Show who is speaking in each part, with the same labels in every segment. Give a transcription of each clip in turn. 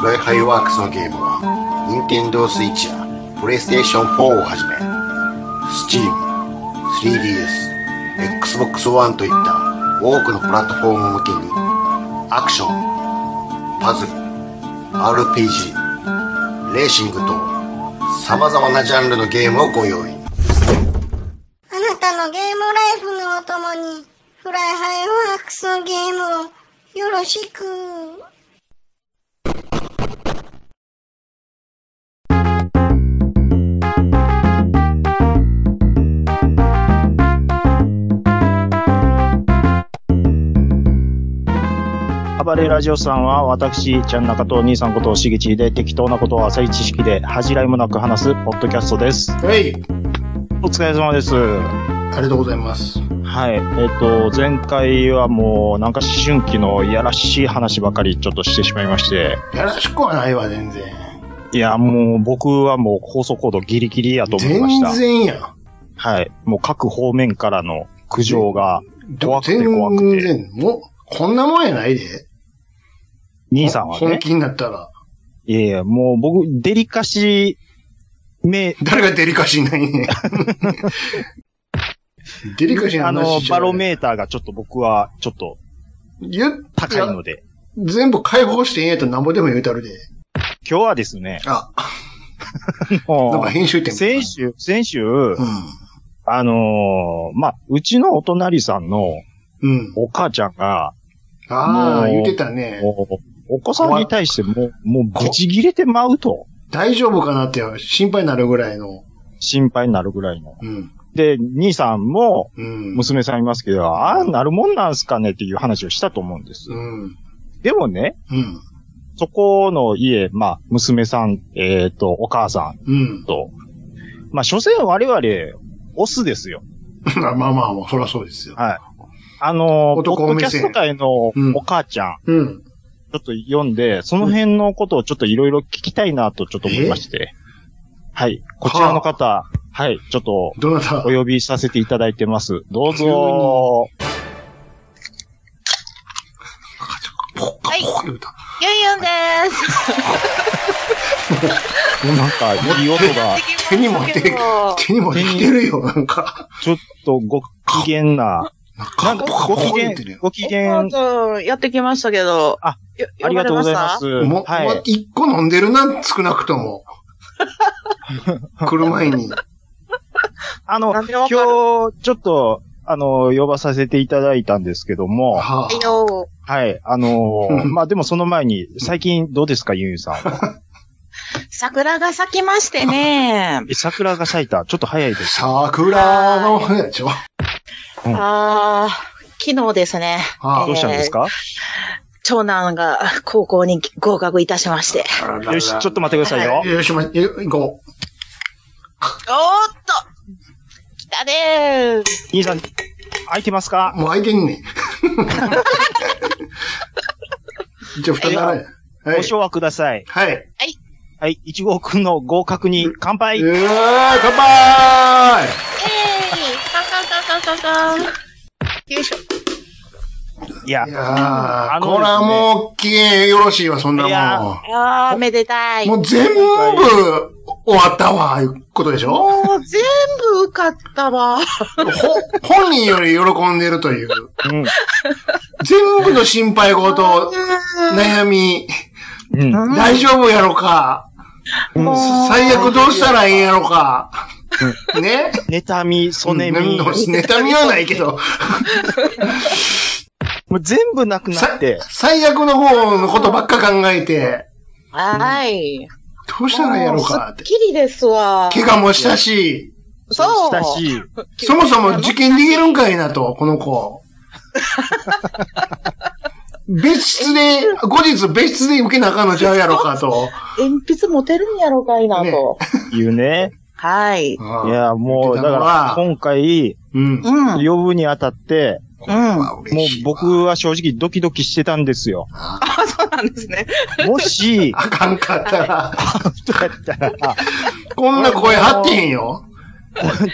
Speaker 1: ブライハイワークスのゲームは、Nintendo Switch や PlayStation 4をはじめ、Steam、3DS、Xbox One といった多くのプラットフォーム向けに、アクション、パズル、RPG、レーシングと、様々なジャンルのゲームをご用意。
Speaker 2: あなたのゲームライフのお供に、フライハイワークスのゲームをよろしく。
Speaker 3: 暴れラジオさんは、私、ちゃん中と兄さんことしげちで、適当なことを浅い知識で、恥じらいもなく話す、ポッドキャストです。
Speaker 4: はい、
Speaker 3: お疲れ様です。は
Speaker 4: ありがとうございます。
Speaker 3: い。えっ、と、前回はもう、なんか思春期のいやらしい話ばかりちょっとしてしまいまして、
Speaker 4: やらしくはないわ、全然。
Speaker 3: いや、もう、僕はもう放送コードギリギリやと思いました
Speaker 4: 全。然やん。
Speaker 3: はい。もう各方面からの苦情が、怖くて怖くて
Speaker 4: 全然、もう、こんなもんやないで。
Speaker 3: 兄さんは
Speaker 4: 本
Speaker 3: ね、
Speaker 4: 気になったら。
Speaker 3: いやいや、もう僕、デリカシー、め、
Speaker 4: 誰がデリカシー ないねん。デリカシーの
Speaker 3: あの
Speaker 4: 話し、ちゃ
Speaker 3: バ
Speaker 4: うよ
Speaker 3: ロメーターがちょっと僕は、ちょっと
Speaker 4: 言っ
Speaker 3: 高いので。
Speaker 4: 全部解放してええやとなんぼでも言うたるで。
Speaker 3: 今日はですね、
Speaker 4: あ、なん
Speaker 3: も
Speaker 4: か編集
Speaker 3: う
Speaker 4: 点。
Speaker 3: 先週、先週、
Speaker 4: う
Speaker 3: あのーまあ、うちのお隣さんの
Speaker 4: ん。うん。
Speaker 3: お母ちゃんが、
Speaker 4: ああ、
Speaker 3: もう
Speaker 4: 言ってたね。
Speaker 3: もうお子さんに対してもう、もうブチ切れてまうと、
Speaker 4: 大丈夫かなって心配になるぐらいの。
Speaker 3: 心配になるぐらいの。
Speaker 4: うん。
Speaker 3: で、兄さんも、
Speaker 4: うん。
Speaker 3: 娘さんいますけど、ああ、なるもんなんすかねっていう話をしたと思うんです。
Speaker 4: うん。
Speaker 3: でもね、
Speaker 4: うん。
Speaker 3: そこの家、まあ、娘さん、えっ、と、お母さん
Speaker 4: うん。
Speaker 3: と、まあ、所詮我々、オスですよ。
Speaker 4: まあまあまあ、そらそうですよ。
Speaker 3: はい。あのー、ポ
Speaker 4: 男
Speaker 3: ッド
Speaker 4: 目線
Speaker 3: キャスト界のお母ちゃん、
Speaker 4: う
Speaker 3: ち
Speaker 4: ん。
Speaker 3: ょっと読んで、その辺のことをちょっといろいろ聞きたいなとちょっと思いまして。はい。こちらの方、はい、ちょっと
Speaker 4: どなた
Speaker 3: お呼びさせていただいてます。どうぞ。
Speaker 4: ポッカポッカ言うた。
Speaker 2: ユンユンです。
Speaker 3: なんか、いい音が、
Speaker 4: 手に持って、手に持ってきてるよ、なんか。
Speaker 3: ちょっとご機嫌な、
Speaker 4: なんか、ポカポ
Speaker 3: ご機
Speaker 4: カ言
Speaker 3: 嫌
Speaker 4: ってる、よ。
Speaker 3: ご機
Speaker 5: ちょ
Speaker 3: 嫌
Speaker 5: っ、とやってきましたけど。
Speaker 3: あ
Speaker 5: よ、
Speaker 3: ありがとうございます。
Speaker 4: もう、
Speaker 3: は
Speaker 4: もう
Speaker 3: い。
Speaker 4: 一個飲んでるな、少なくとも。来る前に。
Speaker 3: あの、
Speaker 5: な
Speaker 3: 今
Speaker 5: んでわ
Speaker 3: 日、
Speaker 5: か
Speaker 3: ち
Speaker 5: る
Speaker 3: ょっと、あの、呼ばさせていただいたんですけども、
Speaker 4: は
Speaker 5: はいよ。
Speaker 3: はい。あのー
Speaker 4: うん
Speaker 3: まあ、でもその前に、最近どうですか、ゆうゆうさんは。
Speaker 5: 桜が咲きましてね。
Speaker 3: え桜が咲いた。ちょっと早いです。
Speaker 4: あ。桜の、やちょ。
Speaker 3: うん
Speaker 5: ああ、昨日ですね、
Speaker 4: あ
Speaker 3: どうしたんですか、
Speaker 5: 長男が高校に合格いたしまして。
Speaker 3: よし、ちょっと待ってくださいよ。
Speaker 4: よし、ま、行こう。
Speaker 5: おーっと来たねー
Speaker 3: 兄さん、空いてますか
Speaker 4: もう開いて んねん。じゃあ、二並べ。は
Speaker 3: ご
Speaker 4: い。
Speaker 3: 賞はください。
Speaker 4: はい。
Speaker 3: はい、一号くんの合格に乾杯
Speaker 4: うわー、乾杯
Speaker 5: えいカンカンカンカンカンカン。よいしょ。
Speaker 3: いや
Speaker 4: い、や
Speaker 3: あ
Speaker 4: ー、
Speaker 3: の
Speaker 4: これはもう、機嫌よろしいわ、そんない
Speaker 3: や
Speaker 4: も
Speaker 5: ああ、めでたい。
Speaker 4: ん。も
Speaker 5: もう
Speaker 4: う全部、終わったわ、いうことでしょ
Speaker 5: 全部受かったわ。
Speaker 4: ほ、本人より喜んでるという。
Speaker 3: うん。
Speaker 4: 全部の心配事、悩み、
Speaker 3: うん。
Speaker 5: うん
Speaker 4: 大丈夫やろか、
Speaker 3: うん
Speaker 4: 最悪どうしたらええんやろか、ね
Speaker 3: 妬み、そねみ、も
Speaker 4: 妬みはないけど、
Speaker 3: う全部なくな
Speaker 4: さ
Speaker 3: って、
Speaker 4: 最悪の方のことばっか考えて、
Speaker 5: はい。
Speaker 4: どうしたらええんやろかって
Speaker 5: すっ。きりですわ。
Speaker 4: 怪我もしたし、
Speaker 5: そう。
Speaker 3: 親しい。
Speaker 4: そもそも受験できるんかいなと、この 子。別室で、後日別室で受けなあかんのちゃうやろかと。
Speaker 5: 鉛筆持てるんやろかいなと。
Speaker 4: ね
Speaker 3: 言うね。
Speaker 5: はい。
Speaker 3: いや、もう、だから、今回、
Speaker 4: うん。
Speaker 5: うん。うん。
Speaker 3: 呼ぶにあたって、
Speaker 5: あ、
Speaker 3: もう僕は正直ドキドキしてたんですよ。
Speaker 5: そうなんですね。
Speaker 3: もし、
Speaker 4: あかんかったら、
Speaker 3: とか言ったら、
Speaker 4: こんな声張ってへんよ。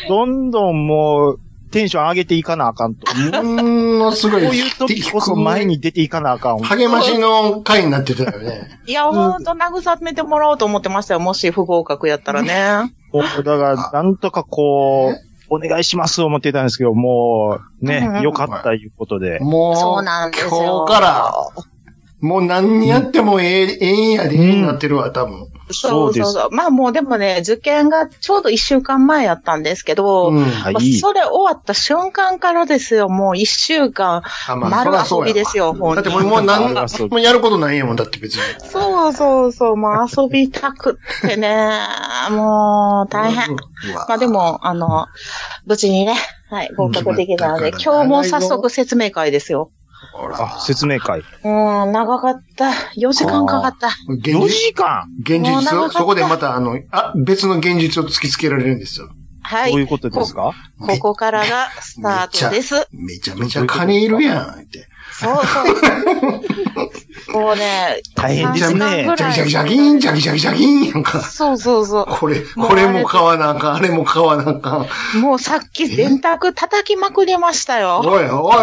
Speaker 3: どんどんもう、テンション上げていかなあかんと。こ
Speaker 4: ものすご
Speaker 3: う
Speaker 4: い、
Speaker 3: いう時こそ前に出ていかなあかん。
Speaker 4: 励ましの回になってたよね。
Speaker 5: いや、ほんと慰めてもらおうと思ってましたよ。もし不合格やったらね。
Speaker 3: こうだから、なんとかこう、お願いします思ってたんですけど、もう、
Speaker 5: うんう
Speaker 3: ね、
Speaker 5: ん
Speaker 3: よかったいうことで。
Speaker 4: もう、
Speaker 5: そうなんです
Speaker 4: 今
Speaker 5: よ。
Speaker 4: 日から、もう何やってもええ、ええんやで、ええんなってるわ、多分。
Speaker 5: そうそうそう。まあもうでもね、受験がちょうど一週間前やったんですけど、
Speaker 4: うん。
Speaker 3: はい
Speaker 5: まあ。それ終わった瞬間からですよ、もう一週間。
Speaker 4: あ
Speaker 5: 丸遊びですよ、ほん
Speaker 4: だ
Speaker 5: と
Speaker 4: ってもう、もう何、
Speaker 3: 丸遊び
Speaker 4: もうやることないやもん、だって別に。
Speaker 5: そうそうそう、もう遊びたくってね、もう大変。
Speaker 4: うわ。
Speaker 5: まあでも、あの、無事にね、 はい、合格できたので、
Speaker 4: 決ま
Speaker 5: 今
Speaker 4: ったから
Speaker 5: 日も早速説明会ですよ。
Speaker 4: ほら、
Speaker 3: あ、説明会。
Speaker 5: うん、長かった。4時間かかった。
Speaker 4: 現
Speaker 3: 4
Speaker 4: 実、
Speaker 3: 時間
Speaker 4: 現
Speaker 5: もう長
Speaker 4: 実
Speaker 5: か
Speaker 4: を、
Speaker 5: った
Speaker 4: そこでまたあの、あ、別の現実を突きつけられるんですよ。
Speaker 5: は
Speaker 3: どういう
Speaker 5: い。
Speaker 3: ことですか
Speaker 5: ここからがスタートです。
Speaker 4: めちゃめちゃ金いるやん、って。
Speaker 5: そうそう。 もうね、
Speaker 3: 大変
Speaker 5: 3
Speaker 3: で
Speaker 5: 時
Speaker 3: す
Speaker 5: 間
Speaker 3: ね
Speaker 5: ぐ
Speaker 4: ジャ
Speaker 5: ら
Speaker 4: キジャキ
Speaker 5: い。
Speaker 4: ジャキーン、ジャキジャキジャキーンやんか。
Speaker 5: そうそうそう。
Speaker 4: これ、これも買わなあかん、あれも買わなあかん。
Speaker 5: もうさっき電卓叩きまくりましたよ。
Speaker 4: おいおいおいおいおい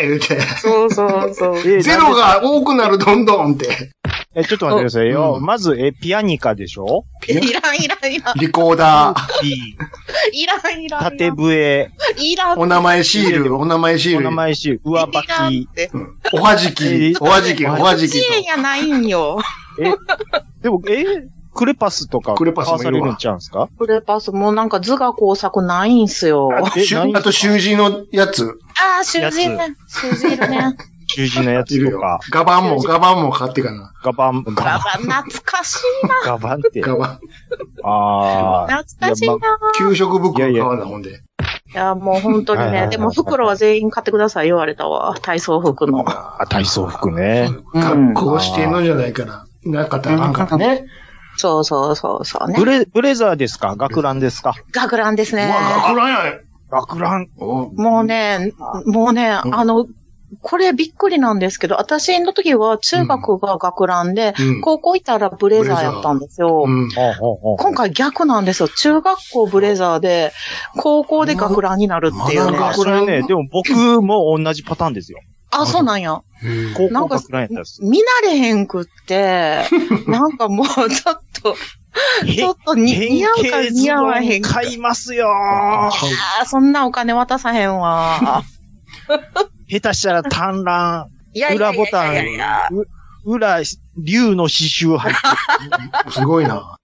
Speaker 4: おい言うて。
Speaker 5: そうそうそう。
Speaker 3: え
Speaker 4: ゼロが多くなるどんどんって。
Speaker 3: え、ちょっと待ってくださいよ。
Speaker 4: うん
Speaker 3: まず、え、ピアニカでしょ
Speaker 5: いらん、いらん、いらん。
Speaker 4: リコーダー、
Speaker 3: ?B、
Speaker 5: いらん、いらん。
Speaker 3: 縦笛、
Speaker 5: いらん。
Speaker 4: お名前シール、お名前シー
Speaker 3: お
Speaker 4: ル。
Speaker 3: 名前し、上
Speaker 5: いらん
Speaker 3: 履き
Speaker 5: っ。て。
Speaker 4: おはじき、おはじき、おはじき
Speaker 5: 支援
Speaker 4: と。
Speaker 5: やないんよ。
Speaker 3: でも、えクレパスとか、
Speaker 4: クレパスもいる
Speaker 3: 買わさ
Speaker 4: わ
Speaker 3: れるんちゃうんすか
Speaker 5: クレパスもうなんか図画工作ないんすよ。あ
Speaker 3: え
Speaker 4: しゅ
Speaker 3: 何
Speaker 4: あと、習字のやつ、
Speaker 5: あー、囚人ね。囚人ね。
Speaker 3: 囚人のや
Speaker 4: い
Speaker 3: つ
Speaker 4: る
Speaker 3: と
Speaker 4: よ
Speaker 3: か、。
Speaker 4: ガバンも、ガバンも買ってかな。
Speaker 3: ガバン、ガバ
Speaker 5: ババ、懐かしい
Speaker 3: ン、ガバンって。
Speaker 4: ガバン。
Speaker 3: あ
Speaker 5: な。
Speaker 3: あ。
Speaker 5: 懐かしいな。い
Speaker 4: 給食袋買わな、ほんで。
Speaker 5: や、もう本当に
Speaker 3: はいはいはいは
Speaker 5: ね。
Speaker 3: い
Speaker 5: でも袋は全員買ってください言われたわ。体操服の。
Speaker 3: あ、体操服ね。
Speaker 4: 格好してんのじゃないから。なかったらあかんからね。
Speaker 5: そうそうそうそうね
Speaker 3: ブ。レ、ブレザーですか学ランですか
Speaker 5: 学ランです
Speaker 4: う
Speaker 5: ね。
Speaker 4: わ、学ランや
Speaker 3: 学ラン。
Speaker 4: お
Speaker 5: もうね、もうね、
Speaker 4: うん
Speaker 5: あの、これびっくりなんですけど、私の時は中学が学ランで、
Speaker 4: うん
Speaker 5: 高校行ったらブレザーやったんですよ。
Speaker 4: うん。
Speaker 3: ほうほうほう
Speaker 5: 今回逆なんですよ。中学校ブレザーで、高校で学ランになるっていうね。
Speaker 4: まだ学
Speaker 3: それね、でも僕も同じパターンですよ。
Speaker 5: あ、そうなんや。
Speaker 4: へえ
Speaker 3: 高
Speaker 5: な
Speaker 3: 校
Speaker 5: んか
Speaker 3: 学ランやったんです。
Speaker 5: 見慣れへん くって、なんかもうちょっと、ちょっとに似合うか似合わへんか。
Speaker 3: 買いますよ
Speaker 4: あ
Speaker 3: ー。
Speaker 4: 買う
Speaker 5: あーそんなお金渡さへんわ。
Speaker 3: 下手したら単乱、
Speaker 5: いやいや
Speaker 3: 裏
Speaker 5: いや
Speaker 3: ボ
Speaker 5: いや
Speaker 3: タ
Speaker 5: い
Speaker 3: ン
Speaker 5: やいや、
Speaker 3: う裏、竜の刺繍入って
Speaker 4: すごいな。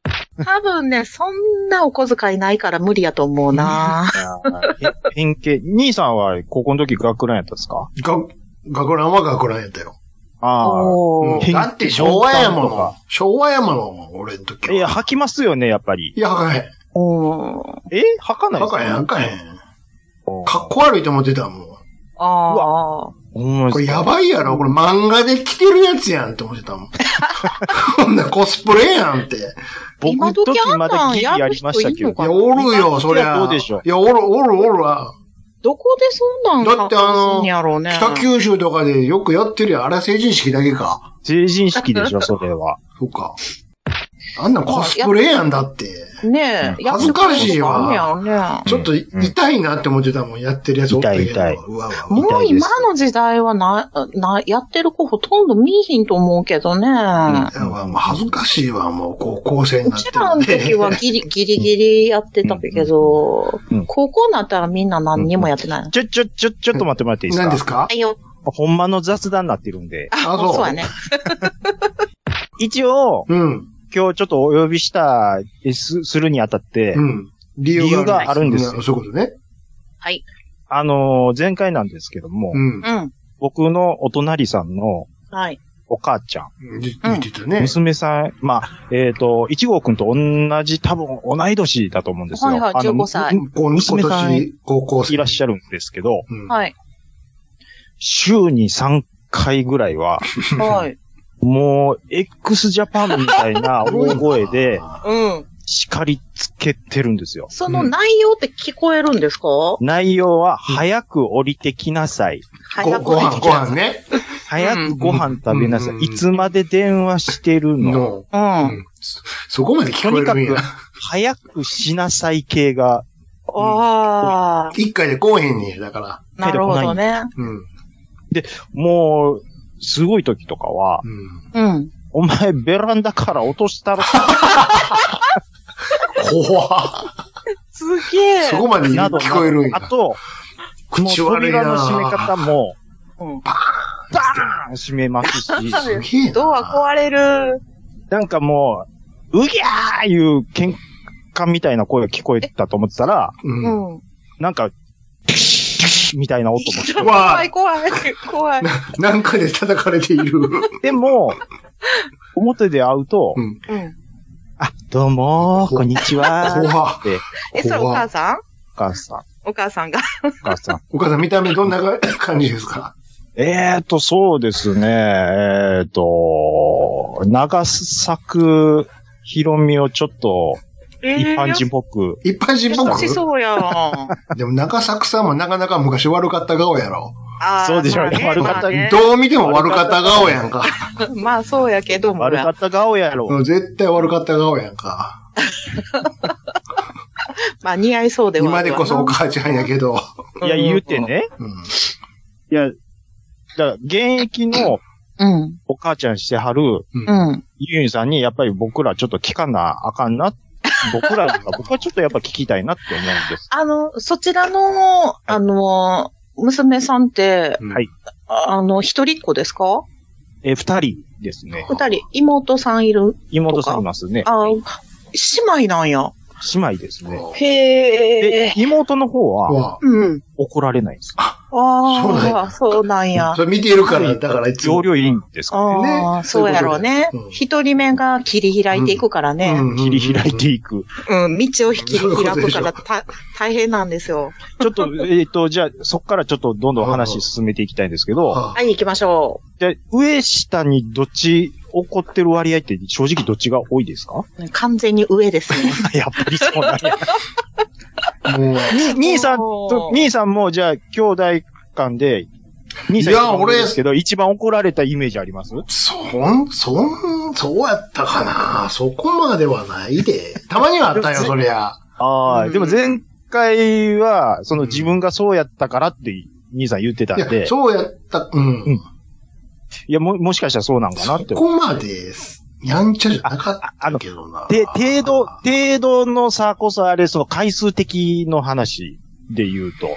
Speaker 5: 多分ね、そんなお小遣いないから無理やと思うな。
Speaker 3: る。へ変形。兄さんは高校の時学ランやったんですか
Speaker 4: が学ランは学ランやったよ。
Speaker 3: あ
Speaker 5: おー
Speaker 3: 変
Speaker 4: だって昭和やも
Speaker 3: とか
Speaker 4: の。昭和やもの、俺の時
Speaker 3: あ。いや、
Speaker 4: は。
Speaker 3: 履きますよね、やっぱり。
Speaker 4: いや、はかへん。
Speaker 5: おー
Speaker 3: え履かないです
Speaker 4: は
Speaker 3: か
Speaker 4: かへん、はかへん。
Speaker 3: うん
Speaker 4: かっこ悪いと思ってたも
Speaker 3: ほ
Speaker 5: あ
Speaker 3: んま
Speaker 4: ん。
Speaker 3: です
Speaker 4: こ
Speaker 3: か
Speaker 4: れやばいやろこれ漫画で着てるやつやんって思ってたもん。こんなコスプレやんって。い
Speaker 3: 僕の時まだギリやりましたけど。
Speaker 5: 今時あんなんやる人いんの
Speaker 4: や、
Speaker 5: か
Speaker 4: おるよ、そり
Speaker 3: いや
Speaker 4: ゃ。
Speaker 3: どうでしょう
Speaker 4: いや、おる、おる、おるわ。
Speaker 5: ーどこでそんなん
Speaker 4: だってあの
Speaker 5: 買うんやろうね。
Speaker 4: 北九州とかでよくやってるやん。あれは成人式だけか。
Speaker 3: 成人式でしょ、それは。
Speaker 4: そっか。あんなコスプレやんだって。
Speaker 5: ねえ、や
Speaker 4: 恥ずかしいわ
Speaker 5: ってることがあんねやろね。
Speaker 4: ちょっと痛いなって思ってたもん、やってるやつおったけど。
Speaker 3: 痛い痛いう
Speaker 4: わうわうわ。
Speaker 5: もう
Speaker 3: 痛いです
Speaker 5: 今の時代はな、な、やってる子ほとんど見えひんと思うけどね。
Speaker 4: いやもう恥ずかしいわ、もう高校生に
Speaker 5: う
Speaker 4: なって
Speaker 5: ち
Speaker 4: る
Speaker 5: らの時はギリ、ギリギリやってたけど
Speaker 3: うんうん、
Speaker 5: 高校になったらみんな何にもやってない。
Speaker 3: ちょ、ちょ、ちょ、ちょっと待ってもらっていいです
Speaker 4: 何
Speaker 3: か
Speaker 4: ですか
Speaker 5: はいよ。
Speaker 3: ほんまの雑談になってるんで。
Speaker 5: あ、
Speaker 4: あそう
Speaker 5: そうやね。
Speaker 3: 一応、
Speaker 4: うん。
Speaker 3: 今日ちょっとお呼びした、えす、するにあたって、
Speaker 4: うん。
Speaker 3: 理
Speaker 4: 理
Speaker 3: 由
Speaker 4: 由
Speaker 3: が
Speaker 4: が
Speaker 3: あ
Speaker 4: あ
Speaker 3: る
Speaker 4: る
Speaker 3: ん
Speaker 4: ん
Speaker 3: で
Speaker 4: ですす
Speaker 3: よ
Speaker 4: よ。そういうことね。
Speaker 5: はい。
Speaker 3: あのー前回なんですけども、
Speaker 4: うん。
Speaker 5: うん。
Speaker 3: 僕のお隣さんの
Speaker 5: はい。
Speaker 3: お母ちゃん、
Speaker 4: 言ってたね。
Speaker 3: 娘さん、まあ、えっ、と、一号くんと同じ、多分同い年だと思うんですよ。
Speaker 5: はいはい
Speaker 3: あの
Speaker 5: 15歳
Speaker 3: む
Speaker 4: こん今
Speaker 3: 娘さん
Speaker 4: 年、高校生。
Speaker 3: いらっし
Speaker 4: ゃ
Speaker 3: ゃるんですけど、
Speaker 4: る。うん。
Speaker 5: はい。
Speaker 3: 週に3回ぐらいは、
Speaker 5: はい。
Speaker 3: もう、X ジャパンみたい な大声で
Speaker 5: うん。
Speaker 3: 叱りつけてるんですよ。
Speaker 5: その内容って聞こえるんですか
Speaker 3: 内容は、早く降りてきなさい。
Speaker 4: ご
Speaker 5: 早く
Speaker 4: ご飯、ご飯ね。
Speaker 3: 早くご飯食べなさ
Speaker 4: う
Speaker 3: い。
Speaker 4: ん
Speaker 3: いつまで電話してるの。
Speaker 4: の、
Speaker 5: うん
Speaker 4: うん。そそこまで聞
Speaker 3: と
Speaker 4: こえ
Speaker 3: にか
Speaker 4: るん
Speaker 3: く
Speaker 4: や。、
Speaker 3: 早くしなさい系が
Speaker 5: ああ、
Speaker 4: 一回でこうへんねんだから。
Speaker 5: なるほどね。
Speaker 4: うん。
Speaker 3: もう、すごい時とかは、
Speaker 4: うん。
Speaker 5: うん。
Speaker 3: お前ベランダから落としたろ。
Speaker 4: 怖っ
Speaker 5: すげえ。
Speaker 4: そこまで
Speaker 3: など
Speaker 4: 聞こえるんや
Speaker 3: あ。と、この
Speaker 4: 口悪いな
Speaker 3: 扉の閉め方も、
Speaker 5: うん
Speaker 3: バーン閉めますし、
Speaker 5: そうです
Speaker 4: すげえな
Speaker 5: ドア壊れる。
Speaker 3: なんかもう、うぎゃーいう喧嘩みたいな声が聞こえたと思ってたら、
Speaker 4: う。
Speaker 5: うんん。
Speaker 3: なんか、みたいな音もして。
Speaker 4: わ
Speaker 5: 怖い怖い怖い。
Speaker 4: なんかで叩かれている。
Speaker 3: でも、表で会うと
Speaker 4: う、ん。
Speaker 5: うん。
Speaker 3: あ、どうもー、こんにちはー、
Speaker 4: 怖っ
Speaker 3: って、
Speaker 5: え、それお母さん
Speaker 3: お母さん、
Speaker 5: お母さんが。
Speaker 3: お母さん。
Speaker 4: お母さん見た目どんなか感じですか
Speaker 3: えーと、そうですね、えーと、長作ひろみをちょっと、
Speaker 5: え
Speaker 3: 一般人
Speaker 5: 優
Speaker 3: っぽく、
Speaker 4: 一般人僕
Speaker 5: しそうやん。
Speaker 4: でも中作さんもなかなか昔悪かった顔やろ。
Speaker 5: あ ー
Speaker 3: そうでしょうね
Speaker 5: まあ
Speaker 3: 悪かった
Speaker 5: まあね
Speaker 4: どう見ても悪かった顔やんか。
Speaker 5: まあそうやけども
Speaker 3: 悪か
Speaker 5: や。
Speaker 3: った顔やろ。
Speaker 4: うん絶対悪かった顔やんか。
Speaker 5: まあ似合いそうではあ
Speaker 4: 今
Speaker 5: る
Speaker 4: で
Speaker 5: わ
Speaker 4: こそお母ちゃんやけど。
Speaker 3: いや、言うて。ね、
Speaker 4: うん。
Speaker 3: いや、だから現役の
Speaker 5: うん。
Speaker 3: お母ちゃんしてはる、
Speaker 4: うん
Speaker 5: うん。
Speaker 3: ユンさんに、やっぱり僕らちょっと聞かなあかんな。僕らが、僕はちょっとやっぱ聞きたいなって思うんです。
Speaker 5: あの、そちらの、あの、娘さんって、
Speaker 4: うん
Speaker 3: はい
Speaker 5: あの、一人っ子ですか
Speaker 3: えー、二人ですね。
Speaker 5: 二人、妹さんいる
Speaker 3: 妹さんいますね。
Speaker 5: あー姉妹なんや。
Speaker 3: 姉妹ですね。
Speaker 5: へ
Speaker 3: で
Speaker 5: え。、
Speaker 3: 妹の方は
Speaker 4: わ
Speaker 5: うん。
Speaker 3: 怒られないんです。
Speaker 4: そうなん
Speaker 5: あ
Speaker 4: や
Speaker 5: あ、そうなんや
Speaker 4: あ。それ見ているから、だからいつ
Speaker 3: 容
Speaker 4: も。
Speaker 3: 量いいんですか
Speaker 5: ああ、
Speaker 4: そ
Speaker 5: そうう
Speaker 4: いうことだ
Speaker 5: やろうね
Speaker 4: うん。
Speaker 5: 一人目が切り開いていくからね。
Speaker 3: 切り開いていく。
Speaker 5: うん、道を切り開くから
Speaker 4: そういうこ
Speaker 5: た大変なんですよ。
Speaker 3: ちょっと、えっ、と、じゃあ、そこからちょっとどんどん話進めていきたいんですけど、
Speaker 4: は
Speaker 5: はい、行きましょ
Speaker 3: で上下にどっち怒ってる割合って正直どっちが多いですか
Speaker 5: う。完全に上ですね。
Speaker 3: やっぱりそうなんや。
Speaker 4: あもう。
Speaker 3: 兄さん
Speaker 5: お
Speaker 3: と、
Speaker 5: ー
Speaker 3: 兄さんも、じゃあ、兄弟間で、兄さん
Speaker 4: いや
Speaker 3: 一番多ですけど、一番怒られたイメージあります
Speaker 4: そん、そん、そうやったかなそこまではないで。たまには あったよ、そりゃ。
Speaker 3: ああ、
Speaker 5: うん
Speaker 3: でも前回は、その自分がそうやったからって、兄さん言ってたん
Speaker 4: い
Speaker 3: で、い
Speaker 4: や、そうやった、うん。
Speaker 3: うんや、も、もしかしたらそうなんかなって
Speaker 4: そ。こまで、やんちゃじゃなかったけどな。
Speaker 3: で、程度、程度の差こそあれ、その回数的の話で言うと。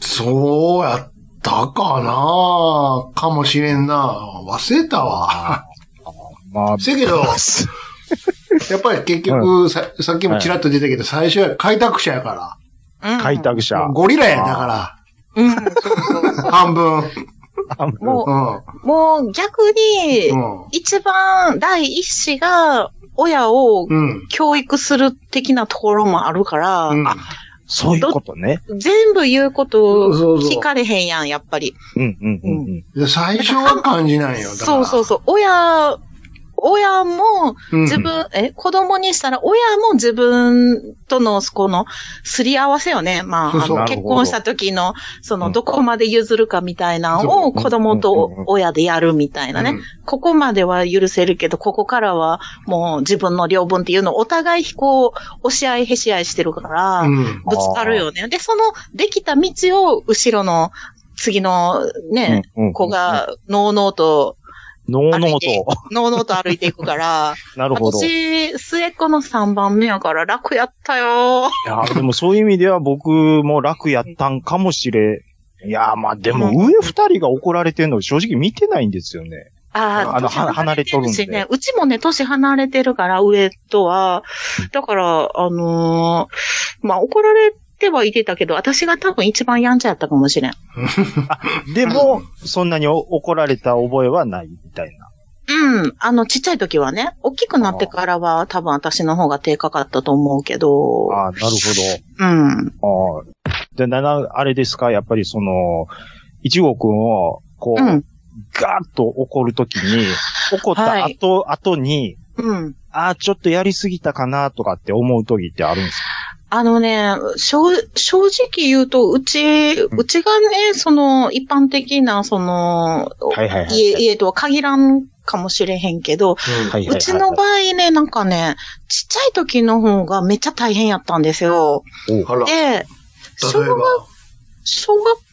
Speaker 4: そうやったかなかもしれんな忘れたわ。
Speaker 3: まあ、
Speaker 4: せやけど、やっぱり結局、ささっきもちらっと出たけど、最初は開拓者やか
Speaker 5: うん
Speaker 3: 開。拓者
Speaker 4: ら。。ゴリラや、だか
Speaker 5: うん、そうそうそ
Speaker 4: ら。半分。
Speaker 5: う。も
Speaker 4: うん。う
Speaker 5: う、もう逆に、
Speaker 4: ん。
Speaker 5: 一番第一子が親を
Speaker 4: うん。
Speaker 5: 教育する的なところもあるから、
Speaker 4: うん
Speaker 3: そういうことね。
Speaker 5: 全部言うこと
Speaker 4: そうそう
Speaker 5: 聞かれへんやん、やっぱり。
Speaker 3: うん、うん、うんうん。
Speaker 4: で最初は感じないよ。だから
Speaker 5: そうそうそう。親、親も
Speaker 4: うん。
Speaker 5: 自分、え、子供にしたら、親も自分との、この、すり合わせよね。まあ、
Speaker 4: そうそう
Speaker 5: あの
Speaker 3: なる
Speaker 5: 結
Speaker 3: ほど
Speaker 5: 婚した時の、そうの、
Speaker 3: ん
Speaker 5: どこまで譲るかみたいな
Speaker 4: そ
Speaker 5: のを子供
Speaker 3: うんう
Speaker 5: と
Speaker 3: んうん
Speaker 5: 親でやるみたいなね。ここまでは許せるけど、ここからはもう自分の両分っていうのをお互いこう、押し合いへし合いしてるから、
Speaker 4: うん。うん。
Speaker 5: ぶつかるよね。で、その、できた道を後ろの、次のね、
Speaker 3: うんうん
Speaker 5: 子が、のうのうと、
Speaker 3: ノーノー
Speaker 5: 歩いて
Speaker 3: と。
Speaker 5: のうのうと歩いていくから、
Speaker 3: なるほど。い
Speaker 5: 私、末っ子の3番目やから楽やったよ。
Speaker 3: や、でもそういう意味では僕も楽やったんかもし れん。いや、まあでも上二人が怒られてんの正直見てないんですよね。
Speaker 5: あ
Speaker 3: あの
Speaker 5: 年
Speaker 3: 離れとるんで
Speaker 5: しね。うちもね、年離れてるから、上とは。だから、あのーまあ、怒られてはいてたけど、私が多分一番やんちゃやったかもしれん。
Speaker 3: でも、そんなにお怒られた覚えはないみたいな。
Speaker 5: うん。あの、ちっちゃい時はね、大きくなってからは多分私の方が低かかったと思うけど、
Speaker 3: ああ、なる
Speaker 5: うん。
Speaker 3: ほど。ああ。で、なな、あれですかやっぱりその、一号くんを、こう、
Speaker 5: うん。
Speaker 3: ガーッと怒るときに、怒った
Speaker 5: はい
Speaker 3: 後、後に、
Speaker 5: うん。
Speaker 3: ああ、ちょっとやりすぎたかなとかって思うときってあるんです
Speaker 5: あのね、正正直言うと、うち、うちがね、その、一般的な、その、
Speaker 3: かはいはいはい。
Speaker 5: 家、家とは限らんかもしれへんけど、
Speaker 3: はいはいは
Speaker 5: う
Speaker 3: い
Speaker 5: ちの場合ね、なんかね、ちっちゃい時の方がめっちゃ大変やったんですよ。
Speaker 4: あら、例え
Speaker 5: で、小学
Speaker 4: ば。
Speaker 5: 小学校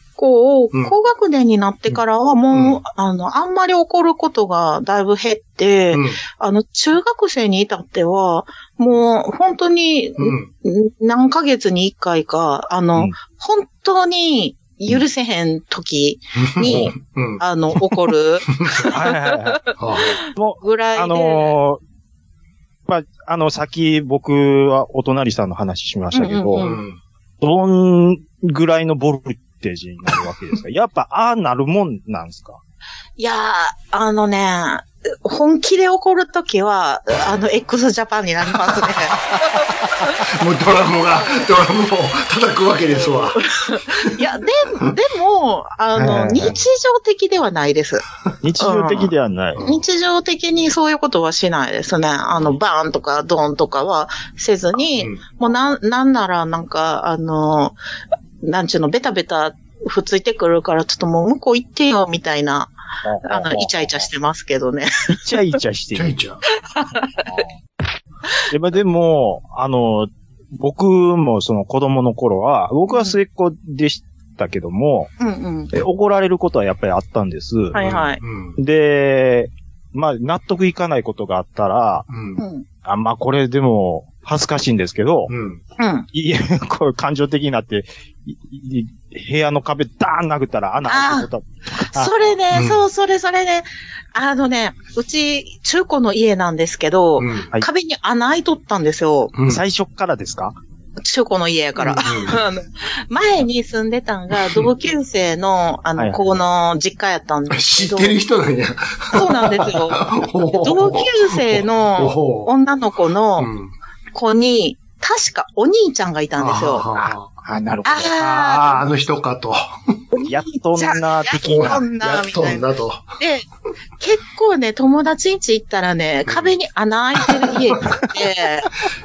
Speaker 5: を
Speaker 4: うん
Speaker 5: 高学年になってからはもう、
Speaker 4: うん
Speaker 5: あの、あんまり怒ることがだいぶ減って、
Speaker 4: うん。
Speaker 5: あの、中学生に至っては、もう本当に、
Speaker 4: うん。
Speaker 5: 何ヶ月に一回か、あ
Speaker 3: う
Speaker 5: の、
Speaker 3: ん
Speaker 5: 本当に許せへん時に、
Speaker 4: うん。
Speaker 5: あの、怒る
Speaker 3: はいはいはい。
Speaker 4: あ
Speaker 5: ぐらいで。
Speaker 3: あのーまあ、あの、先僕はお隣さんの話しましたけど、
Speaker 5: うん
Speaker 4: うん。
Speaker 3: どんぐらいのボルテージになるわけですか やっぱ、ああなるもんなんですか
Speaker 5: いやー、あのね、本気で怒るときは、あの、x ジャパンになりますね。
Speaker 4: もうドラムが、ドラムを叩くわけですわ。
Speaker 5: いや、で、でも、あ
Speaker 3: はいはいは
Speaker 5: の、
Speaker 3: い
Speaker 5: 日常的ではないです。
Speaker 3: 日常的ではない。
Speaker 5: 日常的にそういうことはしないですね。あの、バーンとかドーンとかはせずに、
Speaker 4: うん
Speaker 5: もうなん、なんならなんか、あの、なんちゅうの、ベタベタ、ふついてくるから、ちょっともう向こう行ってよ、みたいな、あの、イチャイチャしてますけどね。
Speaker 3: イチャイチャして
Speaker 4: ちゃ
Speaker 3: る。
Speaker 4: いちゃ。
Speaker 3: でまあでも、あの、僕もその子供の頃は、僕は末っ子でしたけども、
Speaker 5: うんうん。
Speaker 3: え怒られることはやっぱりあったんです。
Speaker 5: はいはい。
Speaker 4: うん。
Speaker 3: で、まあ、納得いかないことがあったら、
Speaker 4: うん
Speaker 5: う。ん。
Speaker 3: あまあ、これでも、恥ずかしいんですけど、
Speaker 4: うん。
Speaker 5: うん。
Speaker 3: いや、 これ感情的になって、いい部屋の壁ダーン殴ったら穴開いてた。あ
Speaker 5: それね、
Speaker 4: うん
Speaker 5: そう、それ、それね。あのね、うち、中古の家なんですけど、
Speaker 4: うん。
Speaker 3: はい
Speaker 5: 壁に穴開いとったんですよ。
Speaker 4: うん。
Speaker 3: 最初っからですか
Speaker 5: 中古の家やから。
Speaker 4: う
Speaker 5: あの、前に住んでたんが、同級生の、あ
Speaker 3: はい
Speaker 5: の、
Speaker 3: はい
Speaker 5: ここの実家やったんで
Speaker 4: ん
Speaker 5: す
Speaker 4: 知
Speaker 5: け
Speaker 4: っ
Speaker 5: ど。
Speaker 4: てる人なんや。
Speaker 5: そうなんで すよ。同
Speaker 4: 同
Speaker 5: 級生の
Speaker 4: の
Speaker 5: 女の子の子に、確かお兄ちゃんがいたんですよ。
Speaker 4: あ
Speaker 3: あ、なる
Speaker 5: あ
Speaker 4: あ、
Speaker 5: あ
Speaker 4: あの人かと。
Speaker 3: ど。やっとんな、的
Speaker 5: や
Speaker 3: な
Speaker 5: っと。んな
Speaker 4: やっとんなと。
Speaker 5: で、結構ね、友達ん家行ったらね、壁に穴開いてる家が あって、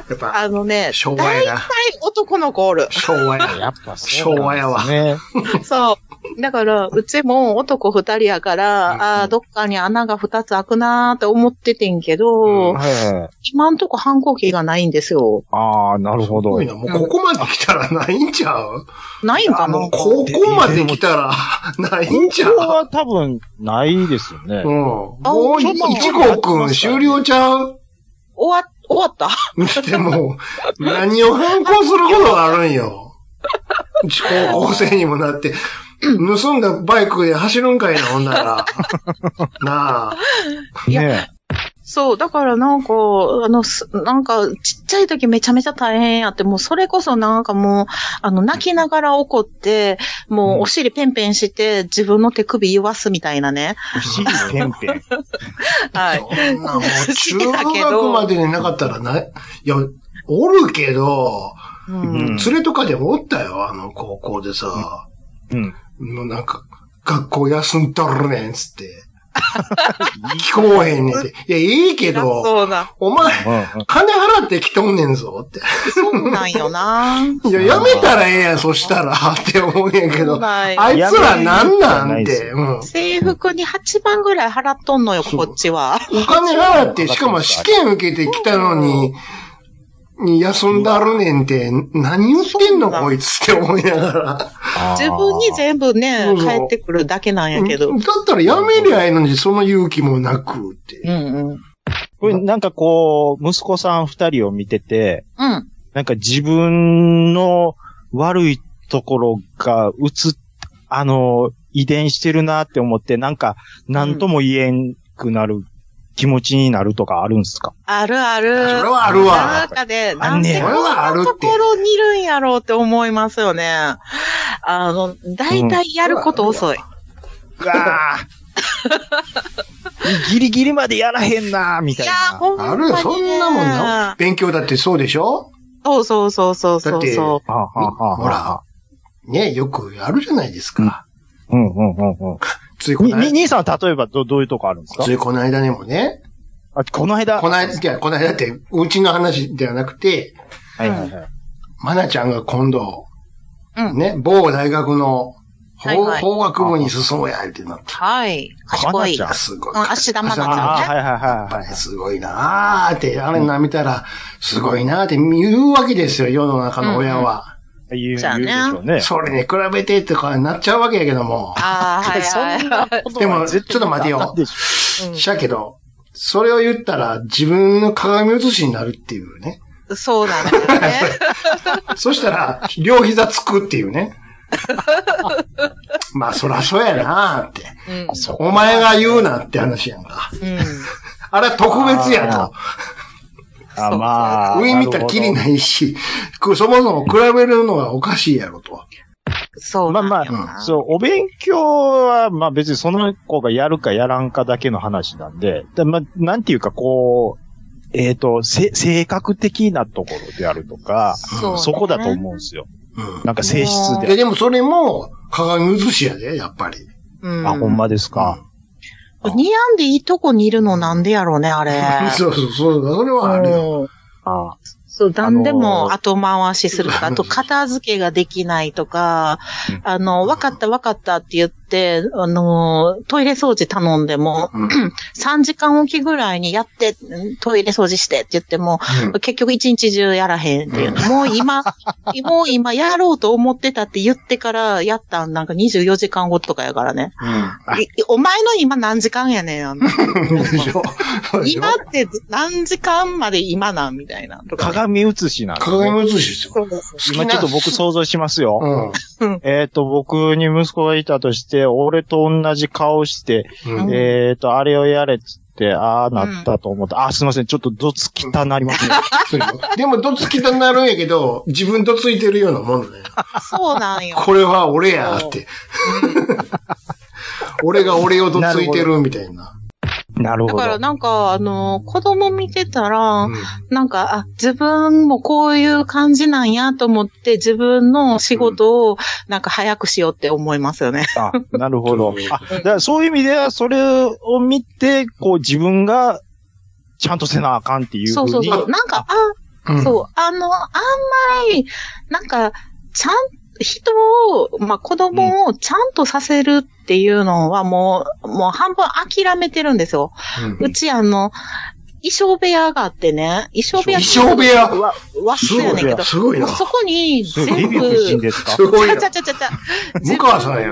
Speaker 4: やっぱ、
Speaker 5: あのね、
Speaker 4: 昭和
Speaker 5: 大
Speaker 4: や
Speaker 5: 体
Speaker 4: な。
Speaker 5: 男の子 おる。
Speaker 4: 昭和や。
Speaker 3: やっぱそうなんですね。
Speaker 5: そう。だから、うちも男二人やから、
Speaker 4: うん
Speaker 5: ああ、どっかに穴が二つ開くなーって思っててんけど、
Speaker 4: う
Speaker 3: はいはい。
Speaker 5: 今んとこ反抗期がないんですよ。
Speaker 3: ああ、なるほ
Speaker 4: す
Speaker 3: ど
Speaker 4: ごい。な。もうここまで来たらないんちゃう
Speaker 5: ないんか
Speaker 4: も
Speaker 5: な
Speaker 4: うここまで来たらないんちゃ
Speaker 3: ここ
Speaker 4: う
Speaker 3: は多分、ないですよね
Speaker 4: うん。。もう、
Speaker 5: ちょ
Speaker 4: 一
Speaker 5: っと
Speaker 4: 号くん終了ちゃう
Speaker 5: 終わ、終わった
Speaker 4: でも、何を反抗することがあるんよ。高校生にもなって、盗んだバイクで走るんかいな、ほんなら。なあ。
Speaker 5: いや
Speaker 3: ね
Speaker 5: そう、だからなんか、あの、すなんか、ちっちゃい時めちゃめちゃ大変やって、もうそれこそなんかもう、あの、泣きながら怒って、も
Speaker 3: う
Speaker 5: うんお尻ペンペンして、自分の手首言わすみたいなね。
Speaker 3: 不思議ペンペン。
Speaker 5: はい。
Speaker 4: そんなもう
Speaker 5: 知
Speaker 4: 中
Speaker 5: ってたけど
Speaker 4: 学までになかったらない、いや、おるけど、
Speaker 5: うん。
Speaker 4: 連れとかでもおったよ、あの高校でさ。
Speaker 3: うん。
Speaker 4: もうなんか、学校休んどるねん、つ って。聞こえへんねんって。いや、いいけ
Speaker 5: 辛
Speaker 4: ど、
Speaker 5: そうな。
Speaker 4: お前、金払ってきとんねんぞ、って。
Speaker 5: そうなんよな。
Speaker 4: いや、やめたらええやん、そしたら、って思うんやけ
Speaker 5: そう
Speaker 4: ど。
Speaker 5: なんよ
Speaker 4: あいつらなんなんっ
Speaker 3: やめ
Speaker 4: て。
Speaker 3: る
Speaker 4: うん。
Speaker 5: 制服に8万ぐらい払っとんのよ、こっちは。
Speaker 4: お金払って、しかも試験受けてきたのに、に休んだるねんって、何言ってんのこいつって思いながら。
Speaker 5: 自分に全部ね
Speaker 4: そう、そう
Speaker 5: 帰ってくるだけなんやけど。う
Speaker 4: だ
Speaker 5: ん
Speaker 4: ったらやめりゃいいのに、その勇気もなくって。
Speaker 5: うん。
Speaker 3: これなんかこう、息子さん二人を見てて、
Speaker 5: うん。
Speaker 3: なんか自分の悪いところが映っ、あの、遺伝してるなって思って、なんか、なんとも言えんくなる気持ちになるとかあるんすか、
Speaker 5: あるあ
Speaker 4: それ
Speaker 5: る。
Speaker 4: はある
Speaker 5: な
Speaker 4: わ
Speaker 5: ん。かね、
Speaker 3: あ
Speaker 5: なんん
Speaker 3: ね
Speaker 5: で
Speaker 3: や
Speaker 5: こんなところにいるんやろうって思いますよね。あの、だいたいやること遅い。
Speaker 3: うわあ ギリギリまでやらへんなーみたい
Speaker 5: いや
Speaker 3: な。
Speaker 5: ー、ほんま
Speaker 4: あ
Speaker 5: に
Speaker 4: る
Speaker 5: ね
Speaker 4: よ、そんなもんな。勉強だってそうでしょ
Speaker 5: そうそうそうそう
Speaker 4: だ
Speaker 5: そ
Speaker 4: っ
Speaker 5: う
Speaker 4: て
Speaker 5: そ
Speaker 3: はあはあはあ
Speaker 4: ほら。ね、よくあるじゃないですか。
Speaker 3: うんうんうんうん。
Speaker 4: ついこ
Speaker 3: に、
Speaker 4: の
Speaker 3: に
Speaker 4: 間、
Speaker 3: 兄さんは例えばど、どういうとこあるんですか
Speaker 4: ついこの間にもね、
Speaker 3: あこの間。
Speaker 4: この間、いや、この間って、うちの話ではなくて、
Speaker 3: はいはいはい。
Speaker 4: まなちゃんが今度、
Speaker 5: うん
Speaker 4: ね、某大学の
Speaker 5: はい
Speaker 4: 法
Speaker 5: はい
Speaker 4: 法学部に進もうや、ってなっ
Speaker 5: はい。賢い。
Speaker 3: かなちゃん
Speaker 4: た。すごい。
Speaker 5: うん芦田愛菜ち
Speaker 4: 芦
Speaker 5: ゃん
Speaker 3: ああ、
Speaker 4: 田
Speaker 3: はいはいは
Speaker 4: やっ
Speaker 3: い
Speaker 4: ぱ
Speaker 3: は
Speaker 4: り
Speaker 3: い。
Speaker 4: すごいなーって、あれな見たら、すごいなーって言うわけですよ、世の中の親は。
Speaker 3: 言う、
Speaker 5: じゃ
Speaker 3: 言
Speaker 5: あ
Speaker 3: う
Speaker 5: ね
Speaker 3: でしょうね。
Speaker 4: それに比べてとかなっちゃうわけやけども。
Speaker 5: ああ、はいはいはい。
Speaker 4: でも、ちょっと待てよ。
Speaker 3: でし
Speaker 4: しゃけど、それを言ったら自分の鏡写しになるっていうね。
Speaker 5: そうなんだよね。
Speaker 4: そしたら、両膝つくってい うね。まあ、そらそうやなーって。
Speaker 5: うん
Speaker 4: お前が言うなって話やんか。
Speaker 5: うん。
Speaker 4: あれは特別やと。
Speaker 3: ょ あ、まあ。
Speaker 4: 上見たらきりないし、くそもそも比べるのがおかしいやろと。
Speaker 5: そう
Speaker 3: ま
Speaker 5: な
Speaker 3: あ
Speaker 5: んだよ。
Speaker 3: まあ、そう、お勉強は、まあ別にその子がやるかやらんかだけの話なんで、でまあ、なんていうかこう、えっ、と、せ、性格的なところであるとか、
Speaker 5: そうね
Speaker 3: そこだと思うんですよ。
Speaker 4: うん。
Speaker 3: なんか性質
Speaker 4: いや、
Speaker 3: で。
Speaker 4: でもそれも、鏡写しやで、やっぱり。
Speaker 5: うん。
Speaker 3: あ、ほんまですか。
Speaker 5: 似合んでいいとこにいるのなんでやろうね、あれ。
Speaker 4: そうそうそう、それはあるよ。
Speaker 5: うん
Speaker 3: あ
Speaker 5: そう、何で
Speaker 3: あの
Speaker 5: も
Speaker 3: ー
Speaker 5: 後回しするとか、あと片付けができないとか
Speaker 3: うん、
Speaker 5: あの、分かった分かったって言って、あのー、トイレ掃除頼んでも、
Speaker 4: うん
Speaker 5: 3時間おきぐらいにやって、トイレ掃除してって言っても、
Speaker 4: うん
Speaker 5: 結局一日中やらへんっていう。もう 今、もう今やろうと思ってたって言ってからやったんなんか24時間後とかやからね。いお前の今何時間やねんあん
Speaker 4: う
Speaker 5: な。
Speaker 4: ん。でしょそうでしょ
Speaker 5: 今って何時間まで今なんみたいな。とか
Speaker 3: 鏡映しなんです、ね。
Speaker 4: 鏡写しですよ。
Speaker 5: そうそうそう
Speaker 4: 好き
Speaker 3: 今
Speaker 4: な
Speaker 3: ちょっと僕想像しますよ。
Speaker 4: うん。
Speaker 3: えっ、と、僕に息子がいたとして、俺と同じ顔して、
Speaker 4: うん
Speaker 5: うん
Speaker 3: えっ、と、あれをやれっつって、ああなったと思った。あ、すいません、ちょっとどつきたなりますね。
Speaker 4: そうよでも、どつきたなるんやけど、自分どついてるようなもんね。
Speaker 5: そうなんよ。
Speaker 4: これは俺やって。俺が俺をどついてるみたいな。
Speaker 3: なる
Speaker 5: だ
Speaker 3: ほ
Speaker 5: から
Speaker 3: ど。
Speaker 5: なんか、あの、子供見てたら、
Speaker 4: うん
Speaker 5: なんか、あ、自分もこういう感じなんやと思って、自分の仕事をなんか早くしようって思いますよね。
Speaker 3: あ、なるほど
Speaker 4: そう。
Speaker 3: あ、だからそういう意味では、それを見て、こう自分が、ちゃんとせなあかんっていうふ
Speaker 5: そうう
Speaker 3: に。
Speaker 5: そうそう。なんか、あ、
Speaker 4: うん
Speaker 5: そう、あの、あんまり、なんか、ちゃん、人を、まあ、子供をちゃんとさせるっていうのはもう、もう半分諦めてるんですよ。
Speaker 4: うん
Speaker 5: うちあの、衣装部屋があってね、衣装部屋
Speaker 4: 衣装部屋
Speaker 5: わ和
Speaker 4: す
Speaker 5: 室
Speaker 4: ご
Speaker 5: やねんけ
Speaker 4: い
Speaker 5: ど
Speaker 4: な。、すごいな。
Speaker 5: そこに
Speaker 3: そう
Speaker 5: 全
Speaker 3: デヴィ夫人
Speaker 5: 部、
Speaker 3: ですか
Speaker 4: すごいな
Speaker 5: ちゃ。ちゃちゃちゃ。
Speaker 4: 向川さんや。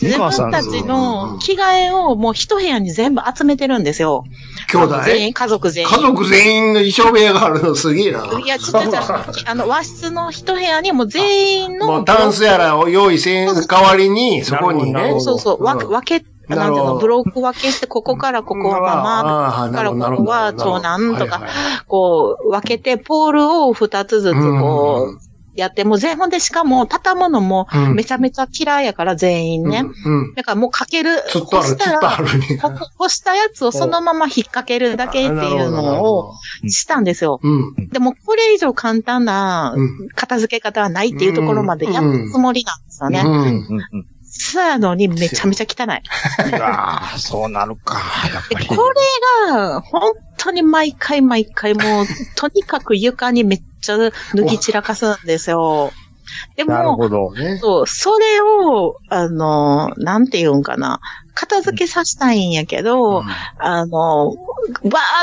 Speaker 5: 自分たちの着替えをもう一部屋に全部集めてるんですよ。
Speaker 4: 兄弟
Speaker 5: 全員、家族全員。
Speaker 4: 家族全員の衣装部屋があるのすげえな。
Speaker 5: いや、ちょっとじゃあ、あの、和室の一部屋にもう全員の。
Speaker 4: もうダンスやらを用意せん代わりに、そこに
Speaker 3: なる
Speaker 4: ね
Speaker 3: ほ。
Speaker 5: そうそう、わ
Speaker 4: うん
Speaker 5: 分け、
Speaker 4: な
Speaker 5: なん
Speaker 4: るほ
Speaker 5: ていう
Speaker 4: ど
Speaker 5: の、ブロック分けして、ここからここはママ、
Speaker 4: ああなるほどなるほど
Speaker 5: からここは長男とか
Speaker 4: はいはい
Speaker 5: こう、分けて、ポールを二つず
Speaker 4: う
Speaker 5: つ
Speaker 4: んうん
Speaker 5: こう、やって、もう全本でしかも、畳むのも
Speaker 4: うん
Speaker 5: めちゃめちゃ嫌いやから、全員ね。
Speaker 4: うん。うん
Speaker 5: だからもうかける、
Speaker 4: つっとある、
Speaker 5: 干
Speaker 4: つっ
Speaker 5: した
Speaker 4: と
Speaker 5: ら
Speaker 4: あ、るね。
Speaker 5: ここ干したやつをそのまま引っ掛けるだけっていうのをしたんですよ。
Speaker 4: うん。
Speaker 5: でも、これ以上簡単な
Speaker 4: うん
Speaker 5: 片付け方はないっていうところまでやったつもりなんですよね。
Speaker 4: うん。
Speaker 3: うんうん。
Speaker 5: そうやのにめちゃめちゃ汚い。
Speaker 3: ああ、そうなるか。やっ
Speaker 5: で
Speaker 3: ぱり。
Speaker 5: これが、本当に毎回毎回もう、とにかく床にめっちゃ脱ぎ散らかすんですよ。で
Speaker 3: なる
Speaker 5: も、
Speaker 3: ほど。
Speaker 4: ね。
Speaker 5: そう、それを、あの、なんて言うんかな。片付けさせたいんやけど、あの、わ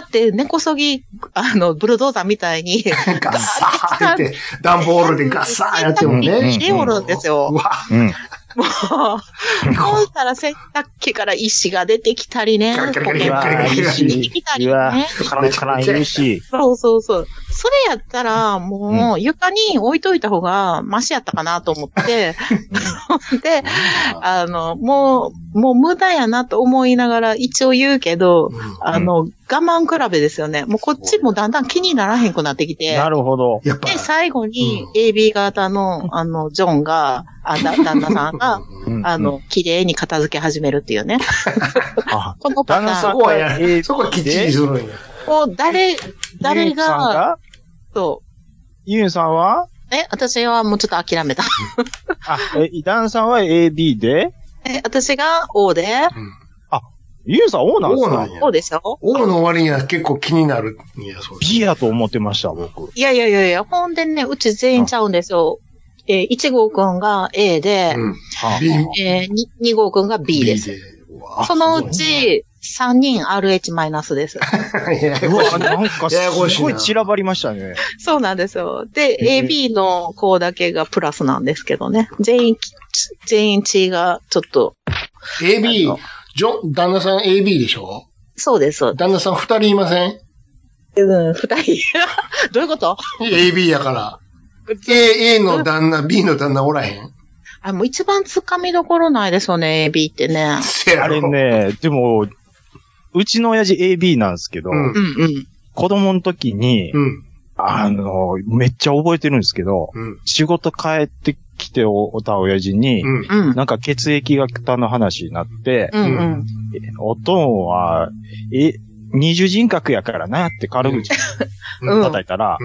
Speaker 5: ーって根こそぎ、あの、ブルドーザーみたいに、
Speaker 4: ガッサーって、段ボールでガッサーやってもね。
Speaker 5: 入れおるんですよ。
Speaker 4: うわ、
Speaker 3: うん。
Speaker 5: もう、そうしたら洗濯機から石が出てきたりね。
Speaker 4: ガリガリガリ
Speaker 3: うわ
Speaker 4: ガリガ
Speaker 3: あ、い
Speaker 4: リ
Speaker 3: い
Speaker 4: ガリ
Speaker 5: ポケモンが
Speaker 3: し
Speaker 5: 出てきた。
Speaker 3: う
Speaker 5: り
Speaker 3: わ
Speaker 5: ね。
Speaker 3: 辛い辛い、いいし。
Speaker 5: そうそうそう。それやったら、もう、床に置いといた方が、マシやったかなと思って、で、あの、もう、もう無駄やなと思いながら、一応言うけど、あの、我慢比べですよね。もうこっちもだんだん気にならへんくなってきて。
Speaker 3: なるほど。
Speaker 4: やっぱ
Speaker 5: で、、最後に
Speaker 4: うん、
Speaker 5: AB 型の、あの、ジョンが、あ、だ、旦那さん が、
Speaker 3: うん
Speaker 5: あ、の、綺麗に片付け始めるっていうね。
Speaker 3: あ
Speaker 5: このパタ
Speaker 3: 旦那
Speaker 4: そ
Speaker 3: さ
Speaker 5: ーン
Speaker 3: ん
Speaker 4: こはや、そこはきっちりするんや。
Speaker 5: を誰、誰
Speaker 3: ユンさん
Speaker 5: が、
Speaker 3: が
Speaker 5: そ
Speaker 3: ユンさんは
Speaker 5: う。え、私はもうちょっと諦めた。
Speaker 3: あ、え、ダンさんは AB で
Speaker 5: え、私が O で、
Speaker 3: ユンさん O なんです
Speaker 4: 王
Speaker 3: か
Speaker 4: なんや。
Speaker 5: O でしょ
Speaker 4: 王の割には結構気になるんや、そう
Speaker 3: B やと思ってました、僕。
Speaker 5: いやいやいやいや、ほんでね、うち全員ちゃうんですよ。えー1号くんが A で、
Speaker 4: うん。
Speaker 3: あ
Speaker 4: ビン
Speaker 5: えーに2号くんが B です。。
Speaker 4: うわ
Speaker 5: そのうち、3人 RH- です。
Speaker 4: やや
Speaker 3: う
Speaker 4: こしい
Speaker 3: わ、なんか
Speaker 4: ややこしい
Speaker 3: すご
Speaker 4: な
Speaker 3: い散らばりましたね。
Speaker 5: そうなんですよ。で、
Speaker 3: うん
Speaker 5: AB の子だけがプラスなんですけどね。全員、全員血がちょっと、
Speaker 4: AB、ジョン、旦那さん AB でしょ
Speaker 5: そうです、そうで
Speaker 4: 旦那さん二人いません
Speaker 5: す。うん、二人。 どういうこと
Speaker 4: ?AB やから。A、A の旦那、B の旦那おらへん。
Speaker 5: あ、もう一番掴みどころないですよね、AB ってね。
Speaker 4: せや
Speaker 3: あれ
Speaker 4: ろ。
Speaker 3: ね、でも、うちの親父 AB なんですけど、
Speaker 4: うん
Speaker 5: うんうん。
Speaker 3: 子供の時に、
Speaker 4: うん。
Speaker 3: あの、めっちゃ覚えてるんですけど、
Speaker 4: うん。
Speaker 3: 仕事帰ってきておった親父に、
Speaker 4: うん。
Speaker 5: うん。
Speaker 3: なんか血液型の話になって、
Speaker 5: うんうん。
Speaker 3: おとんは、え、二重人格やからなって軽口
Speaker 5: うん
Speaker 3: 叩いたら、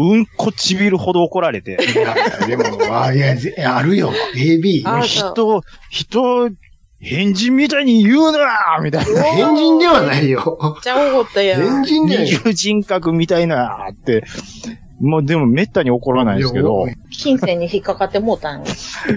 Speaker 4: うん。
Speaker 3: うんこちびるほど怒られて、
Speaker 4: いや、でも、あ、いや、ぜあるよ。AB。
Speaker 5: あそう
Speaker 3: 人、人、変人みたいに言うなみたいな。
Speaker 4: 変人ではないよ。
Speaker 5: めっちゃおごったやん。
Speaker 4: 変人では
Speaker 3: 二
Speaker 4: な
Speaker 3: 重
Speaker 4: い。
Speaker 3: 人格みたいなって、もうでもめったに怒らないんですけど、
Speaker 5: 金銭に引っかかってもうたんよ。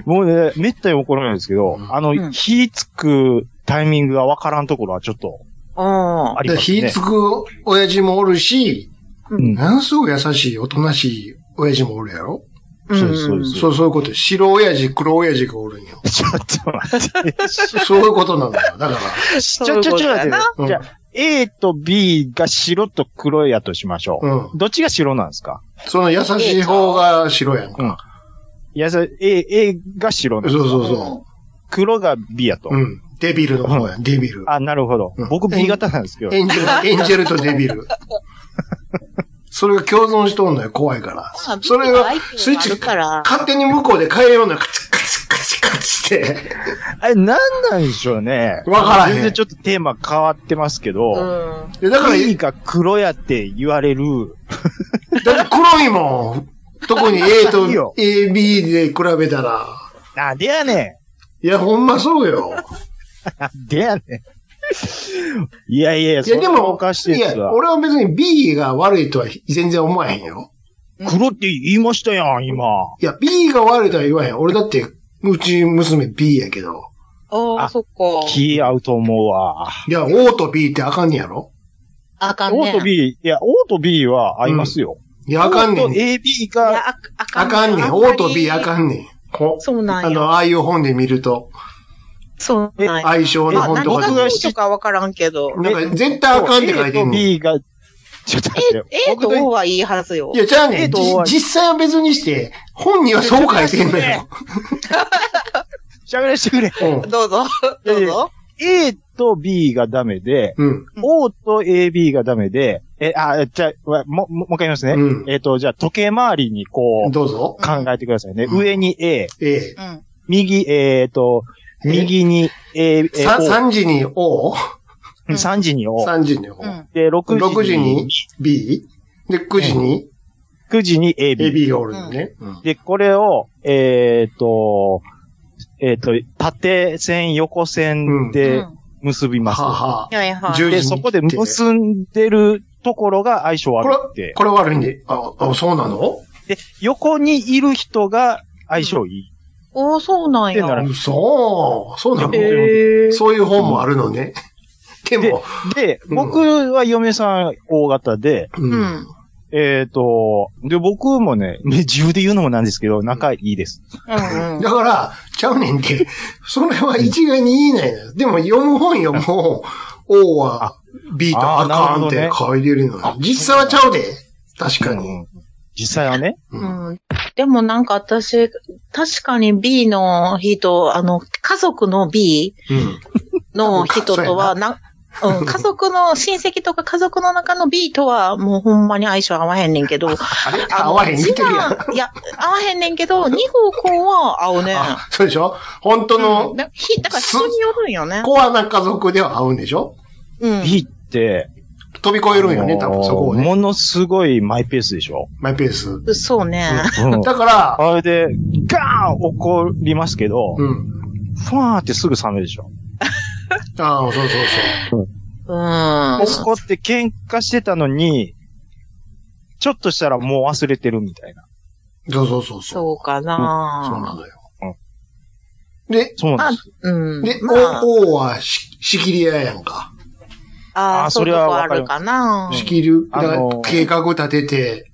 Speaker 3: もうね、めったに怒らないんですけど
Speaker 4: う、ん
Speaker 3: あ
Speaker 5: うん
Speaker 3: の、火つくタイミングがわからんところはちょっと
Speaker 5: あ
Speaker 3: あり
Speaker 4: で
Speaker 3: ます
Speaker 4: 火
Speaker 3: ね
Speaker 4: つ。く親父もおるし、
Speaker 3: うん
Speaker 4: なんすごい優しい、おとなしい親父もおるやろ
Speaker 5: あ。
Speaker 3: そうですそうです
Speaker 4: そう、そういうこと。白親父、黒親父がおるん よ。
Speaker 3: ちょっと待って。
Speaker 4: そういうことなんだよ。だから、
Speaker 3: ちょちょちょ待って
Speaker 4: う。ん
Speaker 3: じゃあ、A と B が白と黒やとしましょう。
Speaker 4: うん。
Speaker 3: どっちが白なんですか
Speaker 4: その優しい方が白やんか。
Speaker 3: いや、それ A、A が白なん
Speaker 4: そう
Speaker 3: です
Speaker 4: そう
Speaker 3: か
Speaker 4: そ
Speaker 3: 黒が B やと
Speaker 4: う。。うん。デビルの方やん、デビル。
Speaker 3: あ、なるほど
Speaker 4: うん。
Speaker 3: 僕 B 型なんですけど。
Speaker 4: エンジェル、エンジェルとデ ビル。それが共存しとんのよ、怖いから。それが、スイッチ
Speaker 5: るから。
Speaker 4: 勝手に向こうで変えような、カチカチカチカチって。
Speaker 3: あれ、なんなんでしょうね。
Speaker 4: わからへん
Speaker 3: 全然ちょっとテーマ変わってますけ
Speaker 5: う
Speaker 3: ど、
Speaker 5: ん。
Speaker 4: でだから、
Speaker 3: B が黒やって言われる、
Speaker 4: だって黒いもん。特に A と
Speaker 3: いいよ
Speaker 4: AB で比べたら。
Speaker 3: なんでやね
Speaker 4: いや、ほんまそうよ。
Speaker 3: んなんでやねんいやいやいや、
Speaker 4: い
Speaker 3: そ
Speaker 4: や、
Speaker 3: れ
Speaker 4: で
Speaker 3: は
Speaker 4: も
Speaker 3: おか、しい
Speaker 4: い
Speaker 3: です
Speaker 4: や、
Speaker 3: わ。
Speaker 4: 俺は別に B が悪いとは全然思わへんよ。
Speaker 3: 黒って言いましたやん、今。
Speaker 4: いや、B が悪いとは言わへん。俺だって、うち娘 B やけど。
Speaker 5: ああ、
Speaker 3: あ
Speaker 5: そっか。
Speaker 3: 気合うと思うわ。
Speaker 4: いや、O と B ってあかんねやろ
Speaker 5: あかんね。
Speaker 3: O と B、いや、O と B は合いますよ。
Speaker 4: いや、あかんね
Speaker 3: O と
Speaker 4: ん。
Speaker 3: AB
Speaker 5: い
Speaker 3: が、
Speaker 5: や、ああか
Speaker 4: あ
Speaker 5: ん
Speaker 4: かんねん。
Speaker 5: あま
Speaker 4: O
Speaker 5: り
Speaker 4: と B あかんねん。ほ
Speaker 5: そうな
Speaker 4: あ
Speaker 5: んや。
Speaker 4: の、ああいう本で見ると、
Speaker 5: そうなんや。
Speaker 4: 相性の
Speaker 5: まあ
Speaker 4: 本とか
Speaker 5: 何が
Speaker 4: で
Speaker 3: 僕
Speaker 5: ど
Speaker 3: が
Speaker 5: うとかわからんけど。
Speaker 4: なんか、絶対あかんって書いて
Speaker 3: A
Speaker 4: ん
Speaker 3: と
Speaker 4: ねん。
Speaker 3: B が、ちょっと待って。
Speaker 5: A と O はいいはずよ
Speaker 4: い。や、じゃあね
Speaker 3: A
Speaker 4: ん、
Speaker 3: と
Speaker 4: じ
Speaker 3: O は
Speaker 4: 実際は別にして、本にはそう書いてんのよ。
Speaker 3: しゃべらせてくれ。
Speaker 4: う
Speaker 5: どうぞ。どうぞ。
Speaker 3: A と B がダメで、
Speaker 4: ん。うん。
Speaker 3: O と AB がダメで、え、あ、じゃあ、わも、ももう一回言いますね。
Speaker 4: うん
Speaker 3: えっ、と、じゃあ、時計回りにこう、
Speaker 4: どうぞ。
Speaker 3: 考えてくださいね。
Speaker 4: うん
Speaker 3: 上に A、
Speaker 4: A。
Speaker 5: うん。
Speaker 3: 右、えっ、と、
Speaker 4: え
Speaker 3: 右に A、えー
Speaker 4: さ3時に O?
Speaker 3: お3時に O、
Speaker 4: 3時に O。
Speaker 5: うん。
Speaker 3: で、6
Speaker 4: 6
Speaker 3: 時
Speaker 4: 時
Speaker 3: に
Speaker 4: に、B? で、9時に
Speaker 3: 9時に AB。
Speaker 4: AB がおるのね。うん
Speaker 3: で、これを、えっ、と、えっ、と、縦線、横線
Speaker 5: う
Speaker 3: で
Speaker 5: ん
Speaker 3: 結び
Speaker 4: は
Speaker 3: ます。
Speaker 4: あは
Speaker 5: はいは
Speaker 4: あ。
Speaker 5: い。
Speaker 4: 10
Speaker 3: で、
Speaker 4: 時
Speaker 3: そ
Speaker 4: に
Speaker 3: こで結んでるところが相性悪くて、
Speaker 4: これ悪いんで、あ、あそうなの
Speaker 3: で、横にいる人が相性いい。
Speaker 5: おー、そうなん
Speaker 3: ってな
Speaker 5: や
Speaker 3: ら。
Speaker 4: 嘘そうなの、
Speaker 3: え
Speaker 5: へー
Speaker 4: そういう本もあるのね。でも、
Speaker 3: で、
Speaker 4: うん
Speaker 3: 僕は嫁さん O 型で、
Speaker 4: う。
Speaker 5: うんん。
Speaker 3: えっ、と、で、僕もね、ね自由で言うのもなんですけど、仲いいです。
Speaker 5: うんうん。
Speaker 4: だから、ちゃうねんて、 それは一概に言いないのよでも読む本よ、もう、O は B とあかんって書いてるのよ。実際はちゃうで。確かに。
Speaker 3: うん実際はね、
Speaker 4: うん
Speaker 5: うんでもなんか私、確かに B の人、あの、家族の B
Speaker 4: うん
Speaker 5: の人とは、な、 うん、家族の親戚とか家族の中の B とは、もうほんまに相性合わへんねんけど。
Speaker 4: あれ
Speaker 5: あ の
Speaker 4: 合わへん見てるやん。
Speaker 5: 一番いや、合わへんねん けど、二号君は合うねん。
Speaker 4: あ、そうでしょ本当
Speaker 5: う
Speaker 4: の
Speaker 5: ん、だひだから人によるんよね。
Speaker 4: コアな家族では合うんでしょ
Speaker 5: うん。
Speaker 3: B って、
Speaker 4: 飛び越えるんよね、多分そこをね。
Speaker 3: ものすごいマイペースでしょ。
Speaker 4: マイペース。
Speaker 5: そうね。
Speaker 3: うん
Speaker 4: だから、
Speaker 3: あれで、ガーン怒りますけど、
Speaker 4: うん。
Speaker 3: ファーってすぐ冷めるでしょ。
Speaker 4: ああ、そうそうそう。
Speaker 5: うん。
Speaker 3: 怒って喧嘩してたのに、ちょっとしたらもう忘れてるみたいな。
Speaker 4: そうそうそうそう。
Speaker 5: そうか
Speaker 4: そうな
Speaker 5: な
Speaker 4: のよ。で、
Speaker 3: そうなんです。
Speaker 5: うん。
Speaker 4: で、
Speaker 5: まあ
Speaker 4: お、おはし仕切り屋やんか。
Speaker 5: あ
Speaker 3: あ
Speaker 5: あ、そういうと
Speaker 3: それ
Speaker 5: こ
Speaker 3: は
Speaker 5: あるかな
Speaker 3: うん。
Speaker 4: 仕切る、だ
Speaker 3: あのー
Speaker 4: 計画立てて、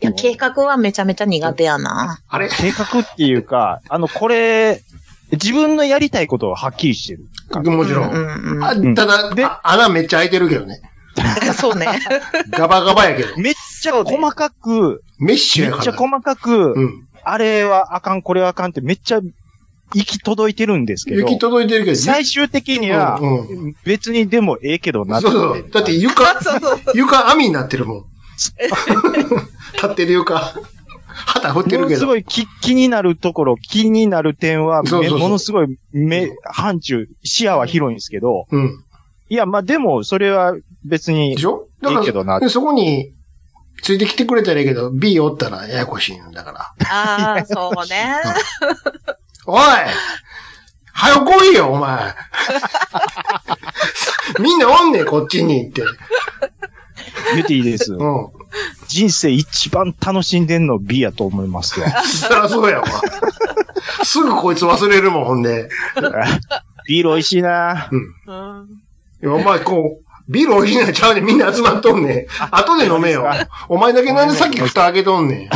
Speaker 5: いや、計画はめちゃめちゃ苦手やな。
Speaker 4: あれ
Speaker 3: 計画っていうか、あの、これ、自分のやりたいことははっきりしてる。
Speaker 4: もちろ。
Speaker 5: うんんうん
Speaker 4: あ
Speaker 3: ん
Speaker 4: ただ、
Speaker 3: で
Speaker 4: あ穴めっちゃ開いてるけどね。
Speaker 5: うん。そう ね。
Speaker 4: ガバガバやけど。
Speaker 3: めっちゃ細かく、
Speaker 4: メッシュ
Speaker 3: めっ
Speaker 4: やから。
Speaker 3: ちゃ細かく、
Speaker 4: うん。
Speaker 3: あれはあかん、これはあかんってめっちゃ行き届いてるんですけど
Speaker 4: 行、き届いてるけど、
Speaker 3: 最終的には
Speaker 4: うんう
Speaker 3: 別にでもええけどな
Speaker 4: そう
Speaker 3: って。
Speaker 4: そう。だって床、
Speaker 5: そうそう。
Speaker 4: 床網になってる もん。立ってる床。旗振って
Speaker 3: も
Speaker 4: る
Speaker 3: の
Speaker 4: け
Speaker 3: す
Speaker 4: ど。
Speaker 3: ごい気気になるところ、気になる点は、め
Speaker 4: そうそうそう
Speaker 3: ものすごい目、範疇、視野は広いんですけど、
Speaker 4: うん。
Speaker 3: いや、まあでも、それは別に
Speaker 4: でし、ょだ
Speaker 3: いいけど
Speaker 4: か
Speaker 3: な
Speaker 4: ら、でそこに、ついてきてくれたらいいけど、B おったらややこしいんだから。
Speaker 5: ああ、そうね。
Speaker 4: おいはよ来いよ、お 前みんなおんねん、こっちにって。
Speaker 3: 言っていいです。
Speaker 4: うん。
Speaker 3: 人生一番楽しんでんの B やと思います よ。
Speaker 4: そりゃそうやわ。すぐこいつ忘れるもん、ほんで。
Speaker 3: ビール美味しいな
Speaker 5: うん
Speaker 4: いやお前、こう、ビール美味しいなちゃうねんみんな集まっとんねん。後で飲めよ
Speaker 3: そうです。
Speaker 4: お前だけなんでさっき蓋開けとんねん。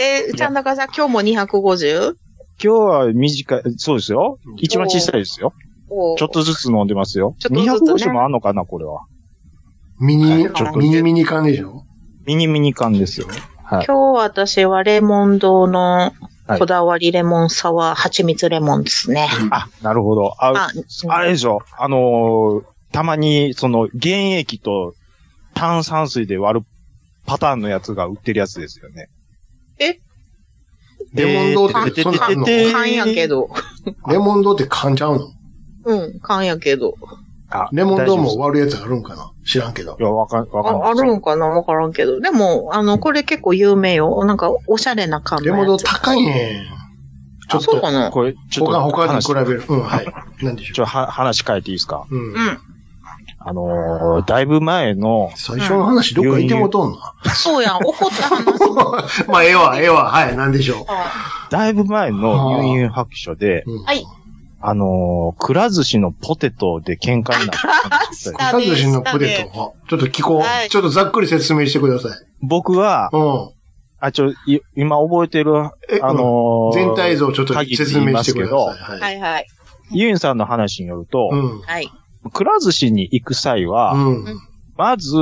Speaker 5: え、ちゃんだかさん、今日も 250?
Speaker 3: 今日は短い、そうですよ。一番小さいですよ。
Speaker 5: おー
Speaker 3: ちょっとずつ飲んでますよ。
Speaker 5: ちょっとずつね
Speaker 3: 250もあんのかな、これは。
Speaker 4: ミニ、
Speaker 5: ちょっと
Speaker 4: ミニミニ缶でしょ
Speaker 3: ミニミニ缶ですよ。はい。
Speaker 5: 今日私はレモン堂の
Speaker 3: はい
Speaker 5: こだわりレモンサワー、蜂蜜レモンです ね。
Speaker 3: あ、なるほど。あ、
Speaker 5: あ
Speaker 3: あれでしょ。あのーたまに、その、原液と炭酸水で割るパターンのやつが売ってるやつですよね。
Speaker 5: え
Speaker 4: レモン堂っ
Speaker 3: て
Speaker 4: て
Speaker 3: て
Speaker 4: そん
Speaker 3: て
Speaker 4: なんあんの
Speaker 3: てて
Speaker 5: 缶やけ。ど。
Speaker 4: レモンドって缶ちゃうの
Speaker 5: うん、缶やけど。
Speaker 3: あ
Speaker 4: レモンドも
Speaker 3: 大丈夫
Speaker 4: 割るやつあるんかな知らんけど
Speaker 3: ですい。や、わかん、わかん
Speaker 5: あ
Speaker 3: ない
Speaker 5: あるんかなわからんけど。でも、あの、これ結構有名よ。なんか、おしゃれな缶
Speaker 4: レ
Speaker 5: の
Speaker 4: モンド
Speaker 5: やつ。
Speaker 4: 高いねん。ちょ
Speaker 5: あ
Speaker 4: っ
Speaker 5: そう
Speaker 4: と、
Speaker 5: かな
Speaker 3: これ、ちょっ
Speaker 4: 他、
Speaker 3: と
Speaker 4: 他に
Speaker 3: 話、
Speaker 4: 比べる。うん、はい。なんでし
Speaker 3: ちょ、
Speaker 4: ょ
Speaker 3: は、話変えていいですか
Speaker 4: う。うん
Speaker 5: う。ん。
Speaker 3: あのーだいぶ前の、
Speaker 4: 最初の話どっか行ってもとんな。
Speaker 5: そうやん。怒った 話。
Speaker 4: まあ、ええわ、ええわ、はい、なんでしょ
Speaker 5: あ
Speaker 3: だいぶ前の入院白書で、
Speaker 4: う。うん
Speaker 5: はい。
Speaker 3: あのーくら寿司のポテトで喧嘩になった。
Speaker 5: あ
Speaker 4: カズシのポテト。あちょっと聞こ
Speaker 5: は
Speaker 4: う。
Speaker 5: い
Speaker 4: ちょっとざっくり説明してください。
Speaker 3: 僕は、
Speaker 4: う
Speaker 3: あ、ちょ、い今覚えてる、あ
Speaker 4: え
Speaker 3: の
Speaker 4: ん。
Speaker 3: ー
Speaker 4: 全体像ちょっと説明してください。。
Speaker 5: はいいはい。
Speaker 3: ユンさんの話によると
Speaker 4: う、ん。
Speaker 5: はい。
Speaker 3: くら寿司に行く際は、
Speaker 4: うん。
Speaker 3: まず、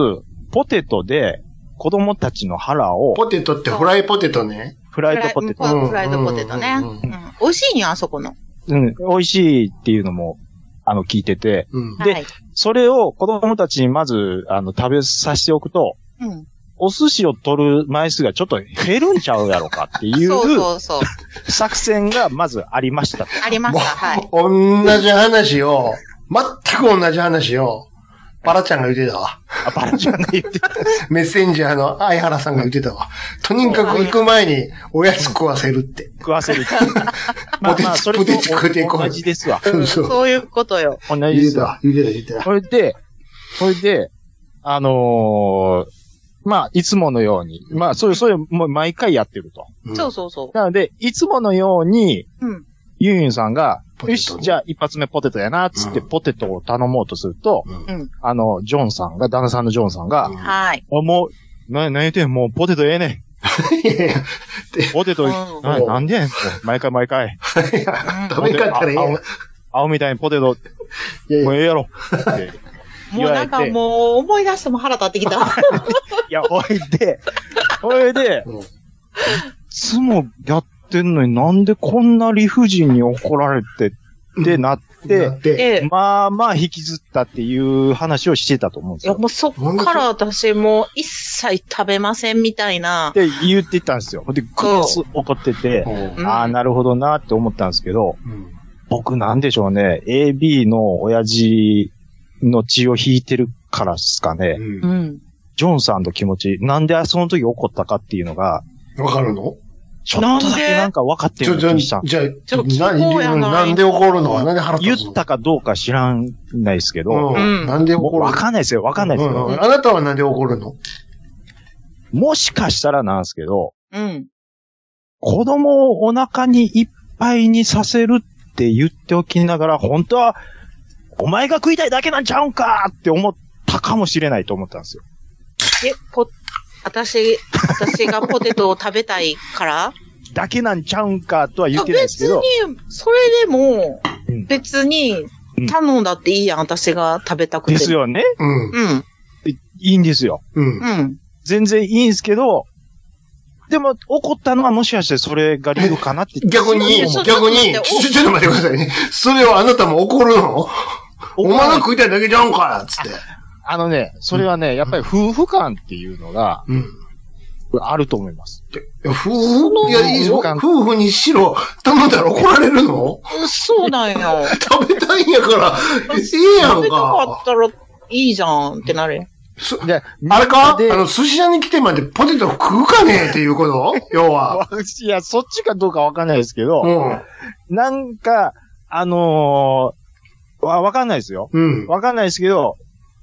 Speaker 3: ポテトで、子供たちの腹を、
Speaker 4: ポテトってフライポテトね。
Speaker 3: フライドポテト、
Speaker 5: うんフライドポテトね。
Speaker 4: うん
Speaker 5: うん美味しいんよ、あそこの。
Speaker 3: うん、美味しいっていうのも、あの、聞いてて、
Speaker 4: うん。
Speaker 5: は
Speaker 3: で
Speaker 5: い。
Speaker 3: それを子供たちにまず、あの、食べさせておくと、
Speaker 5: うん。
Speaker 3: お寿司を取る枚数がちょっと減るんちゃうやろかって い
Speaker 5: そう
Speaker 3: う
Speaker 5: そうそう。
Speaker 3: 作戦がまずありました。
Speaker 5: あ りました。はい。
Speaker 4: 同じ話を、全く同じ話を、パラちゃんが言ってたわ。
Speaker 3: あ、バラちゃんが言ってた。
Speaker 4: メッセンジャーの相原さんが言ってたわ。とにかく行く前におやつ食わせるって。
Speaker 3: 食わせるって いう。まあまあ、それと
Speaker 4: ポテチ食うてこ
Speaker 3: 同
Speaker 4: い
Speaker 3: じですわ。
Speaker 5: うん
Speaker 4: そう
Speaker 5: そういうことよ。
Speaker 3: 同じ
Speaker 4: 言
Speaker 3: で
Speaker 4: って
Speaker 3: す
Speaker 4: た
Speaker 3: わ。
Speaker 4: わ、言ってた、言ってた。
Speaker 3: それで、それで、あのーまあ、いつものように、まあ、それ、それ、もう毎回やってると。
Speaker 4: うん
Speaker 5: そうそうそ
Speaker 3: なので、いつものように、
Speaker 5: う。うん。
Speaker 3: ユンユンさんが、
Speaker 4: ポテ
Speaker 3: よ
Speaker 4: ト
Speaker 3: し、じゃあ一発目ポテトやな、つって
Speaker 4: うん
Speaker 3: ポテトを頼もうとすると、
Speaker 4: うん
Speaker 5: うん
Speaker 3: あの、ジョンさんが、旦那さんのジョンさんが、
Speaker 5: はい。
Speaker 3: あ、もう、な、何言ってんもうポテトええね
Speaker 4: いやいや、
Speaker 3: ん。ポテト、
Speaker 5: うん
Speaker 3: ななんでやねん。毎回毎回。
Speaker 4: 食べ方ね。
Speaker 3: 青青みたいにポテト、
Speaker 4: いやい
Speaker 3: もう
Speaker 4: や
Speaker 3: ええや ろ。って
Speaker 5: もうなんかもう思い出しても腹立ってきた。
Speaker 3: いや、ほいで、ほいで、
Speaker 4: うん
Speaker 3: いつもやってんのになんでこんな理不尽に怒られてってなっ
Speaker 4: で
Speaker 3: て、、
Speaker 4: で、
Speaker 5: で、
Speaker 3: まあまあ引きずったっていう話をしてたと思うんで
Speaker 5: い
Speaker 3: す
Speaker 5: や
Speaker 3: よ。
Speaker 5: もうそっから私もう一切食べませんみたいな
Speaker 3: っ。て言ってたんですよ。ほんで、ぐっ
Speaker 5: そ
Speaker 3: つ怒ってて、
Speaker 5: うん
Speaker 3: ああ、なるほどなって思ったんですけど、
Speaker 4: うん
Speaker 3: 僕なんでしょうね、AB の親父の血を引いてるからですかね、
Speaker 5: う。
Speaker 4: うん
Speaker 3: ジョンさんの気持ち、なんでその時怒ったかっていうのが、
Speaker 4: ん。わかるの
Speaker 3: ちょっとだけなんか分かって
Speaker 4: ち
Speaker 3: る
Speaker 4: ょ、
Speaker 3: 気
Speaker 4: ちょ、
Speaker 3: がし
Speaker 4: じ
Speaker 3: たん
Speaker 4: ゃあ、
Speaker 3: ですよ
Speaker 5: ちょっと聞こうや
Speaker 4: な
Speaker 5: な
Speaker 4: なんで怒るのなんで腹
Speaker 3: 言
Speaker 4: 立つの
Speaker 3: ったかどうか知らんないですけど、
Speaker 4: うん。
Speaker 5: うん
Speaker 4: なんで
Speaker 3: もう
Speaker 4: 怒る
Speaker 3: わ
Speaker 4: の
Speaker 3: かんないですよ、わかんないです
Speaker 4: う
Speaker 3: よ。
Speaker 4: んうんあなたはなんで怒るの
Speaker 3: もしかしたらなんですけど、
Speaker 5: うん。
Speaker 3: 子供をお腹にいっぱいにさせるって言っておきながら、本当は、お前が食いたいだけなんちゃうんかって思ったかもしれないと思ったんですよ。
Speaker 5: え、ポ、私、私がポテトを食べたいから
Speaker 3: だけなんちゃうんかとは言ってないですけど、
Speaker 5: 別に、それでも
Speaker 3: うん、
Speaker 5: 別に
Speaker 3: うん、
Speaker 5: 頼んだっていいやん、私が食べたくて。
Speaker 3: ですよね。
Speaker 4: うん。
Speaker 5: うん。
Speaker 3: いいいんですよ。
Speaker 4: うん。。
Speaker 5: うん。
Speaker 3: 全然いいんですけど、でも怒ったのはもしかしてそれが理由かなって
Speaker 4: 逆に
Speaker 5: ちょ、
Speaker 4: 逆に、
Speaker 5: ちょっと待って
Speaker 4: ちょ、ちょっと待ってくださいね。それをあなたも怒るのお前が食いたいだけじゃうんかつって。
Speaker 3: あのね、それはね、やっぱり夫婦間っていうのが
Speaker 4: うん。
Speaker 3: あると思います。
Speaker 4: いや夫婦、いや、いいよ。
Speaker 3: 感
Speaker 4: 夫婦にしろ、頼んだら怒られるの
Speaker 5: そうなんよ。
Speaker 4: 食べたいんやから、ええや
Speaker 5: 食
Speaker 4: ん
Speaker 5: べたか
Speaker 4: か
Speaker 5: っ。たらいいじゃんってなるよ。
Speaker 4: そ
Speaker 3: で、
Speaker 4: あれかあ
Speaker 3: で
Speaker 4: の、寿司屋に来てまでポテト食うかねえっていう こと要は。
Speaker 3: いや、そっちかどうかわかんないですけ
Speaker 4: う
Speaker 3: ど、
Speaker 4: ん。
Speaker 3: なんか、あのーわ、わかんないですよ。
Speaker 4: うん。
Speaker 3: わかんないですけど、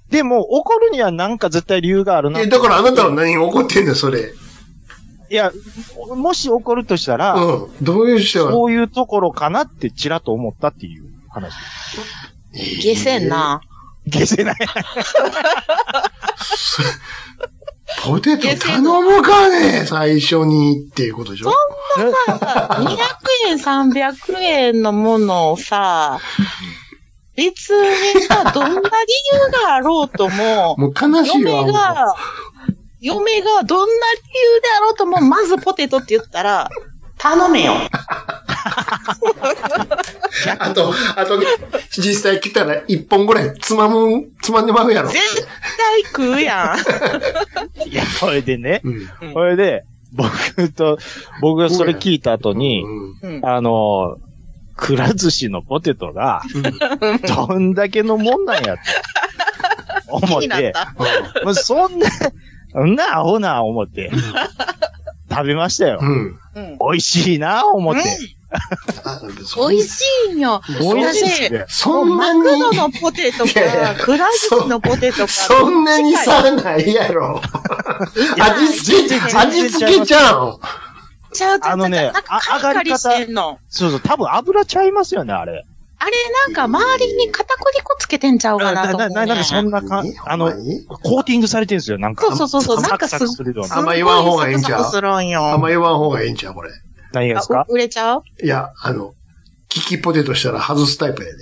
Speaker 3: でも怒るにはなんか絶対理由があるな。
Speaker 4: え、
Speaker 3: い
Speaker 4: だからあなたは何に怒ってんだよ、それ。
Speaker 3: や、もし怒るとしたら、
Speaker 4: うん。どういう人が。
Speaker 3: そういうところかなってちらっと思ったっていう話。
Speaker 5: 下せんな。
Speaker 3: 消せない。
Speaker 4: ポテト頼むかね最初にっていうことでしょ
Speaker 5: 200円、300円のものをさ、別にさ、どんな理由があろうとも、
Speaker 4: もう悲しいわ。
Speaker 5: 嫁
Speaker 4: も
Speaker 5: が、嫁がどんな理由であろうとも、まずポテトって言ったら、頼めよ。
Speaker 4: うあと、あと、実際来たら一本ぐらいつまむ、つまんでまうやろ。
Speaker 5: 絶対食うや
Speaker 3: いや、それでね、
Speaker 4: うん。
Speaker 5: ん。
Speaker 3: それで、僕と、僕がそれ聞いた後に、
Speaker 4: うん
Speaker 5: うん
Speaker 3: あの、くら寿司のポテトが、どんだけのもんなんやと思っ、
Speaker 5: 気になってた。
Speaker 3: もうそんな、そんなアホな思って、食べましたよ。
Speaker 4: うん。
Speaker 5: うん。
Speaker 3: 美味しいな思って。
Speaker 4: あ
Speaker 5: 美味しいんよ。
Speaker 3: 美味しいっすね。
Speaker 4: そんな
Speaker 5: マクドの
Speaker 4: に、
Speaker 5: ポテト
Speaker 4: いやいや
Speaker 5: か、くら寿司のポテトか。
Speaker 4: そんなに差ないやろ。味付け、味付けちゃうん。
Speaker 5: ちゃうちゃう
Speaker 3: あのね
Speaker 5: なんか
Speaker 3: あ
Speaker 5: カリカリしてんの。
Speaker 3: そうそう、多分油ちゃいますよね、あれ。
Speaker 5: あれなんか周りに片栗粉つけてんちゃうかなと思う、ね。
Speaker 3: なんかそんなか
Speaker 4: え、
Speaker 3: あの
Speaker 4: ほんま、に
Speaker 3: コーティングされてるんですよ、なんか。
Speaker 5: そうそうそうそうなんかす
Speaker 3: サクサクするような
Speaker 4: あんま言わん方がいいんちゃう
Speaker 5: すごいサクサクするんよ。
Speaker 4: あんま言わん方がいいんちゃう、これ。
Speaker 3: 何がです
Speaker 5: あ
Speaker 3: か
Speaker 5: う売れちゃう
Speaker 4: いや、あの、キキポテトしたら外すタイプやで。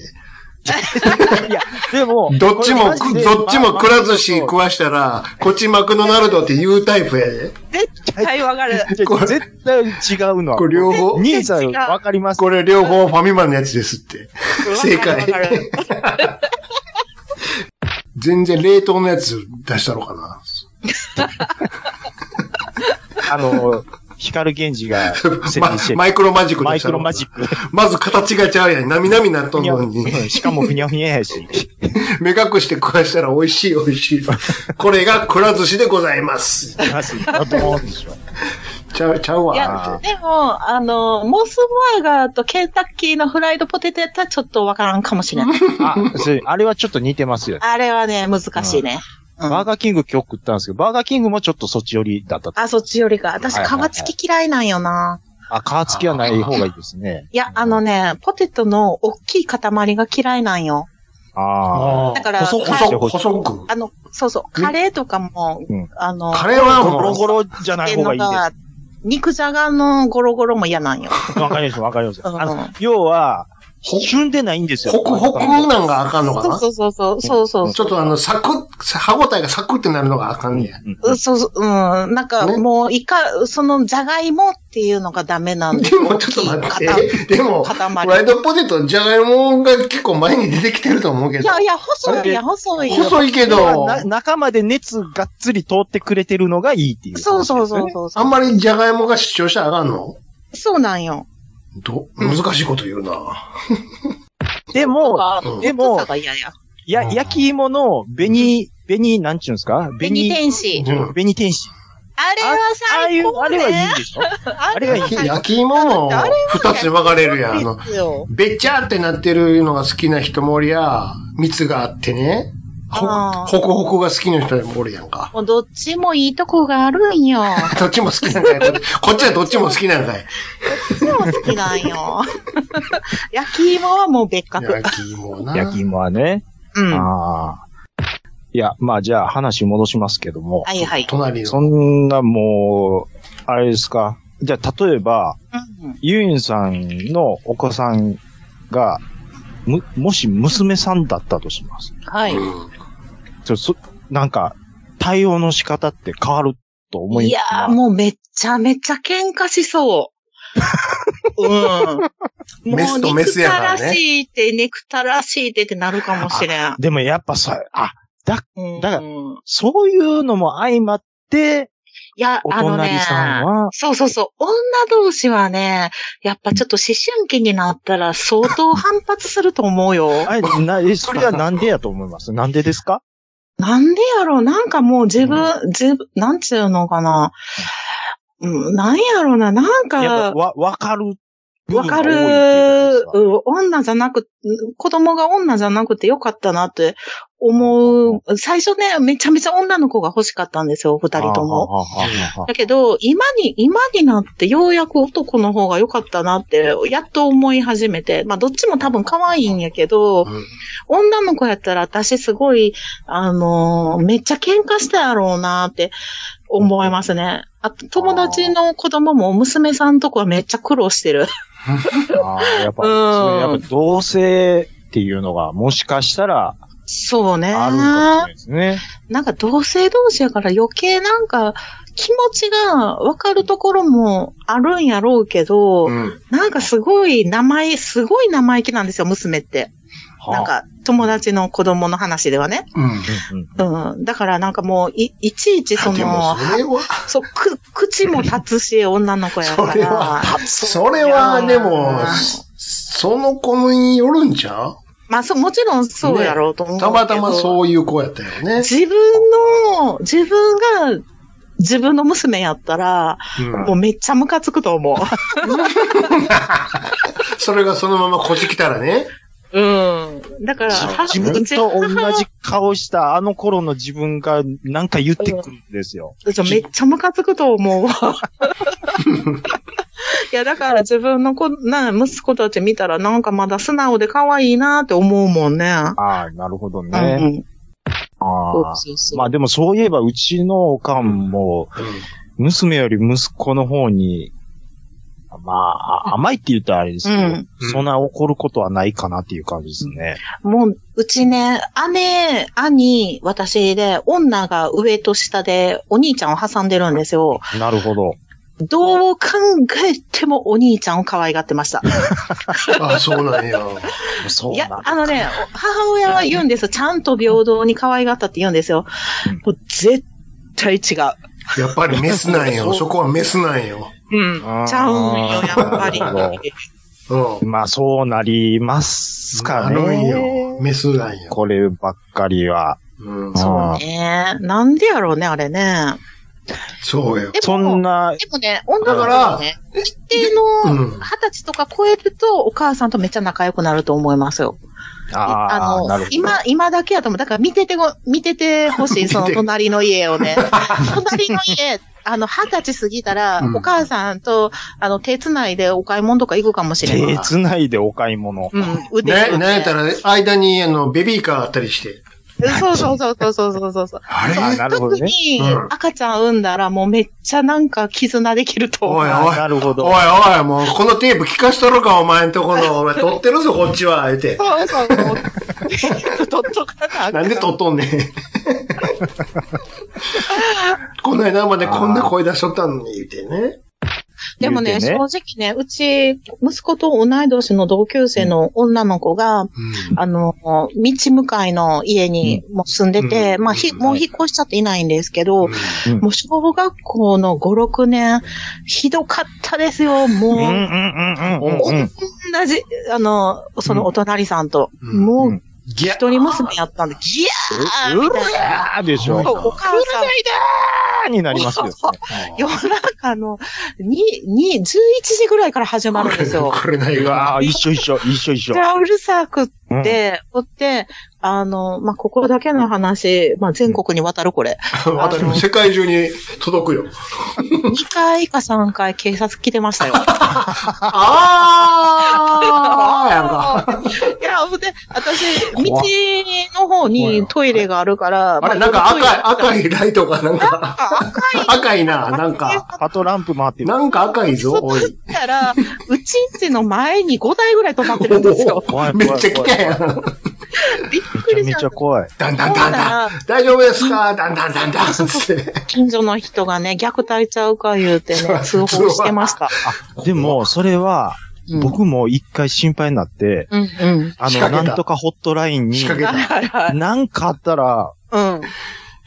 Speaker 3: いや、でも、
Speaker 4: どっち
Speaker 3: こ
Speaker 4: も、
Speaker 3: れマジで
Speaker 4: どっちもくら寿司
Speaker 3: まあ
Speaker 4: 食わしたら、こっちマクドナルドって言うタイプやで。
Speaker 5: 絶対わかる。
Speaker 3: いや絶対違うのは。
Speaker 4: これ両方、
Speaker 3: 兄さん、わかります。
Speaker 4: これ両方ファミマのやつですって。正解
Speaker 5: わかるわかる。
Speaker 4: 全然冷凍のやつ出したろかな。
Speaker 3: あの、光源氏 が設
Speaker 4: ま
Speaker 3: 定してる。
Speaker 4: マイクロマジック
Speaker 3: マ
Speaker 4: 出
Speaker 3: イ
Speaker 4: し
Speaker 3: ク
Speaker 4: た
Speaker 3: ロ
Speaker 4: ろ
Speaker 3: マジック。
Speaker 4: まず形がちゃうやん。なみなみなっとんのに。
Speaker 3: うんしかもふにゃふにゃやし。
Speaker 4: 目隠して食わしたら美味しい美味しい。これがくら寿司でございます。
Speaker 3: あドーンでしょ。
Speaker 4: ちゃう、ちゃう
Speaker 5: いや
Speaker 4: わ。、
Speaker 5: でも、あの、モスバーガーとケンタッキーのフライドポテトやったらちょっとわからんかもしれない。
Speaker 3: あ、それ、あれはちょっと似てますよ。
Speaker 5: あれはね、難しいね。うん
Speaker 3: バーガーキング今日食ったんですけど、バーガーキングもちょっとそっち寄りだった。
Speaker 5: あ、そっちよりか。私、
Speaker 3: はいはいはい
Speaker 5: 皮付き嫌いなんよな。
Speaker 3: あ、皮付きはない方がいいですね。
Speaker 5: いや、あのね、ポテトの大きい塊が嫌いなんよ。
Speaker 3: ああ。
Speaker 5: だから
Speaker 4: 細く、細く、細く。
Speaker 5: あの、そうそう、カレーとかも、
Speaker 3: うん
Speaker 5: あの、
Speaker 4: カレーは
Speaker 3: ゴ
Speaker 4: も
Speaker 3: ロ
Speaker 4: う、
Speaker 3: ゴロじゃない方がいいで
Speaker 5: 肉じゃがのゴロゴロも嫌なんよ。
Speaker 3: す。わかります、わかります。
Speaker 5: うん
Speaker 3: あの、要は、
Speaker 4: ほ
Speaker 3: 旬でないんですよ。
Speaker 4: ホクホクなんがあかんのかな
Speaker 5: そうそうそう、そうそう
Speaker 4: ちょっとあの、サクッ、歯応えがサクってなるのがあかんねや。
Speaker 3: うん
Speaker 5: う。そうそう、うん。なんか、
Speaker 4: ね
Speaker 5: もう、いか、その、じゃがいもっていうのがダメなんで。
Speaker 4: でもちょっと待
Speaker 5: 大きい
Speaker 4: って、でも、フ
Speaker 5: 塊
Speaker 4: ライドポテト、じゃがいもが結構前に出てきてると思うけ
Speaker 5: 塊い
Speaker 4: ど。
Speaker 5: やいや、細いや、細いよ。
Speaker 4: 細いけど、
Speaker 3: な中まで熱がっつり通ってくれてるのがいいっていう。
Speaker 5: そうそうそうそう。
Speaker 4: あんまりじゃがいもが主張したらあかんの
Speaker 5: そうなんよ。
Speaker 4: ど、難しいこと言うな。
Speaker 3: で
Speaker 5: と
Speaker 3: も、
Speaker 5: か
Speaker 4: うん
Speaker 3: でも
Speaker 5: 太さが嫌や。
Speaker 3: や、
Speaker 4: うん
Speaker 3: 焼き芋の紅、紅、なんちゅうんですか
Speaker 5: 紅
Speaker 3: 紅、
Speaker 5: 天使。
Speaker 4: うん
Speaker 3: 紅天使。
Speaker 5: あれは
Speaker 3: ああい
Speaker 5: 最
Speaker 3: う、あ
Speaker 5: 高
Speaker 3: れ
Speaker 5: ね。
Speaker 3: はいいでしょ
Speaker 5: あれ
Speaker 3: れは
Speaker 5: はい
Speaker 3: い
Speaker 5: い
Speaker 4: 焼き焼き芋も二つに分かれるやん。あの、
Speaker 5: ですよ。
Speaker 4: べちゃーってなってるのが好きな人もおりや、蜜があってね、ほ
Speaker 5: あー
Speaker 4: ホクホクが好きな人もおるやんか。
Speaker 5: もうどっちもいいとこがあるんよ。どっ
Speaker 4: どっちも好きなんかい。こっちこっちはどっちも好きなんかい。
Speaker 5: ちも好きなん よ。焼き芋はもう別格。
Speaker 4: 焼き芋な。
Speaker 3: 焼き芋はね。
Speaker 5: うん。は
Speaker 3: ああ。いや、まあじゃあ話戻しますけども。
Speaker 5: いはい。
Speaker 4: 隣
Speaker 3: そ
Speaker 4: の。
Speaker 3: んなもう、あれですか。じゃあ例えば、
Speaker 5: うん
Speaker 3: ユインさんのお子さんが、む、もし娘さんだったとします。
Speaker 5: はい。
Speaker 4: うん
Speaker 3: ちょそなんか、対応の仕方って変わると思い
Speaker 5: いやー、もうめちゃめちゃ喧嘩 しそう。うん。
Speaker 4: メスとメスやからね
Speaker 5: もう憎たらしいって、ネクタらしいってってなるかもしれん。
Speaker 3: でもやっぱさ、あ、
Speaker 5: うん
Speaker 3: だから
Speaker 5: うん
Speaker 3: そういうのも相まって、
Speaker 5: いや、
Speaker 3: お
Speaker 5: あの
Speaker 3: 隣
Speaker 5: ね
Speaker 3: さんは、
Speaker 5: そうそうそう、女同士はね、やっぱちょっと思春期になったら相当反発すると思うよ。
Speaker 3: あれ、な、えそれはなんでやと思いますなんでですか
Speaker 5: なんでやろうなんかもう自分、自分、なんちゅうのかな。うん、なんやろうななん
Speaker 3: やっ
Speaker 5: か
Speaker 3: ぱ、、わ、わかる部
Speaker 5: わ
Speaker 3: 分が
Speaker 5: か
Speaker 3: 多いって
Speaker 5: る、
Speaker 3: いうことですか。
Speaker 5: うん女じゃなく、子供が女じゃなくてよかったなって思う。最初ね、めちゃめちゃ女の子が欲しかったんですよ、二人とも。
Speaker 3: ああ。ああああ
Speaker 5: だけど、今に、今になってようやく男の方が良かったなって、やっと思い始めて、まあどっちも多分可愛いんやけど、
Speaker 4: うん
Speaker 5: 女の子やったら私すごい、あのーめっちゃ喧嘩したやろうなって思いますね。あと友達の子供も娘さんとこはめっちゃ苦労してる。
Speaker 3: ああ、やっぱ、
Speaker 5: うん
Speaker 3: それやっぱ同性っていうのが、もしかしたら、
Speaker 5: そうね。
Speaker 3: あるかもしれないですね。
Speaker 5: なんか同性同士やから余計なんか気持ちがわかるところもあるんやろうけど、
Speaker 4: うん。
Speaker 5: なんかすごい生意、すごい生意気なんですよ、娘って。
Speaker 3: はあ
Speaker 5: なん、か友達の子供の話ではね。
Speaker 4: うん。
Speaker 3: うんうん
Speaker 5: うん。だからなんかもうい、いちいちそ
Speaker 4: でも
Speaker 5: の、
Speaker 4: それは、
Speaker 5: そう、く、口も立つし、女の子やから。
Speaker 4: それはそれ
Speaker 5: う
Speaker 4: は、
Speaker 5: ん
Speaker 4: でも、その子によるんちゃ
Speaker 5: まあ、そう、もちろんそうやろうと思う
Speaker 4: う
Speaker 5: け
Speaker 4: た
Speaker 5: ど、
Speaker 4: またまそういう子やったよね。
Speaker 5: 自分の、自分が、自分の娘やったら、
Speaker 4: うん
Speaker 5: もうめっちゃムカつくと思
Speaker 4: それがそのままこっち来たらね。
Speaker 5: う。うん。だから、は
Speaker 3: 自分と同じ顔したあの頃の自分がなんか言ってくるんですよ。
Speaker 5: うちはめっちゃムカつくと思う わ。いや、だから自分の子、な、息子たち見たらなんかまだ素直で可愛いなって思うもんね。
Speaker 3: ああ、なるほど
Speaker 5: うんう
Speaker 3: ね。
Speaker 5: ん。
Speaker 3: ああ
Speaker 5: そうそう
Speaker 3: まあでもそういえばうちのおかんも、娘より息子の方に、まあ、あ甘いって言ったらあれですけど、
Speaker 5: うん
Speaker 3: そんな怒ることはないかなっていう感じですね。
Speaker 5: もう、うちね、姉、兄、私で、女が上と下でお兄ちゃんを挟んでるんですよ。
Speaker 3: なるほど。
Speaker 5: どう考えてもお兄ちゃんを可愛がってました。
Speaker 4: あ、そうなんや。
Speaker 3: そう
Speaker 5: い
Speaker 3: な
Speaker 5: や
Speaker 3: んだ、
Speaker 5: あのね、母親は言うんですよ。ちゃんと平等に可愛がったって言うんですよ。もう絶対違う。
Speaker 4: やっぱりメスなんよ。そこはメスなんよ。
Speaker 5: うん。
Speaker 3: あー
Speaker 5: ちゃうんよ、やっぱり。
Speaker 3: なるほ
Speaker 4: うん。
Speaker 3: まあそうなりますか
Speaker 4: あるん
Speaker 3: ね
Speaker 4: よ。。メスなんよ。
Speaker 3: こればっかりは。
Speaker 4: うん。
Speaker 5: そうね。なんでやろうね、あれね。
Speaker 4: そうよ。
Speaker 5: で
Speaker 3: そん
Speaker 5: も、
Speaker 3: な、
Speaker 5: でもね、女の子はね、一定
Speaker 4: で
Speaker 5: の
Speaker 4: うん
Speaker 5: 二十歳とか超えると、お母さんとめっちゃ仲良くなると思いますよ。
Speaker 3: ああ、なるほ、ど。
Speaker 5: の今、今だけやと思う。だから見ててご、見ててほしい、その隣の家をね。隣の家、あの、二十歳過ぎたら、
Speaker 4: うん
Speaker 5: お母さんと、あの、手繋いでお買い物とか行くかもしれない。
Speaker 3: 手繋いでお買い物。
Speaker 5: うん、腕
Speaker 4: ね、
Speaker 5: 組んで
Speaker 4: なんやったら、間に、あの、ベビーカーあったりして。
Speaker 5: そうそうそうそうそうそうそう。
Speaker 4: あれ
Speaker 3: あなるほどね
Speaker 5: 特に
Speaker 4: うん
Speaker 5: 赤ちゃん産んだらもうめっちゃなんか絆できると思
Speaker 4: お
Speaker 5: う
Speaker 4: い。
Speaker 3: あ
Speaker 4: おい
Speaker 3: な。るほど。
Speaker 4: おいおい、もう、このテープ聞かしとるか、お前んとこの。お前、撮ってるぞ、こっちは。言うて。
Speaker 5: そうそうそう。取っとかなあか
Speaker 4: なんで撮っとん ねん。この間までこんな声出しとったのに、言うてね。
Speaker 5: でも
Speaker 3: 言う
Speaker 5: ね、
Speaker 3: て
Speaker 5: 正
Speaker 3: ね
Speaker 5: 直ね、うち、息子と同い年の同級生の女の子が、あの、道向かいの家にもう住んでて、
Speaker 4: うん
Speaker 5: まあ、ひ、もう引っ越しちゃっていないんですけど、
Speaker 4: う
Speaker 3: うん
Speaker 4: ん
Speaker 5: もう小学校の5、6年、ひどかったですよ、
Speaker 3: う
Speaker 5: も
Speaker 3: んう
Speaker 5: う。
Speaker 3: んうんうんうんうん。
Speaker 5: 同じ、あの、そのお隣さんと、
Speaker 4: うん
Speaker 5: も
Speaker 3: う、
Speaker 5: うん
Speaker 4: ギャ
Speaker 5: 一人娘やったんで、ギャーみ
Speaker 3: う
Speaker 5: たいな。
Speaker 3: らーでしょ。う
Speaker 4: う
Speaker 3: ら
Speaker 4: ん
Speaker 5: お母さん、
Speaker 3: ーになり ますよね。
Speaker 5: 夜中のにに11時ぐらいから始まるんですよ。
Speaker 4: これな
Speaker 3: う
Speaker 4: いわ。
Speaker 3: わー一緒一緒、一緒一緒
Speaker 5: で。うるさくっ
Speaker 3: うん
Speaker 5: て、おって、あの、まあ、ここだけの話、まあ、全国に渡るこれ。
Speaker 4: 私も世界中に届くよ。
Speaker 5: 2回か3回警察来てましたよ。
Speaker 4: あーやんか。
Speaker 5: いや、ほんで、私、道の方にトイレがあるから、
Speaker 4: あれ、
Speaker 5: ま
Speaker 4: なんか赤い、
Speaker 5: い。
Speaker 4: 赤いライトがなんか、赤いな、なんか、
Speaker 3: あとランプ回ってる。
Speaker 4: なんか赤いぞ、おい。
Speaker 5: だから、うちんちの前に5台ぐらい止まってるんですよ。
Speaker 3: 怖い
Speaker 4: め
Speaker 3: 怖い怖い
Speaker 4: っちゃ来たやん。
Speaker 5: びっく
Speaker 3: めちゃめ
Speaker 5: りしち
Speaker 3: ちゃ
Speaker 5: ゃっ
Speaker 3: 怖い。
Speaker 4: ダンダンダンダン。大丈夫ですかダンダンダンダンって。
Speaker 5: た。近所の人がね、虐待ちゃうか言うてね、通報してました。
Speaker 3: でも、それは、
Speaker 5: うん
Speaker 3: 僕も一回心配になって、
Speaker 5: うんうん。
Speaker 3: あ
Speaker 4: 仕
Speaker 3: の、
Speaker 4: 掛け
Speaker 3: な
Speaker 4: た
Speaker 3: んとかホットラインに
Speaker 4: 仕、掛けた。
Speaker 5: はいはい。
Speaker 3: なんかあったら、
Speaker 5: うん。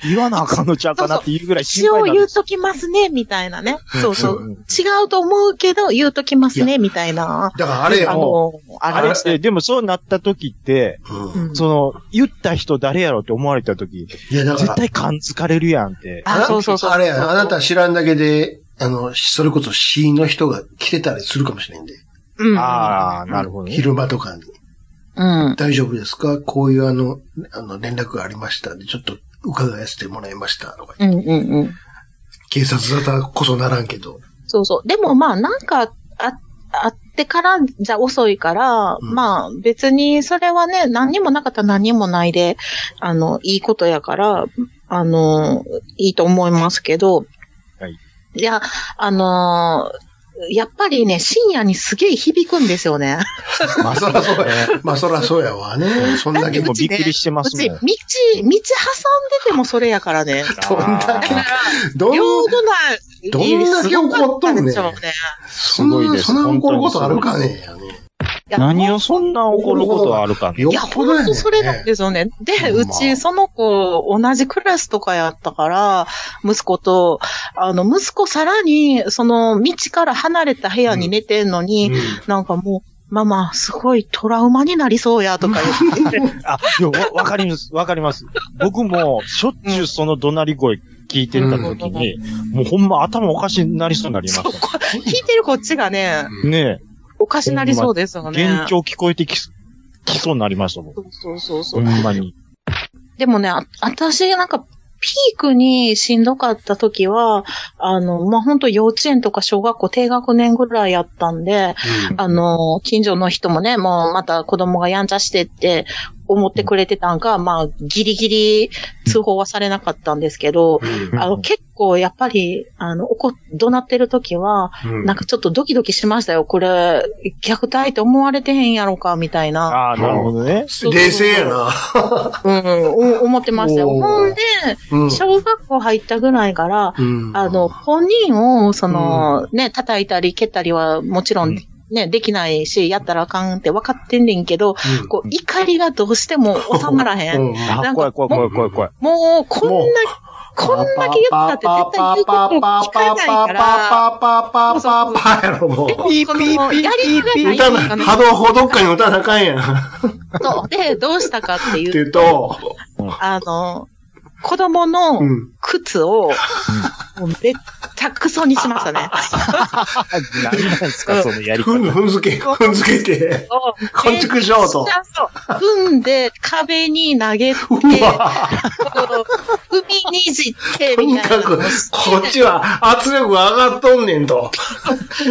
Speaker 3: 言わなあかんのちゃうかなっていうぐらい
Speaker 5: 一
Speaker 3: 心配
Speaker 5: 応
Speaker 3: にな
Speaker 5: 言
Speaker 3: る
Speaker 5: う。ときますね、みたいなね。そうそ
Speaker 4: うん
Speaker 5: う。違うと思うけど、言うときますね、みたいな。
Speaker 4: だからあれや
Speaker 5: あ
Speaker 4: も
Speaker 5: の、あれでした
Speaker 3: えでもそうなった時って、
Speaker 4: う。
Speaker 5: うん
Speaker 3: その、言った人誰やろって思われた時、
Speaker 4: いや、だから
Speaker 3: 絶、対感づかれるやんって。
Speaker 5: あ
Speaker 4: な
Speaker 5: そうそうそう
Speaker 4: あれや、あなた知らんだけで、あの、それこそ死の人が来てたりするかもしれんで。
Speaker 5: うん。
Speaker 3: ああ、なるほどね。
Speaker 4: 昼間とかに。
Speaker 5: うん。
Speaker 4: 大丈夫ですかこういうあの、あの、連絡がありましたんで、ちょっと伺わせてもらいました。とか
Speaker 5: うんうんうん。
Speaker 4: 警察沙汰こそならんけど。
Speaker 5: そうそう。でもまあ、なんか、あ、あってからじゃ遅いから、
Speaker 4: うん
Speaker 5: まあ、別にそれはね、何にもなかったら何にもないで、あの、いいことやから、あの、いいと思いますけど、
Speaker 3: はい。
Speaker 5: いや、あのやっぱりね、深夜にすげえ響くんですよね。
Speaker 4: まあそらそうや。まあそらそうやわね。そんだ
Speaker 3: で
Speaker 4: け飛
Speaker 3: も
Speaker 5: うち
Speaker 3: びっ
Speaker 5: ね
Speaker 3: くりしてま
Speaker 5: う
Speaker 3: す
Speaker 5: ち、
Speaker 3: も
Speaker 5: 道、
Speaker 3: ん。
Speaker 5: 道挟んでてもそれやからね。
Speaker 4: んだけ
Speaker 5: だから、
Speaker 4: どん、
Speaker 5: 両度な、
Speaker 4: どんだけ怒っとるね
Speaker 5: すごかったでし
Speaker 4: そ
Speaker 5: ょうね
Speaker 4: ん
Speaker 3: すごい
Speaker 4: な、
Speaker 3: です
Speaker 4: そんな怒ることあるかね。
Speaker 5: いや
Speaker 3: 何をそんな怒ることはあるかね。
Speaker 4: よ
Speaker 5: いや、
Speaker 4: っぽ
Speaker 5: ほ
Speaker 4: どや
Speaker 5: ん
Speaker 4: ね
Speaker 5: とそれなんですよね。で、
Speaker 4: ほんま
Speaker 5: うち、その子、同じクラスとかやったから、息子と、あの、息子さらに、その、道から離れた部屋に寝てんのに、
Speaker 4: うん
Speaker 5: なんかもう、ママ、すごいトラウマになりそうや、とか言って。
Speaker 3: あ、いや、わわかります。わかります。僕も、しょっちゅうその怒鳴り声聞いてた時に、もうほんま頭おかしになりそうになりましたも
Speaker 5: 聞いてるこっちがね、
Speaker 3: ん。ね
Speaker 5: おかしなりそうですよ
Speaker 3: え、
Speaker 5: ね。
Speaker 3: 幻聴聞こえてきす、きそうになりましたもん。
Speaker 5: そうそうそうそう
Speaker 3: ほ。んまに。
Speaker 5: でもね、あ私、なんか、ピークにしんどかった時は、あの、まあ、本当幼稚園とか小学校低学年ぐらいやったんで、あの、近所の人もね、もうまた子供がやんちゃしてって思ってくれてたんか、まあ、ギリギリ通報はされなかったんですけど、あの、結構やっぱり、あの、怒っ、怒鳴ってる時は、
Speaker 4: うん
Speaker 5: なんかちょっとドキドキしましたよ。これ、虐待って思われてへんやろか、みたいな。
Speaker 3: ああ、なるほどね。
Speaker 4: 冷静やな。
Speaker 5: うん、お思ってましたよ。
Speaker 4: おー
Speaker 5: ほんで、
Speaker 4: うん
Speaker 5: 小学校入ったぐらいから、
Speaker 4: うん
Speaker 5: あの、本人を、その、ね、叩いたり蹴ったりはもちろん、ね、できないし、やったらあかんって分かってんねんけど、
Speaker 4: うん
Speaker 5: こう、怒りがどうしても収まらへ。
Speaker 4: うんん
Speaker 3: あ、怖い怖い怖い怖い怖い。
Speaker 5: もう、こんな
Speaker 4: もう、
Speaker 5: こんだけ言ったって絶対言うことを聞かないから、
Speaker 4: パパパパパパパやろ、もう。
Speaker 5: ピーピーピーピー
Speaker 4: 歌な、波動砲どっかに歌なあかんやん。っ
Speaker 5: そうで、どうしたかって
Speaker 4: て
Speaker 5: い
Speaker 4: 言
Speaker 5: う、
Speaker 4: うと、
Speaker 5: あの、子供の
Speaker 4: うん
Speaker 5: 靴を、もうめっちゃクソにしましたね。
Speaker 3: あ、何なんですか、そのやり
Speaker 4: ふ
Speaker 3: 方。
Speaker 4: ん、ふんづけ、ふんづけて、
Speaker 5: を
Speaker 4: こんちくしようと
Speaker 5: めっちゃそう踏んで、壁に投げて、こう
Speaker 4: うわ
Speaker 5: 踏みにじって、
Speaker 4: と
Speaker 5: み
Speaker 4: に
Speaker 5: たい
Speaker 4: か
Speaker 5: な
Speaker 4: く、
Speaker 5: の
Speaker 4: こ
Speaker 5: をして。
Speaker 4: っちは圧力が上がっとんねんと。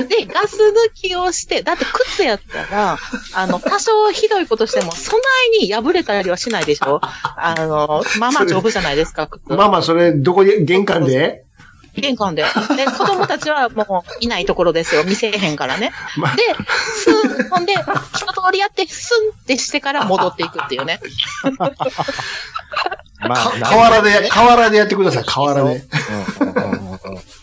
Speaker 5: で、ガス抜きをして、だって靴やったら、あの、多少ひどいことしても、そないに破れたりはしないでしょあの、まあまあ丈夫じゃないですか、靴。
Speaker 4: まあまあ、それ、どこで、玄関で
Speaker 5: 玄関で。で、子供たちはもういないところですよ。見せえへんからね。
Speaker 4: まあ
Speaker 5: で、スン、ほんで、一通りやって、スンってしてから戻っていくっていうね。
Speaker 3: ま
Speaker 4: か
Speaker 3: あ、
Speaker 4: 河原で、河原でやってください、河原で。
Speaker 3: うんうんうんうん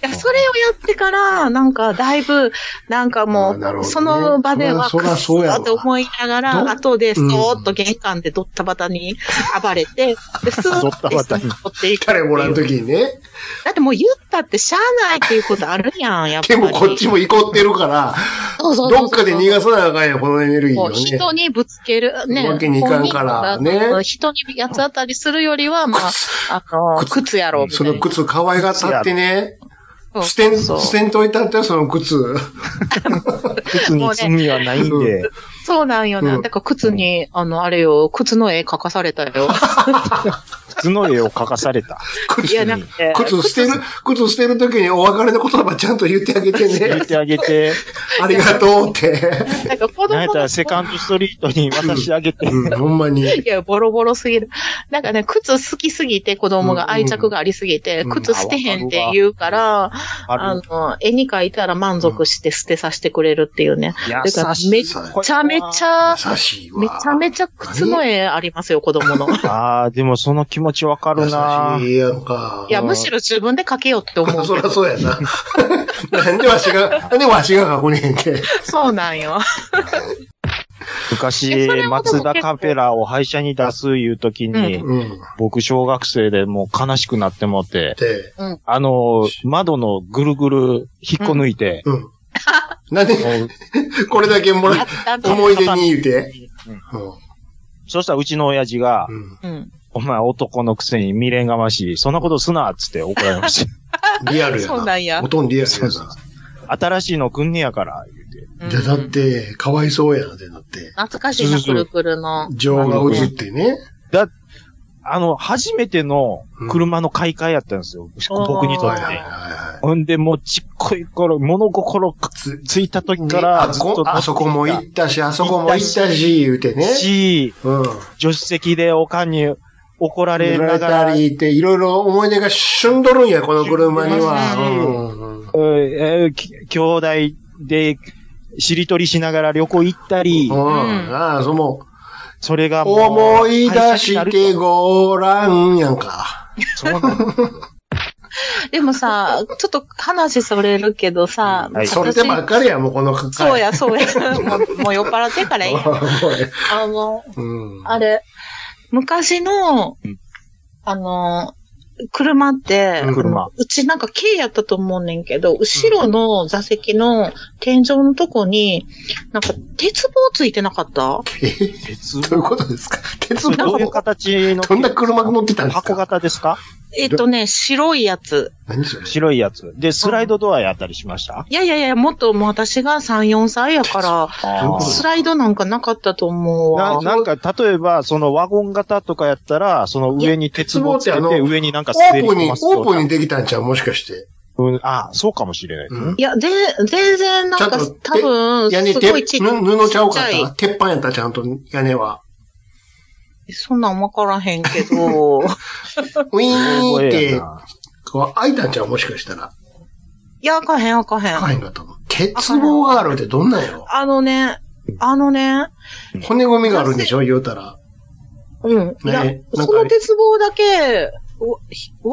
Speaker 5: いや、それをやってから、なんか、だいぶ、なんかも
Speaker 4: あなるほど
Speaker 5: う、
Speaker 4: ね
Speaker 5: その場では、
Speaker 4: そらそらそうやわ
Speaker 5: くっそーって思いなが
Speaker 4: ど
Speaker 5: ら、後で、そ
Speaker 4: うん
Speaker 5: ーっと玄関でどったばたに暴れて、で、スー
Speaker 3: ど
Speaker 5: ッ
Speaker 3: った
Speaker 5: て
Speaker 3: ば
Speaker 5: ス
Speaker 3: た
Speaker 5: ー
Speaker 3: に
Speaker 5: ッと取っていく。
Speaker 4: 彼もらうときにね。
Speaker 5: だってもう言ったってしゃあないっていうことあるやん、やっぱ
Speaker 4: で
Speaker 5: り。
Speaker 4: もこっちも怒ってるから、
Speaker 5: そうそうそうそ
Speaker 4: ど
Speaker 5: う
Speaker 4: っかで逃がさなあかんやん、このエネルギー
Speaker 5: も
Speaker 4: を
Speaker 5: う
Speaker 4: ね。
Speaker 5: 人にぶつける、ね。
Speaker 4: わけにいかんからね
Speaker 5: 本人が人に八つ当たりするよりは、まあ、あの、靴やろ、みた
Speaker 4: そ
Speaker 5: いな
Speaker 4: の靴可愛がったってね、
Speaker 5: そう
Speaker 4: 捨てん、
Speaker 5: そう
Speaker 4: 捨てんといたって、その靴。
Speaker 3: 靴に罪はないんで、
Speaker 5: そうなんよ
Speaker 4: う
Speaker 5: な。
Speaker 4: ん
Speaker 5: だから靴に、あの、あれよ、靴の絵描かされたよ。
Speaker 3: 靴の絵を描かされ た。
Speaker 4: 靴
Speaker 5: いや、なくて。
Speaker 4: 靴捨てる、靴捨てるときにお別れの言葉ちゃんと言ってあげて
Speaker 3: 入
Speaker 4: ね
Speaker 3: れ。てあげて、
Speaker 4: ありがとうって。
Speaker 5: なんか
Speaker 3: な
Speaker 5: 子
Speaker 3: ん
Speaker 5: 供
Speaker 3: や
Speaker 5: の
Speaker 3: ったらセカンドストリートに渡してあげて、
Speaker 4: うん、ほんまに。
Speaker 5: いや、ボロボロすぎる。なんかね、靴好きすぎて子供
Speaker 4: うん
Speaker 5: が愛着がありすぎて、
Speaker 4: うん
Speaker 5: 靴捨てへんって言うから、 あ
Speaker 3: ある。
Speaker 5: の、絵に描いたら満足して捨てさせてくれるっていうね。
Speaker 3: 優しい。
Speaker 5: めっ
Speaker 4: さ
Speaker 5: ちゃめちゃ、
Speaker 4: 優しいわ。
Speaker 5: めちゃめちゃ靴の絵ありますよ、子供の。
Speaker 3: ああ、でもその気持ちわかるな
Speaker 4: 優しいやんか。
Speaker 5: いや、むしろ自分で描けよって思う。
Speaker 4: そりゃそうやな。なんでわしが、なんでわしが学年で。
Speaker 5: そうなんよ。い
Speaker 3: 昔
Speaker 5: やそれ、もでも
Speaker 3: 松田カペラを廃車に出すいう時に、
Speaker 4: うん。
Speaker 3: 僕小学生でもう悲しくなってもって、
Speaker 4: で、
Speaker 3: あの、窓のぐるぐる引っこ抜いて、
Speaker 4: うん。なんで、
Speaker 3: もう
Speaker 4: これだけもらっ
Speaker 5: だって
Speaker 4: 思い出に言うて。
Speaker 3: そしたらうちの親父が
Speaker 4: う、ん。
Speaker 5: うん。
Speaker 3: お前男のくせに未練がましい、そんなことすな、っつって怒られま した。
Speaker 4: リアルやな。
Speaker 5: そうなんや
Speaker 4: ほとんどリアルやな。
Speaker 3: 新しいのくんねやから、言うて。
Speaker 5: うん
Speaker 4: じゃ、だって、かわいそうやなってなって。
Speaker 5: 懐かしいな、くるくるの。
Speaker 4: 情が映ってね。
Speaker 3: あの、初めての車の買い替えやったんですよ、僕にとっ
Speaker 4: はい
Speaker 3: て
Speaker 4: はい。はい
Speaker 3: ほんで、もうちっこい頃、物心つついた時
Speaker 4: はい。
Speaker 3: から
Speaker 4: あ
Speaker 3: ずっと
Speaker 4: こ、あそこも行ったし、あそこも行ったし、言うてね。
Speaker 3: し、
Speaker 4: うん。
Speaker 3: 助手席でおかんに怒られ
Speaker 4: れ
Speaker 3: なが
Speaker 4: らた
Speaker 3: ら、
Speaker 4: りって、いろいろ思い出がしゅんどるんや、この車には。
Speaker 3: しゅんどる
Speaker 4: うんうん
Speaker 3: うん
Speaker 4: うん。
Speaker 3: えーき兄弟で、しりとりしながら旅行行ったり、
Speaker 4: うん。ああ、その、
Speaker 3: それがもう
Speaker 4: 思い出し
Speaker 3: 会社
Speaker 4: て
Speaker 3: になる
Speaker 4: ごらんやんか。
Speaker 3: とそうなんです
Speaker 5: でもさ、ちょっと話それるけどさ、
Speaker 3: はい
Speaker 4: それでばっかりや、もうこの回。
Speaker 5: そうや、 そうや。もうもう酔っ払ってか らいいや。あの、
Speaker 4: うん。
Speaker 5: あれ、昔の
Speaker 3: うん、
Speaker 5: あの、車って、
Speaker 4: うん
Speaker 3: 車
Speaker 5: あのうちなんか軽やったと思うねんけど、後ろの座席の天井のとこに、なんか鉄棒ついてなかった
Speaker 4: え
Speaker 3: 鉄
Speaker 4: どういうことですか鉄
Speaker 3: ど
Speaker 4: 棒
Speaker 3: ういう形の
Speaker 4: どんな車が乗ってたんです
Speaker 3: 箱
Speaker 4: か
Speaker 3: 型ですか
Speaker 5: えっとね、白いやつ。
Speaker 4: 何それ
Speaker 3: 白いやつ。で、スライドドアやったりしました
Speaker 5: いやいやいや、もっともう私が3、4歳やから、
Speaker 4: あー
Speaker 5: スライドなんかなかったと思う
Speaker 3: な
Speaker 5: わ。
Speaker 3: なんか、例えば、そのワゴン型とかやったら、その上に鉄棒つけ
Speaker 4: いや鉄棒って
Speaker 3: て、
Speaker 4: あの
Speaker 3: 上になんか
Speaker 4: オ
Speaker 3: 滑
Speaker 4: ー
Speaker 3: り
Speaker 4: プンに、
Speaker 3: 込
Speaker 4: オ
Speaker 3: ますと
Speaker 4: ー
Speaker 3: か
Speaker 4: プンにできたんちゃうもしかして。
Speaker 3: うん、あ、そうかもしれないですね。
Speaker 5: いや、で、全然なんか
Speaker 4: ちゃんと、
Speaker 5: 多分、
Speaker 4: 屋根、
Speaker 5: す
Speaker 4: て
Speaker 5: ごいちっち
Speaker 4: 布布ちゃうか
Speaker 5: ちっち
Speaker 4: った鉄板やった、ちゃんと屋根は。
Speaker 5: そんなんわからへんけど、
Speaker 4: ウィーンっ
Speaker 3: 覚え
Speaker 4: て
Speaker 3: や、な
Speaker 4: こう開いたんちゃうもしかしたら。
Speaker 5: いや、あかへん、あかへん。
Speaker 4: 開かへんかったの。鉄棒があるってどんなんやろ
Speaker 5: あのね、あのね、
Speaker 4: 骨組みがあるんでしょ言うたら。
Speaker 5: うん。いや、
Speaker 4: ねなん
Speaker 5: そ
Speaker 4: かあ
Speaker 5: の
Speaker 4: れ
Speaker 5: 鉄棒だけ、わ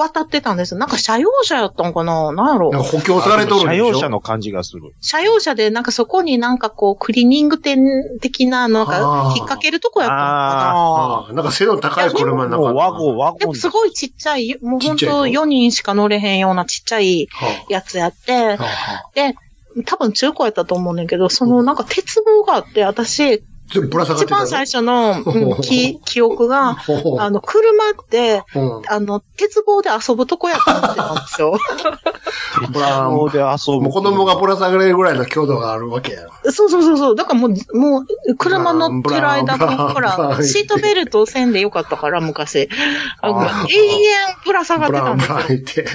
Speaker 5: 渡ってたんです。なんか車用車やったんかななんやろ
Speaker 4: なんか補強されとるんで
Speaker 3: 車
Speaker 4: しょ
Speaker 3: 用車の感じがする。
Speaker 5: 車用車で、なんかそこになんかこう、クリーニング店的な、なんか、
Speaker 4: あー
Speaker 5: 引っ掛けるとこやったんか
Speaker 4: ああ、なんか背の高い車の中
Speaker 3: もうワゴン、ワ
Speaker 5: なで
Speaker 3: ゴン
Speaker 5: も。すごいちっちゃい、もう
Speaker 4: ちっ
Speaker 5: ほん
Speaker 4: ちゃいの
Speaker 5: と4人しか乗れへんようなちっちゃい
Speaker 4: は
Speaker 5: やつやって
Speaker 4: あ、はあはあ
Speaker 5: 多分中古やったと思うねんけど、そのなんか鉄棒があって、私、
Speaker 4: ちょっとぶら下がって
Speaker 5: 一
Speaker 4: たの。
Speaker 5: 番最初の、 うんき記憶が、
Speaker 4: ほうほう
Speaker 5: あの、車って、
Speaker 4: うん
Speaker 5: あの、鉄棒で遊ぶとこやと思ってたんで すよ。
Speaker 4: ほら、
Speaker 3: そう
Speaker 4: も
Speaker 3: で遊ぶ。
Speaker 4: う子供がぶら下がれるぐらいの強度があるわけや。
Speaker 5: そうそうそうそう。だからもう、もう、車乗ってる間
Speaker 4: ブラーン
Speaker 5: も、ほ
Speaker 4: ブラーンブラー
Speaker 5: ら、
Speaker 4: ン
Speaker 5: シートベルトせんでよかったから、昔。あの
Speaker 4: あー
Speaker 5: 永遠ぶら下がっ
Speaker 4: ブ
Speaker 5: てた
Speaker 4: ラ
Speaker 5: ん
Speaker 4: ン
Speaker 5: です
Speaker 4: ブ
Speaker 5: よ。
Speaker 4: ランいて。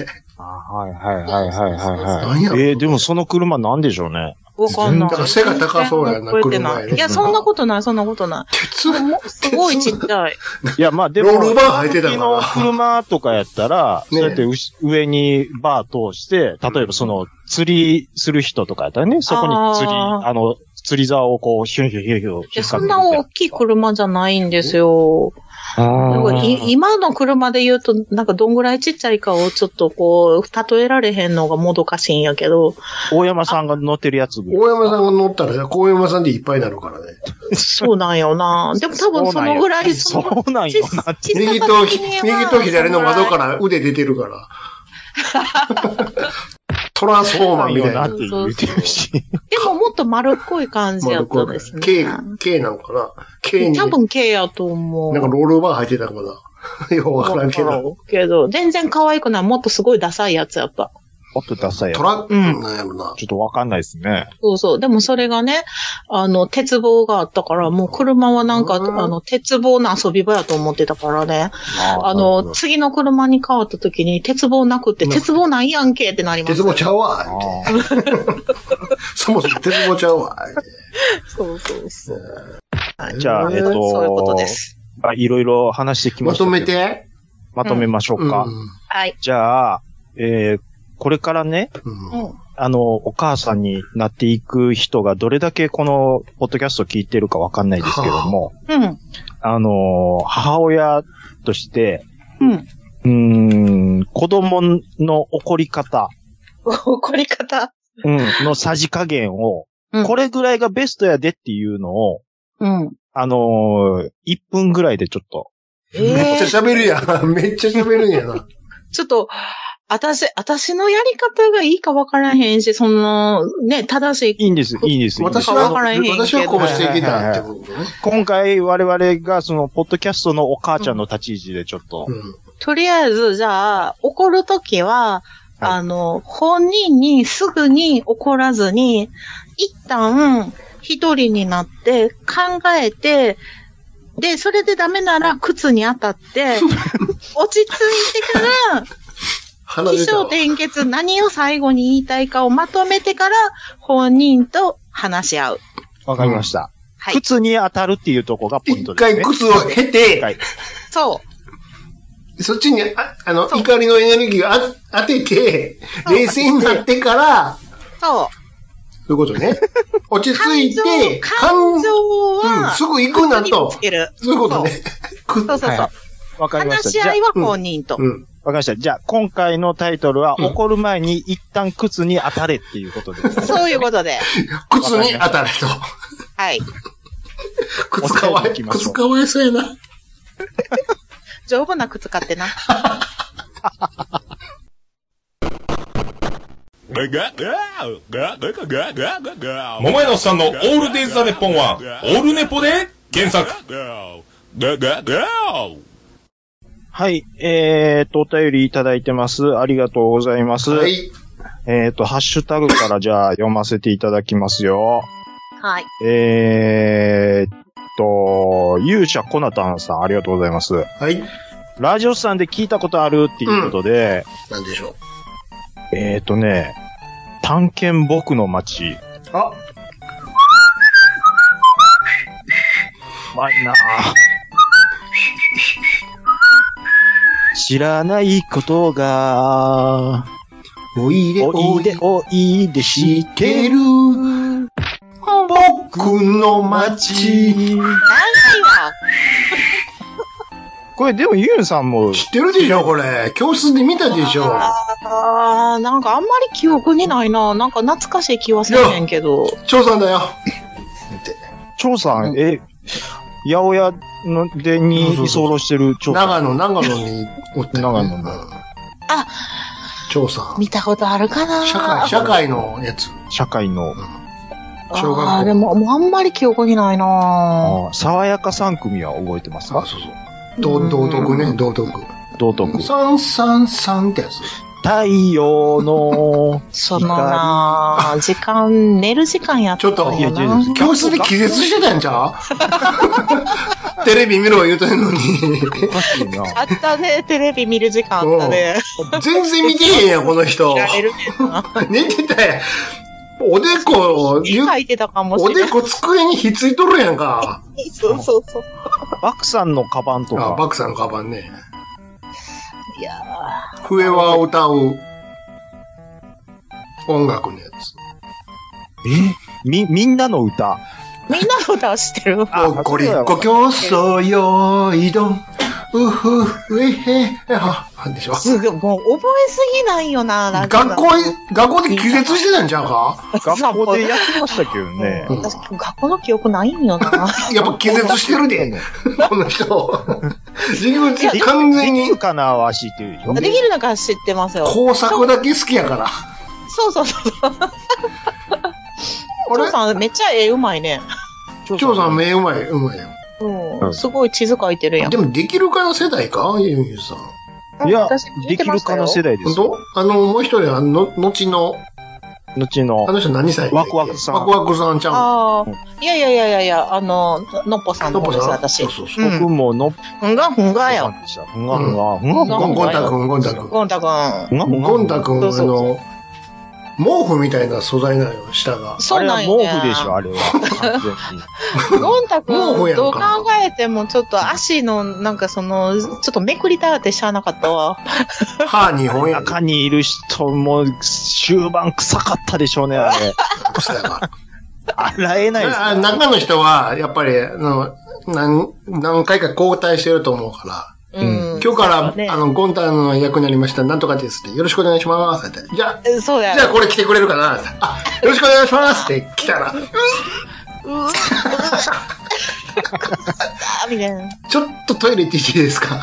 Speaker 3: あはいはいはいはいは
Speaker 4: 何
Speaker 3: い
Speaker 4: や
Speaker 3: は
Speaker 4: ろ
Speaker 3: い。えー、でもその車なんでしょうね。
Speaker 5: わかんな
Speaker 4: だから
Speaker 5: い。
Speaker 4: 背が高そうやな
Speaker 5: 覚えてな
Speaker 4: 車や
Speaker 5: い。
Speaker 4: ね
Speaker 5: いや、そんなことない、そんなこと ない。
Speaker 4: 鉄
Speaker 5: もうすごいちっちゃい。
Speaker 3: いや、まあでも、
Speaker 4: ロールバー履いてた
Speaker 3: 時
Speaker 4: か
Speaker 3: の
Speaker 4: ら。
Speaker 3: 車とかやったら、
Speaker 4: ね
Speaker 3: そうやってうし上にバー通して、例えばその釣りする人とかやったらね、そこに釣り、
Speaker 5: あ
Speaker 3: あの、釣り竿をこう、ヒュンヒュンヒュンヒュン引っ
Speaker 5: いや、
Speaker 3: 掛
Speaker 5: そ
Speaker 3: け
Speaker 5: ん
Speaker 3: て
Speaker 5: な大きい車じゃないんですよ。なんかい今の車で言うと、なんかどんぐらいちっちゃいかをちょっとこう、例えられへんのがもどかしいんやけど。
Speaker 3: 大山さんが乗ってるやつぐらい。
Speaker 4: 大山さんが乗ったら、高山さんでいっぱいになるからね。
Speaker 5: そうなん よな。でも多分そのぐらい、
Speaker 3: そ
Speaker 5: その
Speaker 3: うなんよそうなんよなって。
Speaker 4: 右と、 右と左の窓から腕出てるから。トランスフォーマーみたい
Speaker 3: な
Speaker 4: な
Speaker 3: っ。て言うてるし。
Speaker 5: でももっと丸っこい感じやったんですね。
Speaker 4: K、K なのかな ?K に、な
Speaker 5: 多
Speaker 4: んか
Speaker 5: 分 K やと思う。
Speaker 4: ロールバー入ってたのかな ようわからんけ
Speaker 5: わ
Speaker 4: ど。
Speaker 5: からんけど全然可愛くない。もっとすごいダサいやつやった。
Speaker 3: もっとダサいやつ
Speaker 4: トラック
Speaker 5: うん
Speaker 4: なんやろな。
Speaker 3: ちょっとわかんないですね。
Speaker 5: そうそう。でもそれがね、あの、鉄棒があったから、もう車はなんか、
Speaker 4: うん
Speaker 5: あの、鉄棒の遊び場やと思ってたからね。あ
Speaker 3: なるほ
Speaker 5: の、
Speaker 3: ど
Speaker 5: 次の車に変わった時に、鉄棒なくって、
Speaker 4: うん
Speaker 5: 鉄棒ないやんけってなりま
Speaker 4: 鉄
Speaker 5: す。
Speaker 4: 棒ちゃうわ
Speaker 3: あ
Speaker 4: って。
Speaker 3: ー
Speaker 4: そもそも鉄棒ちゃうわって。
Speaker 5: そうそうそう。
Speaker 3: じゃあえっと
Speaker 5: そういうことです。
Speaker 3: まあいろいろ話してきま
Speaker 4: ま
Speaker 3: したけど。
Speaker 4: とめて。
Speaker 3: まとめましょ
Speaker 4: う
Speaker 3: うんか。
Speaker 5: はい。
Speaker 3: じゃあ、えーこれからね、
Speaker 4: うん
Speaker 5: うん。
Speaker 3: あの、お母さんになっていく人がどれだけこのポッドキャストを聞いてるかわかんないですけども、
Speaker 5: うん。
Speaker 3: あの、母親として、
Speaker 5: うん。
Speaker 3: うーん、子供の怒り方、
Speaker 5: 怒り方。
Speaker 3: うん、のさじ加減を、
Speaker 5: うん
Speaker 3: これぐらいがベストやでっていうのを、
Speaker 5: うん。
Speaker 3: あの1分ぐらいでちょっと、
Speaker 5: え
Speaker 4: めっ
Speaker 5: え
Speaker 4: ちゃ喋るやん。 めっちゃ喋るんやな。
Speaker 5: ちょっと、私、私のやり方がいいかわからへんし、その、ね、正しい。
Speaker 3: いいんです、いいんです。いいんです
Speaker 4: 私は、
Speaker 5: わからへんけど
Speaker 4: 私はこうしてきたってことね。
Speaker 3: 今回我々がその、ポッドキャストのお母ちゃんの立ち位置でちょっと、
Speaker 4: うん。
Speaker 5: とりあえず、じゃあ、怒るとき
Speaker 3: は
Speaker 5: は、
Speaker 3: い
Speaker 5: あの、本人にすぐに怒らずに、一旦、一人になって、考えて、で、それでダメなら靴に当たって、 落ち着いてから、
Speaker 4: 鼻
Speaker 5: 起
Speaker 4: 出た
Speaker 5: 承
Speaker 4: わ。
Speaker 5: 転結、何を最後に言いたいかをまとめてから、本人と話し合う。
Speaker 3: わかりました。
Speaker 5: はい。
Speaker 3: 靴に当たるっていうとこがポイント
Speaker 4: 一
Speaker 3: ですね
Speaker 4: 回。靴を経
Speaker 3: 一
Speaker 4: て、
Speaker 3: 回
Speaker 5: そう。
Speaker 4: そっちに、ああの、
Speaker 5: そう
Speaker 4: 怒りのエネルギーをあ当てて、
Speaker 5: そう
Speaker 4: 冷静になってから、
Speaker 5: そう。
Speaker 4: そういうことね。 落ち着
Speaker 5: 感
Speaker 4: い
Speaker 5: 情
Speaker 4: て、
Speaker 5: 感情は、
Speaker 4: うんすぐ行くなと
Speaker 5: 靴にぶつける
Speaker 4: そういうことね。く
Speaker 5: そうそうそう。
Speaker 3: わかりました。
Speaker 5: 話
Speaker 3: じ
Speaker 5: し
Speaker 3: ゃあ、
Speaker 5: 合
Speaker 3: わ
Speaker 5: いは本人と。
Speaker 4: うん。
Speaker 3: かりました。じゃあ、今回のタイトルは、
Speaker 4: うん
Speaker 3: 怒る前に一旦靴に当たれっていうことです。
Speaker 5: そういうことで。
Speaker 4: 靴に当たれと。
Speaker 5: はい。
Speaker 4: 靴かわ
Speaker 3: お伝え
Speaker 4: い、
Speaker 3: できましょう
Speaker 4: 靴かわいそうやな。
Speaker 5: 丈夫な靴買ってな。
Speaker 6: 桃井のおっさんのオールデイズ・ザ・ネッポンは、オールネポで検索。
Speaker 3: はい。えーと、お便りいただいてます。ありがとうございます。
Speaker 4: はい。
Speaker 3: えーと、ハッシュタグからじゃあ読ませていただきますよ。
Speaker 5: はい。
Speaker 3: えーと、勇者コナタンさん、ありがとうございます。
Speaker 4: はい。
Speaker 3: ラジオさんで聞いたことあるっていうことで、
Speaker 4: なんでしょ
Speaker 3: えーとね、探検僕の街。
Speaker 4: う。あ、
Speaker 3: うまいなぁ知らないことが、
Speaker 4: おいで、
Speaker 3: おいで、おいで
Speaker 4: 知
Speaker 3: し
Speaker 4: ってて
Speaker 3: る
Speaker 4: る。僕の街。
Speaker 3: 街。
Speaker 5: 何よ。
Speaker 3: これでもユンさんも、
Speaker 4: 知ってるでしょ、これ。教室で見たでしょ。
Speaker 5: あー、なんかあんまり記憶にないな。なんか懐かしい気はせえへんけど。
Speaker 4: 蝶さんだよ。
Speaker 3: 蝶さん、え、八百屋のでに居候してる蝶さん。
Speaker 4: 長野、長野におって。
Speaker 3: 長野の
Speaker 4: あ、蝶さん。
Speaker 5: 見たことあるかな
Speaker 4: 社会、社会のやつ。
Speaker 3: 社会の、
Speaker 4: 小学校
Speaker 5: あーでも、もうあんまり記憶にないな。
Speaker 3: あ爽やか三組は覚えてます
Speaker 4: あ、
Speaker 3: か
Speaker 4: そうそう。道道徳ね、道徳。
Speaker 3: 道徳。
Speaker 4: 三三三ってやつ。
Speaker 3: 太陽の、
Speaker 5: そのな、時間、寝る時間やったんやな。
Speaker 4: ちょっ
Speaker 3: といや違う違
Speaker 4: 教室で気絶してたんちゃ うテレビ見ろ言うてんのに。
Speaker 3: おかしいな。
Speaker 5: あったね、テレビ見る時間あったね。
Speaker 4: 全然見てへんやん、この人
Speaker 5: 見。られるねんな。
Speaker 4: 寝てたやん。おでこ、ゆ
Speaker 5: 書いてたかもし
Speaker 4: お
Speaker 5: れな
Speaker 4: で
Speaker 5: い。
Speaker 4: こ机にひっついとるやんか。
Speaker 5: そうそうそう。
Speaker 3: バクさんのカバンと
Speaker 4: あ、
Speaker 3: か、
Speaker 4: バクさんのカバンね。
Speaker 5: いや
Speaker 4: 笛は歌う音楽のやつ。
Speaker 3: み、みんなの歌。
Speaker 5: ーみんなの歌は知ってる。
Speaker 4: ごっこりっこ競争よーいどん。うふうえへは、なんでしょ
Speaker 5: すぐ、もう覚えすぎないよな、ラジオ
Speaker 4: 学校へ、学校で気絶してたんちゃうか
Speaker 3: 学校でやってましたけどね。
Speaker 4: うん
Speaker 5: 私、学校の記憶ないん よな。
Speaker 4: やっぱ気絶してるで。この人。 授業中完全
Speaker 3: でき
Speaker 4: に
Speaker 3: るかなわしっていうよ。
Speaker 5: できるのか知ってますよ。
Speaker 4: 工作だけ好きやから。
Speaker 5: そうそうそう。お
Speaker 4: 俺
Speaker 5: 父、さん、めっちゃ絵うまいね。
Speaker 4: 長さん目うまい、うまいよ。
Speaker 5: うん。すごい地図書いてるやん
Speaker 4: で。もできるかな世代かゆうゆうさん。
Speaker 3: いや
Speaker 5: 私、聞
Speaker 3: で
Speaker 5: いて
Speaker 3: き
Speaker 5: ま
Speaker 3: る
Speaker 5: した
Speaker 3: 可
Speaker 5: よ
Speaker 3: 能性大です。
Speaker 4: 本当あの、もう一人は、の、後の、
Speaker 3: 後の
Speaker 4: あ、の人何歳
Speaker 3: ワクワクさん
Speaker 4: ワクワクさんちゃうん。
Speaker 5: ああ、いやいやいやいやいや、あの、のっぽさんの
Speaker 4: トポ
Speaker 5: 方です、
Speaker 4: さん
Speaker 5: 私
Speaker 4: そう。そうそう。
Speaker 5: うん
Speaker 3: 僕ものっ
Speaker 5: ふんがふんが
Speaker 3: さ
Speaker 5: よ。
Speaker 3: んでした。ふんがふんが、ふんがふんが
Speaker 4: ゴン、ゴンタ君、ゴンタ君。
Speaker 5: ゴンタ君。
Speaker 3: ふんがふんが。
Speaker 4: ゴンタ君、
Speaker 5: そう
Speaker 4: あ
Speaker 5: そうそう
Speaker 4: の、毛布みたいな素材なのよ、下が。
Speaker 5: そう
Speaker 3: あ
Speaker 5: なん
Speaker 3: れ
Speaker 5: よ、
Speaker 3: は
Speaker 5: ね。
Speaker 3: 毛布でしょ、あれは。完全に。
Speaker 5: ゴンタ君、
Speaker 4: 毛布やんか
Speaker 5: どう考えても、ちょっと足の、なんかその、ちょっとめくりたってしゃあなかったわ。
Speaker 4: 歯日本やん。
Speaker 3: 中にいる人も終盤臭かったでしょうね、あれ。
Speaker 4: そうやな
Speaker 3: 洗えないですか
Speaker 4: あ中の人は、やっぱり、あの、何、何回か交代してると思うから、
Speaker 5: うん。
Speaker 4: 今日から、
Speaker 5: ね
Speaker 4: あの、ゴンタの役になりました、なんとかですって、よろしくお願いしますって。じゃあ、
Speaker 5: えそうや。
Speaker 4: じゃあこれ来てくれるかなってあ、よろしくお願いしますって来たら、
Speaker 5: あみたいな。
Speaker 4: ちょっとトイレ行っていいですかっ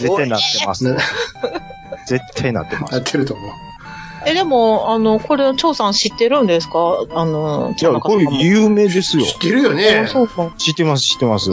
Speaker 3: 絶対なってま
Speaker 4: て
Speaker 3: す
Speaker 4: な。
Speaker 3: 絶対なってま
Speaker 4: な
Speaker 3: す
Speaker 4: っ。てると思う。
Speaker 5: え、でも、あの、これ、張さん知ってるんですかあの、
Speaker 3: いや、
Speaker 5: 田中
Speaker 3: こ
Speaker 5: さん
Speaker 3: れ
Speaker 5: も
Speaker 3: 有名ですよ。
Speaker 4: 知ってるよね
Speaker 5: あ。そうか。
Speaker 3: 知ってます、知ってます。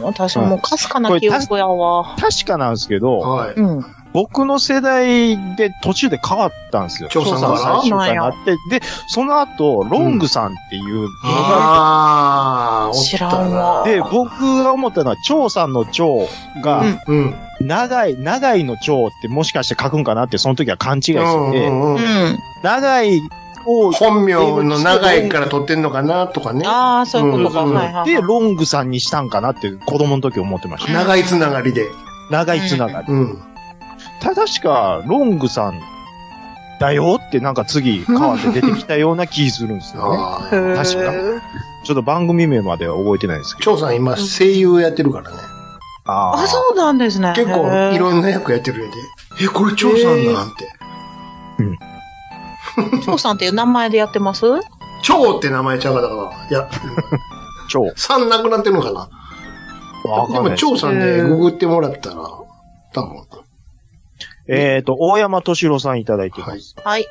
Speaker 5: 私もうかすかな記憶やわ。
Speaker 3: 確かなんですけど、
Speaker 4: はい。
Speaker 5: うん。
Speaker 3: 僕の世代で途中で変わったんですよ。
Speaker 4: 長さん
Speaker 5: 長さん
Speaker 4: か
Speaker 5: が
Speaker 3: 最終回になって、で、その後、ロングさんっていうの
Speaker 4: ら
Speaker 3: が、
Speaker 4: ああ、おった
Speaker 5: 知らんわ
Speaker 4: な。
Speaker 3: で、僕が思ったのは、長さんの長が、
Speaker 5: うん
Speaker 4: うん。
Speaker 3: 長い、長いの長ってもしかして書くんかなって、その時は勘違いしてて、
Speaker 4: うんうんうん
Speaker 5: うん。
Speaker 3: 長いを、
Speaker 4: 本名の長いから取ってんのかなとかね。
Speaker 5: ああ、そういうことか。
Speaker 4: うん
Speaker 5: はいはい
Speaker 3: で、
Speaker 5: はい。
Speaker 3: ロングさんにしたんかなって子供の時思ってました。
Speaker 4: 長いつながりで。
Speaker 3: 長いつながり。
Speaker 4: うん。
Speaker 3: た確か、ロングさんだよってなんか次、変わって出てきたような気するんですよね。
Speaker 4: ああ。
Speaker 3: 確か。ちょっと番組名までは覚えてないんですけど。
Speaker 4: 長さん今声優やってるからね。
Speaker 3: あー
Speaker 5: あ、そうなんですね。
Speaker 4: 結構いろんな役やってるやで。え、これ長さんなんて。
Speaker 5: 張さんっていう名前でやってます
Speaker 4: 長って名前ちゃうかだから。いや、
Speaker 3: 超。
Speaker 4: さんなくなってるのかな。
Speaker 3: わかん
Speaker 4: で
Speaker 3: ない
Speaker 4: も
Speaker 3: です。
Speaker 4: 長さんでググってもらったら、多分。
Speaker 3: えっ、と、大山敏郎さんいただいてます。
Speaker 5: はい。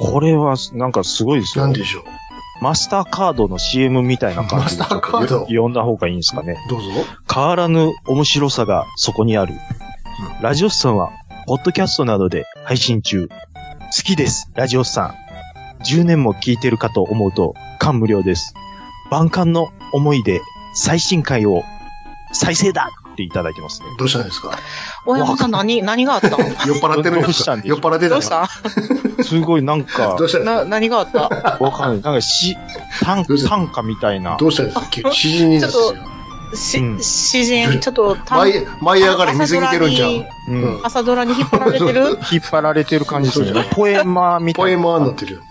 Speaker 3: これは、なんかすごいですよ
Speaker 4: なん。でしょう。
Speaker 3: マスターカードの CM みたいな感じで。
Speaker 4: マスターカード
Speaker 3: 読んだ方がいいんですかね。
Speaker 4: どうぞ。
Speaker 3: 変わらぬ面白さがそこにある。ラジオスさんは、ポッドキャストなどで配信中。好きです、ラジオスさん。10年も聞いてるかと思うと、感無量です。万感の思いで、最新回を、再生だっていただいてます ね。
Speaker 4: どうしたんですか
Speaker 5: 大山さん何、何があったの
Speaker 4: 酔っ払ってる
Speaker 3: ど
Speaker 4: んで
Speaker 3: う
Speaker 4: す
Speaker 3: し
Speaker 4: か
Speaker 3: たんでしょ
Speaker 4: 酔
Speaker 3: う
Speaker 4: っ払ってた
Speaker 5: どうした
Speaker 3: すごいなんか
Speaker 4: ど、うしたんです
Speaker 5: な、
Speaker 4: か
Speaker 5: 何があった
Speaker 3: わかんない。なんかし、短
Speaker 4: どうした
Speaker 3: 短歌みたいな
Speaker 4: ど。うしたんですか急に詩人になって
Speaker 5: ちょっ
Speaker 4: る
Speaker 5: し
Speaker 3: うん、
Speaker 5: 詩人、ちょっと、た
Speaker 4: 舞い、舞い上がり見過ぎてるんちゃう
Speaker 3: うん
Speaker 4: うん
Speaker 5: 朝ドラに引っ張られ てる
Speaker 3: 引っ張られてる感じですよね。ポエマーみ
Speaker 4: ポ
Speaker 3: た
Speaker 4: エ
Speaker 3: いな。
Speaker 4: マーになってるよね。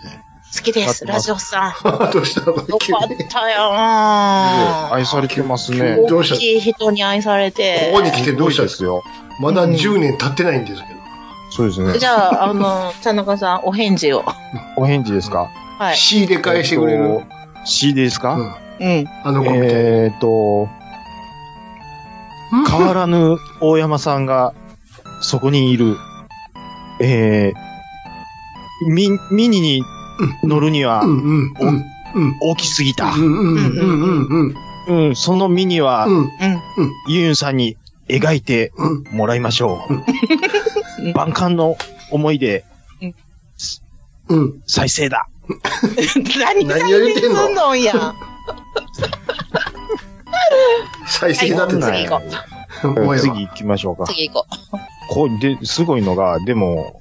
Speaker 5: 好きです、ラジオさん。
Speaker 4: どうしたの
Speaker 5: よ
Speaker 4: 急
Speaker 5: かっ
Speaker 4: に。
Speaker 5: たよ
Speaker 3: 愛されてますね。
Speaker 4: ど
Speaker 5: 大
Speaker 4: うした
Speaker 5: きい人に愛されて
Speaker 4: ここ。に来てどうしたんですか
Speaker 3: よ。
Speaker 4: まだ10年経ってないんですけど。
Speaker 3: そうですね
Speaker 5: じ。ゃあ、あの、田中さん、お返事を。
Speaker 3: お返事ですか
Speaker 5: はい。
Speaker 4: C で返してくれる。うん。
Speaker 3: ?C ですか
Speaker 5: うん。
Speaker 4: あの子みたい
Speaker 3: えーと、変わらぬ大山さんがそこにいる。えー、ミミニに乗るには
Speaker 4: うんうんうん。うん。
Speaker 3: 大きすぎた
Speaker 4: う。んうんうんうんうん。
Speaker 3: うん、そのミニは
Speaker 4: うん。
Speaker 5: うん。
Speaker 3: ユンさんに描いて
Speaker 4: うん。
Speaker 3: もらいましょ
Speaker 5: う。
Speaker 3: うん万感の思いで
Speaker 4: うん。
Speaker 3: 再生だ。
Speaker 5: 何が
Speaker 4: 何を言ってんの
Speaker 5: すんのや。
Speaker 4: 再生だって
Speaker 3: は
Speaker 4: た
Speaker 3: い
Speaker 5: 次行こ
Speaker 4: 思えば。
Speaker 3: 次行きましょうか
Speaker 5: う。。次行こ
Speaker 3: こう、で、すごいのが、でも、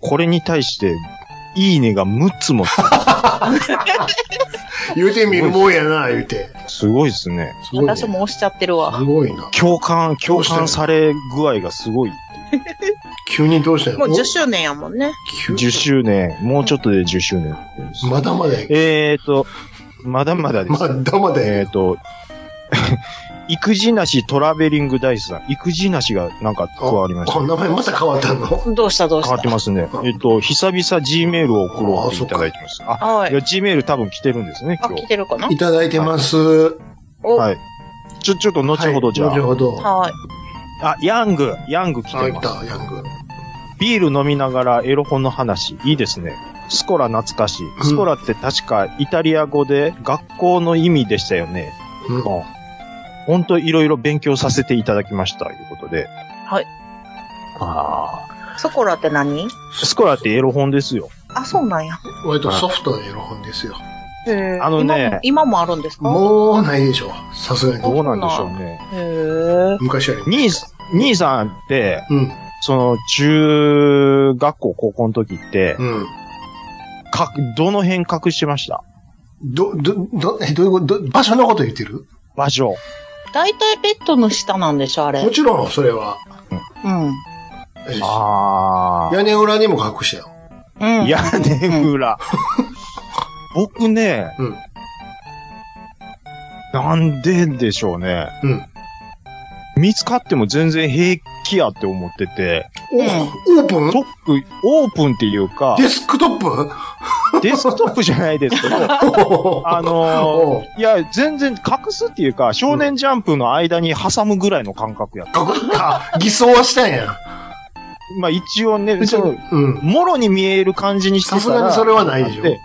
Speaker 3: これに対して、いいねが6つもつく、
Speaker 4: 言うてみるもんやな、言うて。
Speaker 3: すごいですね。
Speaker 4: す
Speaker 5: う。
Speaker 4: ごいね。
Speaker 5: 私
Speaker 4: す
Speaker 5: も押しちゃってるわ。
Speaker 4: ごいな。
Speaker 3: 共感、共感され具合がすごい。
Speaker 4: 急にどうしたの
Speaker 5: もう10周年やもんね。
Speaker 4: お急
Speaker 3: 10周年、もうちょっとで10周年です。
Speaker 4: まだまだや。
Speaker 3: えーと、まだまだで。
Speaker 4: ますだまだ
Speaker 3: え
Speaker 4: や。
Speaker 3: ーと、 育児なしトラベリングダイスさん。育児なしがなんか加わりまし
Speaker 4: こ
Speaker 3: た。
Speaker 4: の名前また変わったの
Speaker 5: どうしたどう
Speaker 3: 変
Speaker 5: し
Speaker 3: わってますね。えっ、と、久々 G メールを送ろうっていただいてます。あ
Speaker 5: た。はい
Speaker 3: や、。G メール多分来てるんですね、
Speaker 5: あ、
Speaker 3: 今
Speaker 5: 来
Speaker 3: 日。
Speaker 5: てるかない
Speaker 4: ただいてます。
Speaker 5: お、
Speaker 3: はい。ちょ、ちょっと後ほどじゃあ。
Speaker 4: はい後ほど。あ、
Speaker 5: はい。
Speaker 3: あ、ヤング、ヤング来て
Speaker 4: 来
Speaker 3: ます。
Speaker 4: た、ヤング。
Speaker 3: ビール飲みながらエロ本の話、いいですね。スコラ懐かしい。スコラって確かイタリア語で学校の意味でしたよね。
Speaker 4: うん
Speaker 3: うん本当いろいろ勉強させていただきました、ということで。
Speaker 5: はい。
Speaker 3: ああ。
Speaker 5: ソコラって何
Speaker 3: スコラってエロ本ですよ。
Speaker 5: あ、そうなんや。
Speaker 4: 割とソフトなエロ本ですよ。
Speaker 5: へー
Speaker 3: あのね
Speaker 5: 今も今もあるんですか
Speaker 4: もうないでしょう。さすがに。
Speaker 3: どうなんでしょうね。
Speaker 5: へー
Speaker 4: 昔よりも。
Speaker 3: 兄さん、兄さんって、
Speaker 4: うん。
Speaker 3: その、中学校、高校の時って、
Speaker 4: うん。
Speaker 3: か、どの辺隠してました
Speaker 4: ど、ど、ど、え、どういうことど場所のこと言ってる
Speaker 3: 場所。
Speaker 5: 大体ベッドの下なんでしょ、あれ。う
Speaker 4: もちろん、それは。
Speaker 5: ん。
Speaker 4: え
Speaker 3: あ
Speaker 4: 屋根裏にも隠したよ。
Speaker 5: う
Speaker 3: あ。
Speaker 5: ん。
Speaker 3: 屋根裏。僕ね、
Speaker 4: うん
Speaker 3: なんででしょうね。
Speaker 4: うん
Speaker 3: 見つかっても全然平気やって思ってて、
Speaker 4: お、オープン
Speaker 3: トップ、オープンっていうか、
Speaker 4: デスクトップ
Speaker 3: デスクトップじゃないですけど、 あのー
Speaker 4: おう
Speaker 3: いや、全然隠すっていうか、少年ジャンプの間に挟むぐらいの感覚やった。
Speaker 4: 隠あ、偽装はしたんや。
Speaker 3: まあ一応ね、その、
Speaker 4: うん。
Speaker 3: もろに見える感じにしてた
Speaker 4: さ
Speaker 3: ら
Speaker 4: すがにそれはないでしょ。
Speaker 3: で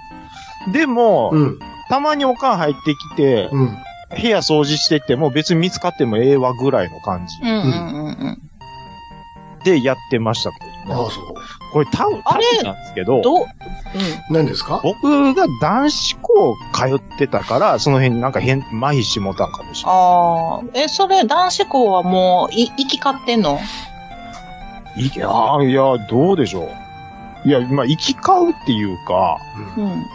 Speaker 3: でも、
Speaker 4: うん。
Speaker 3: たまにおかん入ってきて、
Speaker 4: うん。
Speaker 3: 部屋掃除してても別に見つかってもええわぐらいの感じ
Speaker 5: うんうんうんうん。
Speaker 3: でやってましたけどね、
Speaker 4: ああ、そう。
Speaker 3: これ多分、
Speaker 5: あ
Speaker 3: 多
Speaker 5: れ
Speaker 3: 分なんですけど、
Speaker 5: どう、
Speaker 4: 何ですか
Speaker 3: 僕が男子校通ってたから、その辺なんか変、麻痺してもうたんかもしれない。
Speaker 5: ああ、え、それ男子校はもう、い、行き交ってんの
Speaker 3: いやー、いやー、どうでしょう。いや、まあ、行き交うっていうか、
Speaker 5: うん。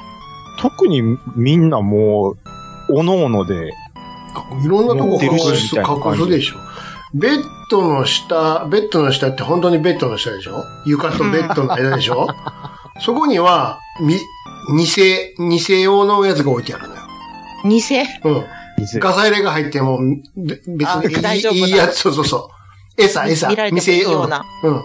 Speaker 3: 特にみんなもう、おのおので、
Speaker 4: いろんなとこ隠
Speaker 3: 持ってるし
Speaker 4: す、
Speaker 3: みたいな感
Speaker 4: 隠
Speaker 3: じ
Speaker 4: すでしょ。ベッドの下、ベッドの下って本当にベッドの下でしょ床とベッドの間でし ょそこには、み、偽、偽用のやつが置いてあるのよ。
Speaker 5: 偽
Speaker 4: うん。ガサ入れが入っても、べ別
Speaker 5: あ大丈夫
Speaker 4: にいい
Speaker 5: ない
Speaker 4: いやつ、そうそうそう。餌、餌
Speaker 5: 見られ、ても
Speaker 4: 店
Speaker 5: いいような。
Speaker 4: うん。うん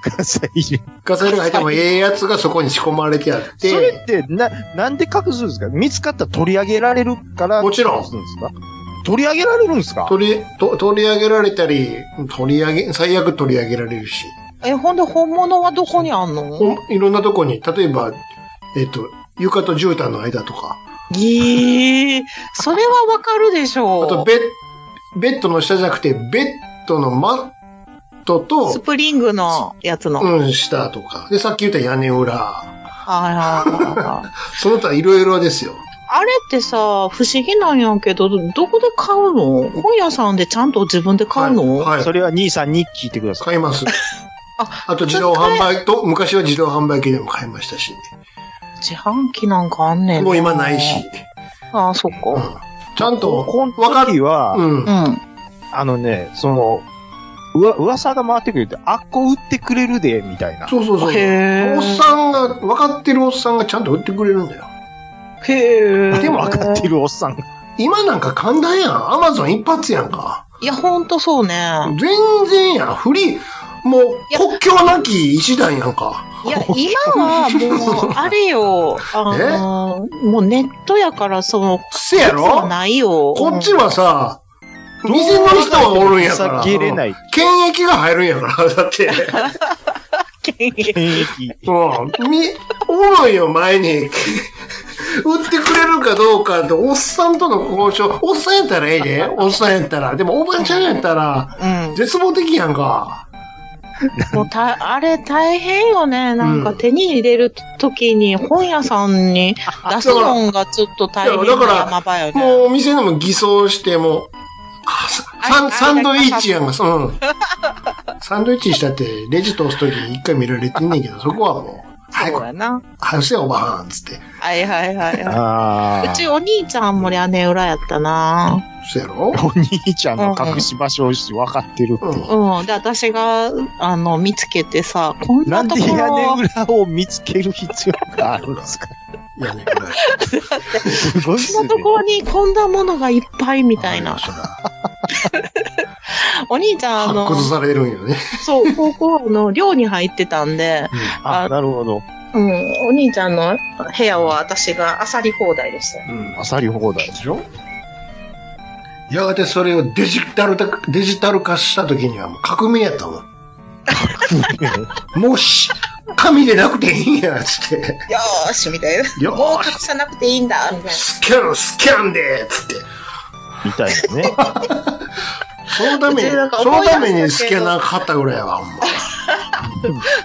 Speaker 3: ガサ入れ
Speaker 4: ガサ入れが入ってもええやつがそこに仕込まれてあっ、
Speaker 3: それってて、な、なんで隠すんですか見つかったら取り上げられるから、
Speaker 4: もちろん
Speaker 3: 隠すんですか取り上げられるんですか
Speaker 4: 取り、と取り上げられたり、取り上げ、最悪取り上げられるし。
Speaker 5: え、ほんで本物はどこにあんの
Speaker 4: ほんいろんなとこに、例えば、えっと、床と絨毯の間とか、
Speaker 5: ええそれはわかるでしょ
Speaker 4: あ
Speaker 5: う。
Speaker 4: とベッ、ベッドの下じゃなくて、ベッドのマット
Speaker 5: ス
Speaker 4: と、
Speaker 5: プリングのやつの。あ
Speaker 4: うん、下とか。で、さっき言った屋根裏。
Speaker 5: あー
Speaker 4: その他いろいろですよ。
Speaker 5: あれってさ、不思議なんやけど、どどこで買うの本屋さんでちゃんと自分で買うの、
Speaker 4: はいはい
Speaker 3: それは兄さんに聞いてください。
Speaker 4: 買います。
Speaker 5: あ
Speaker 4: あと自動販売と、昔は自動販売機でも買いましたし、
Speaker 5: 自販機なんかあんねん。
Speaker 4: もう今ないし。。
Speaker 5: ああ、そっ
Speaker 4: うん
Speaker 5: か。
Speaker 4: ちゃんと、
Speaker 3: この
Speaker 4: わか
Speaker 3: 時
Speaker 4: る。
Speaker 3: は、
Speaker 4: うん
Speaker 5: う。ん。
Speaker 3: あのね、その、うわ、噂が回ってくるって、あっこ売ってくれるで、みたいな。
Speaker 4: そうそうそう。お
Speaker 5: へー
Speaker 4: っさんが、分かってるおっさんがちゃんと売ってくれるんだよ。
Speaker 5: へえ。
Speaker 4: でも
Speaker 3: 分かってるおっさんが。
Speaker 4: 今なんか簡単やん。アマゾン一発やんか。
Speaker 5: いや、ほんとそうね。
Speaker 4: 全然やん。フリー、もう
Speaker 5: いや
Speaker 4: 国境なき一団やんか。
Speaker 5: いや、今はもう、あれ よ、あのー、もうネットやから、その、
Speaker 4: せや
Speaker 5: 靴は
Speaker 4: ろ
Speaker 5: ないよ。
Speaker 4: こっちはさ、店の人がおるんやから。
Speaker 3: 避けれない。
Speaker 4: 検疫が入るんやから、 だって。
Speaker 5: うん
Speaker 3: 検疫。
Speaker 4: うん。み、おもろいよ、前に。 売ってくれるかどうかって、おっさんとの交渉。おっさんやったらええで。おっさんやったら。でも、おばちゃんやったら、
Speaker 5: うん。
Speaker 4: 絶望的やんか。
Speaker 5: もうた、あれ大変よね。なん
Speaker 4: う
Speaker 5: か
Speaker 4: ん
Speaker 5: 手に入れる時に本屋さんに出すのがちょっと大変
Speaker 4: だか
Speaker 5: な
Speaker 4: ら
Speaker 5: 山場よね。
Speaker 4: もう、お店でも偽装して、もう、あさサンサンドイッチやんか、うん。サンドイッチしたって、レジ通すときに一回見られてんねんけど、そこはもう、早
Speaker 5: そう
Speaker 4: く、
Speaker 5: やな。
Speaker 4: 早くせよ、おばはん、つって。
Speaker 5: はいはいはいは
Speaker 3: あ
Speaker 5: い。
Speaker 3: あ。
Speaker 5: うちお兄ちゃんも屋根裏やったな。
Speaker 4: そやろ
Speaker 3: お兄ちゃんの隠し場所をし分かってるって。
Speaker 4: うん。
Speaker 5: うん。で、私が、あの、見つけてさ、こん
Speaker 3: な
Speaker 5: なんと
Speaker 3: で
Speaker 5: ころ。
Speaker 3: 屋根裏を見つける必要があるんです か
Speaker 4: 屋根裏。
Speaker 3: すごいっ
Speaker 5: こ
Speaker 3: す
Speaker 5: ん
Speaker 3: ね
Speaker 5: な。ところにこんなものがいっぱいみたいな。
Speaker 4: そら
Speaker 5: お兄ちゃん、あの
Speaker 4: 発、 掘されるんよね。
Speaker 5: そう、高校の寮に入ってたんで、
Speaker 3: あ、なるほど。
Speaker 5: うん、お兄ちゃんの部屋は私が漁り放題でしたよ。
Speaker 4: うん。
Speaker 3: あさり放題。
Speaker 4: でしょやがてそれをデジタル化、デジタル化した時にはもう革命やった もん。もうし、紙でなくていいんや、つって。
Speaker 5: よーし、みたいな。
Speaker 4: よ
Speaker 5: もう
Speaker 4: ー
Speaker 5: 隠さなくていいんだ、みたい
Speaker 4: し、スキャン、スキャンでつって。
Speaker 3: みたいな ね。
Speaker 4: そのために、
Speaker 5: うちなんか
Speaker 4: その
Speaker 5: 思
Speaker 4: た
Speaker 5: い出したけど
Speaker 4: めにスケナー買ったぐらいやわ、ほんま。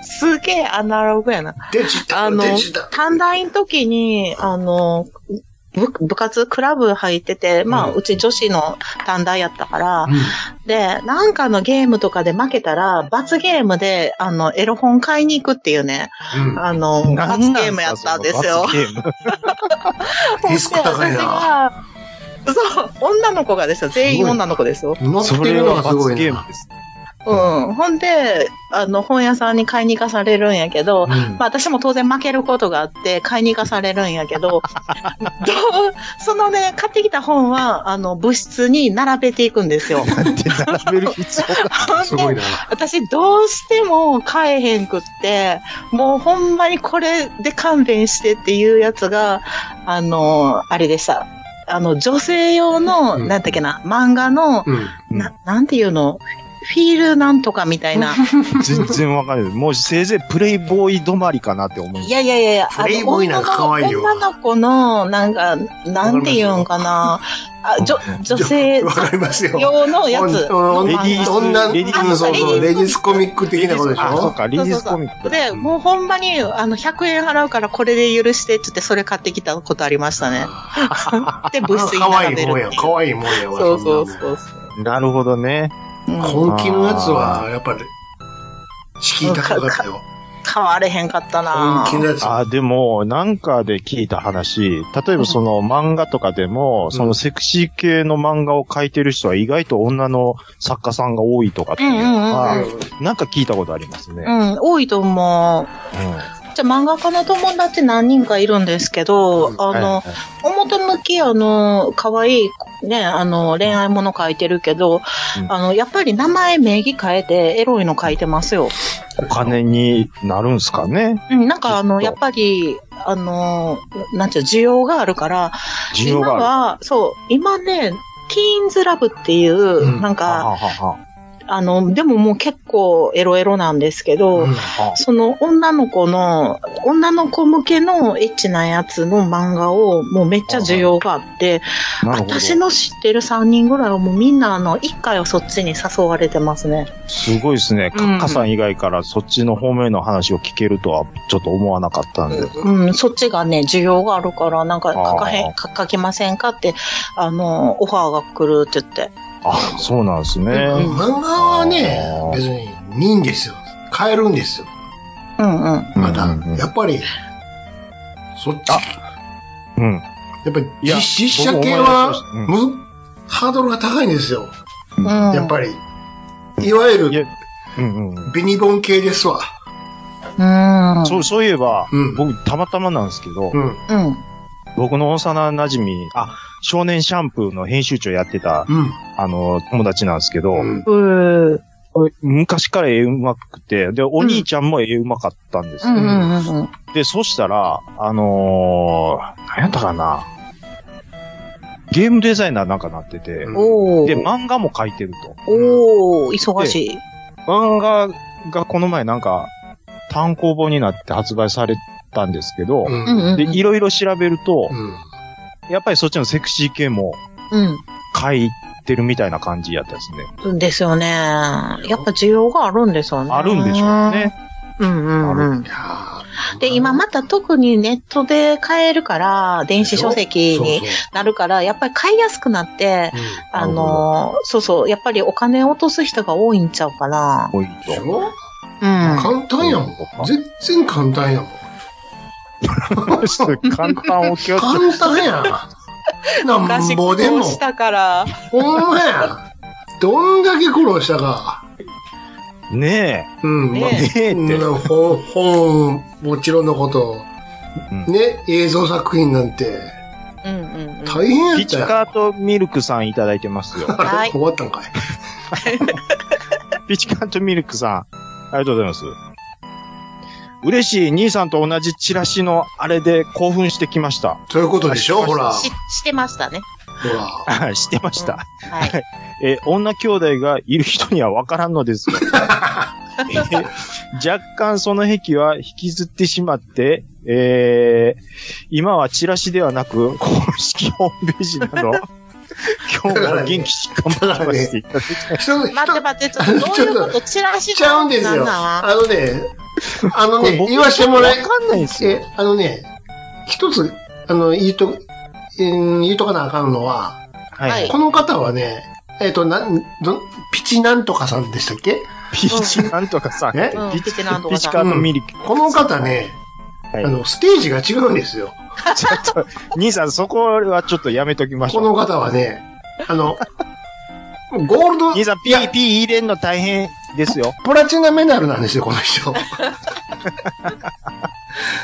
Speaker 5: すげえアナログやな。
Speaker 4: デジタ
Speaker 5: あ
Speaker 4: ル、
Speaker 5: の
Speaker 4: デジタル。、
Speaker 5: 短大の時に、あの、部部活、クラブ入ってて、まあ、
Speaker 4: うん
Speaker 5: うち女子の短大やったから、
Speaker 4: うん
Speaker 5: で、なんかのゲームとかで負けたら、罰ゲームで、あの、エロ本買いに行くっていうね、
Speaker 4: うん。
Speaker 5: あの、
Speaker 3: なん
Speaker 5: 罰
Speaker 3: なん
Speaker 5: ゲームやったんですよ
Speaker 3: その罰。ゲーム。
Speaker 4: リスク高いな。
Speaker 5: 私がそう、女の子がですよ。全員女の子ですよ。
Speaker 4: 乗っ
Speaker 3: そ
Speaker 4: て
Speaker 3: れ
Speaker 4: るのが
Speaker 3: は
Speaker 4: すご
Speaker 3: 罰
Speaker 4: い
Speaker 3: ゲー
Speaker 4: な。
Speaker 3: ムです。
Speaker 5: うん。ほんで、あの、本屋さんに買いに行かされるんやけど、
Speaker 4: うん
Speaker 5: まあ私も当然負けることがあって、買いに行かされるんや けど、どうそのね、買ってきた本は、あの、部室に並べていくんですよ。
Speaker 3: で、並べる必要が。
Speaker 4: すご
Speaker 5: ほん
Speaker 4: い
Speaker 5: で、
Speaker 4: な。
Speaker 5: 私どうしても買えへんくって、もうほんまにこれで勘弁してっていうやつが、あの、あれでした。あの、女性用の、
Speaker 4: うん
Speaker 5: なんだっけな、漫画の、
Speaker 4: うん。
Speaker 3: うん
Speaker 5: な、なんていうのフィールなんとかみたいな。
Speaker 3: 全然わかんない。もうせいぜいプレイボーイ止まりかなって思う
Speaker 5: い。やいやいやいや、
Speaker 4: プレイボーイなんか可愛いよ
Speaker 5: あの女の子の、なんか、なんて言うんかな。あ、じょ、女性
Speaker 4: わかりますよ。
Speaker 5: 用のやつ。
Speaker 4: おお
Speaker 3: レディース
Speaker 4: 女、
Speaker 3: レディー
Speaker 5: ス
Speaker 4: うんそうそう、レ
Speaker 5: レ
Speaker 4: ディースコミック的なことでし
Speaker 3: あ、そう
Speaker 4: ょ
Speaker 3: か、リリースコミックだ。
Speaker 5: で、もうほんまに、あの、100円払うからこれで許してって言って、それ買ってきたことあり ましたね。で、物質に
Speaker 4: 可愛
Speaker 5: 並
Speaker 4: い
Speaker 5: べる
Speaker 4: もん
Speaker 5: っ
Speaker 4: や、
Speaker 5: ていう。
Speaker 4: 可愛いもんやわ。
Speaker 5: そうそう
Speaker 4: そんなもん
Speaker 5: そうそう。
Speaker 3: なるほどね。
Speaker 5: うん
Speaker 4: 本気のやつは、やっぱり、敷居高かったよ。
Speaker 5: 買われへんかったな
Speaker 4: 本気のやつは。
Speaker 3: あ、でも、なんかで聞いた話、例えばその漫画とかでも、そのセクシー系の漫画を描いてる人は意外と女の作家さんが多いとかっていうの
Speaker 5: あ
Speaker 3: は
Speaker 4: う、ん
Speaker 3: なんか聞いたことありますね。
Speaker 5: うん、多いと思う。じゃあ漫画家の友達何人かいるんですけど、
Speaker 4: うん
Speaker 5: あの、表向き、あの、可愛い、ね、あの、恋愛もの書いてるけど、
Speaker 3: うん
Speaker 5: あの、やっぱり名前名義変えて、エロいの書いてますよ。
Speaker 3: お金になるんすかね
Speaker 5: うん、なんかあ
Speaker 3: きっ
Speaker 5: の、
Speaker 3: と
Speaker 5: やっぱり、あの、なんていうの、需要があるから、
Speaker 3: 需要
Speaker 5: 今
Speaker 3: がある。
Speaker 5: は、そう、今ね、ティーンズラブっていう、
Speaker 4: うん
Speaker 5: なん
Speaker 3: は
Speaker 5: か、
Speaker 3: はは
Speaker 5: あの、でももう結構エロエロなんですけど、
Speaker 4: うん
Speaker 3: は
Speaker 5: その女の子の、女の子向けのエッチなやつの漫画をもうめっちゃ需要があって、
Speaker 3: あなるほど。
Speaker 5: 私の知ってる3人ぐらいはもうみんなあの、1回はそっちに誘われてますね。
Speaker 3: すごいですね。カッカさん以外からそっちの方面の話を聞けるとはちょっと思わなかったんで。
Speaker 5: うん、そっちがね、需要があるから、なんか
Speaker 3: あー
Speaker 5: 書かへん、書書きませんかって、あの、オファーが来るって言って。
Speaker 3: あ、そうなんです
Speaker 5: う
Speaker 3: ね。
Speaker 4: 漫画はね、別に、いいんですよ。買えるんですよ。
Speaker 5: うんうん。
Speaker 4: また
Speaker 3: うんうんう、ん
Speaker 4: やっぱり、そっち、や
Speaker 3: うん。
Speaker 4: っぱり
Speaker 3: いや
Speaker 4: 実実写系は
Speaker 3: 僕も思い、
Speaker 4: むずハードルが高いんですよ。
Speaker 3: うん
Speaker 5: うん、
Speaker 4: やっぱり。いわゆ
Speaker 3: いや
Speaker 4: る、
Speaker 3: うんうん。
Speaker 4: ベニボン系ですわ。
Speaker 5: うん。
Speaker 3: そう、そういえば、
Speaker 4: うん
Speaker 3: 僕、たまたまなんですけど、
Speaker 4: うん。
Speaker 5: うん。
Speaker 3: 僕の幼馴染み、あ、少年シャンプーの編集長やってた、
Speaker 4: うん。
Speaker 3: あの、友達なんですけど、
Speaker 4: うん。
Speaker 5: うん。
Speaker 3: 昔から絵うまくて、で、お兄ちゃんも絵うまかったんです
Speaker 5: う
Speaker 3: よ、
Speaker 5: んうんうん。
Speaker 3: で、そしたら、あのー、何やったかな、ゲームデザイナーなんかなってて、
Speaker 5: お
Speaker 3: で、
Speaker 5: ー。
Speaker 3: 漫画も描いてると。
Speaker 5: おー、忙しい。
Speaker 3: 漫画がこの前なんか、単行本になって発売されたんですけど、
Speaker 4: うん
Speaker 5: うんうん。
Speaker 3: で、いろいろ調べると
Speaker 4: う、ん。
Speaker 3: やっぱりそっちのセクシー系も書いてるみたいな感じやったですね。
Speaker 5: うん。ですよね。やっぱ需要があるんですよね。
Speaker 3: あるんでしょう。ね。
Speaker 5: うんうんうん
Speaker 4: い。やー
Speaker 5: で、今また特にネットで買えるから、電子書籍に
Speaker 4: そう
Speaker 5: なるから、やっぱり買いやすくなって、
Speaker 4: そう
Speaker 5: あのー、そうそう、やっぱりお金落とす人が多いんちゃうかな。
Speaker 3: ポイン
Speaker 4: うんでし
Speaker 3: ト。
Speaker 4: ょ
Speaker 5: うん。
Speaker 4: 簡単やもん。全然簡単やもん。
Speaker 3: 簡単お気をつけ
Speaker 4: 簡単や ん。なんぼでも。
Speaker 5: したから。
Speaker 4: ほんまや。どんだけ苦労したか。
Speaker 3: ね
Speaker 4: うん。
Speaker 5: ね
Speaker 4: まあ
Speaker 3: え。ねえって。
Speaker 4: うん本、本、もちろんのこと、
Speaker 3: うん
Speaker 4: ね、映像作品なんて、
Speaker 5: うんうんうん。
Speaker 4: 大変や
Speaker 3: ピ
Speaker 4: っ
Speaker 3: チ
Speaker 4: たや
Speaker 3: カートミルクさんいただいてますよ
Speaker 4: ん。。あ
Speaker 5: は
Speaker 4: れ
Speaker 5: い
Speaker 4: 終わったんかい。
Speaker 3: ピチカートミルクさん、ありがとうございます。嬉しい、兄さんと同じチラシのあれで興奮してきました。
Speaker 4: そういうことでしょほら。
Speaker 5: し
Speaker 4: ほ
Speaker 5: してましたね。
Speaker 4: ら。
Speaker 3: あ知ってました。
Speaker 5: はい。
Speaker 3: え、女兄弟がいる人にはわからんのです よ。え若干その壁は引きずってしまって、 えー今はチラシではなく、公式ホームページなど、今日も元気しかもらしていただきたい。
Speaker 4: 人の、
Speaker 5: 待って待って、ちょっとどういうことチラシ
Speaker 4: ちゃうんです
Speaker 5: なん
Speaker 4: よ。
Speaker 5: なん
Speaker 4: あのね、あの
Speaker 3: これ
Speaker 4: ね、
Speaker 3: 僕
Speaker 4: 言わしてもらえ
Speaker 3: わ、かんないですよ
Speaker 4: え。、あのね、一つ、あの、言うと、えー言うとかなあかんのは、
Speaker 3: は
Speaker 5: はい
Speaker 3: い。
Speaker 4: この方はね、えっ、と、なん、ど、ピチなんとかさんでしたっけ
Speaker 3: ピーチなんとかさ、
Speaker 4: え
Speaker 5: うん
Speaker 3: ピ
Speaker 5: ピチなんと
Speaker 3: ピ
Speaker 5: か
Speaker 3: チ
Speaker 5: さ
Speaker 3: カートミリキ。
Speaker 4: この方ね、
Speaker 3: はい
Speaker 4: あの、ステージが違うんですよ。
Speaker 3: ちょっと、兄さん、そこはちょっとやめときまし
Speaker 4: こ
Speaker 3: ょう。
Speaker 4: の方はね、あの、ゴールド、
Speaker 3: 兄さん、
Speaker 4: い
Speaker 3: ピ
Speaker 4: や
Speaker 3: ー、ピー入れんの大変ですよ。
Speaker 4: プラチナメダルなんですよ、この人。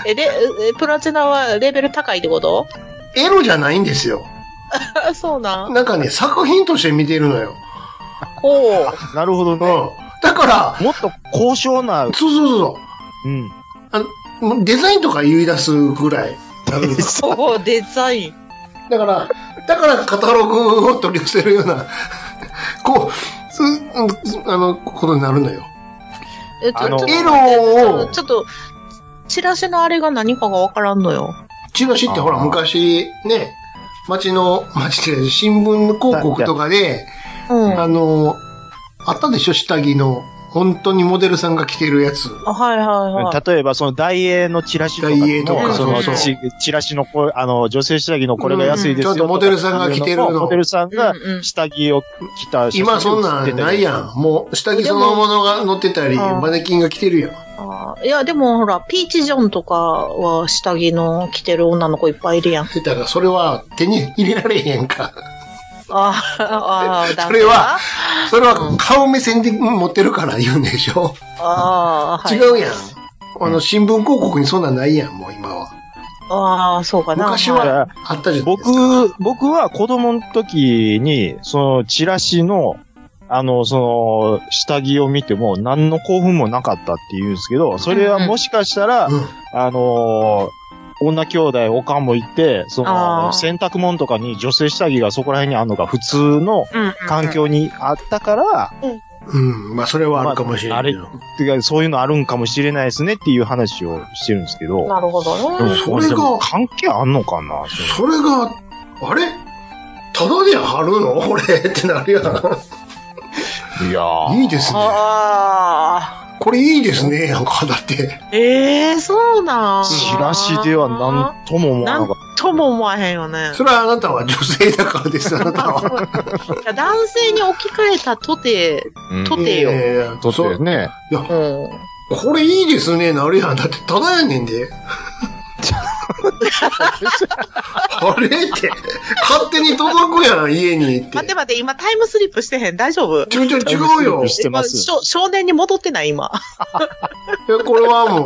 Speaker 5: え、で、えプラチナはレベル高いってこと
Speaker 4: エロじゃないんですよ。
Speaker 5: そうなん。
Speaker 4: なんかね、作品として見てるのよ。
Speaker 5: おう
Speaker 3: なるほど
Speaker 4: う
Speaker 3: ね。
Speaker 4: ん。だから、
Speaker 3: もっと高尚な、
Speaker 4: そうそうそう
Speaker 3: うん。
Speaker 4: そうもう、デザインとか言い出すぐらい。
Speaker 5: そう、デザイン。
Speaker 4: だから、だからカタログを取り寄せるような、こう、すうんあの、ことになるのよ。
Speaker 5: え、ちょ
Speaker 3: あの
Speaker 5: ちょっと
Speaker 4: エロを
Speaker 5: ちょっと、チラシのあれが何かがわからんのよ。
Speaker 4: チラシってほら、
Speaker 3: あー
Speaker 4: 昔、ね、町の、町で新聞広告とかで、
Speaker 5: うん。
Speaker 4: あの、あったでしょ下着の、本当にモデルさんが着てるやつ。
Speaker 5: あはいはいはい。
Speaker 3: 例えば、その、大英のチラシとか
Speaker 4: ダイエーと
Speaker 3: も、
Speaker 4: か
Speaker 3: そ
Speaker 5: そう
Speaker 3: の
Speaker 5: そう
Speaker 3: チ、チラシのこ、あの、女性下着のこれが安いですよ。
Speaker 4: うんちゃんとモデルさんが着てるの
Speaker 3: モデルさんが
Speaker 5: うんうん
Speaker 3: 下着を着た写真
Speaker 4: 今そんなんないやん。もう、下着そのものが載ってたり、
Speaker 5: でも
Speaker 4: マネキンが着てるやん。
Speaker 5: あーいや、でもほら、ピーチジョンとかは下着の着てる女の子いっぱいいるやん。
Speaker 4: 出たら、それは手に入れられへんか。
Speaker 5: あーあー、だから
Speaker 4: それは、それは顔目線で持ってるから言うんでしょ。
Speaker 5: ああ、はい
Speaker 4: 違うやん。あの、新聞広告にそんなんないやん、もう今は。
Speaker 5: ああ、そうかな。
Speaker 4: 昔
Speaker 5: い
Speaker 4: はあったじゃないですか。
Speaker 3: 僕、僕は子供の時に、その、チラシの、あの、その、下着を見ても、何の興奮もなかったって言うんですけど、それはもしかしたら、
Speaker 4: うん
Speaker 3: あのー女兄弟、おかんも行って、そ
Speaker 5: あー
Speaker 3: の、洗濯物とかに女性下着がそこら辺にあるのが普通の
Speaker 5: うんうんうん
Speaker 3: 環。境にあったから、
Speaker 4: うん。まあ、それはあるかもしれないけど。
Speaker 3: てかそういうのあるんかもしれないですねっていう話をしてるんですけど、
Speaker 5: なるほど
Speaker 3: う
Speaker 5: ね。
Speaker 3: ん
Speaker 4: それが
Speaker 3: でも関係あんのかな
Speaker 4: それが、あれただで貼るの俺ってなるやん。
Speaker 3: いやー
Speaker 4: いいですね。
Speaker 5: あ
Speaker 4: これいいですね、なんか、だって。
Speaker 5: あ、ええそうなん。
Speaker 3: チラシではなんとも思わ
Speaker 5: な
Speaker 3: なか
Speaker 5: ん
Speaker 3: っ
Speaker 5: とも思わへんよね。
Speaker 4: それはあなたは女性だからです、あなたは。
Speaker 5: いや男性に置き換えたとて、
Speaker 3: た。うん
Speaker 5: とてよ。
Speaker 4: え
Speaker 3: と
Speaker 4: そう
Speaker 3: てね。
Speaker 5: うん。
Speaker 4: これいいですね、なるやん。だって、ただやねんで。あれって、勝手に届くやん、家にって。
Speaker 5: 待って待って、今タイムスリップしてへん。大丈夫
Speaker 4: ちょちょ、違うよ。
Speaker 3: してます
Speaker 5: 今少少年に戻ってない、今。
Speaker 4: いやこれはもう、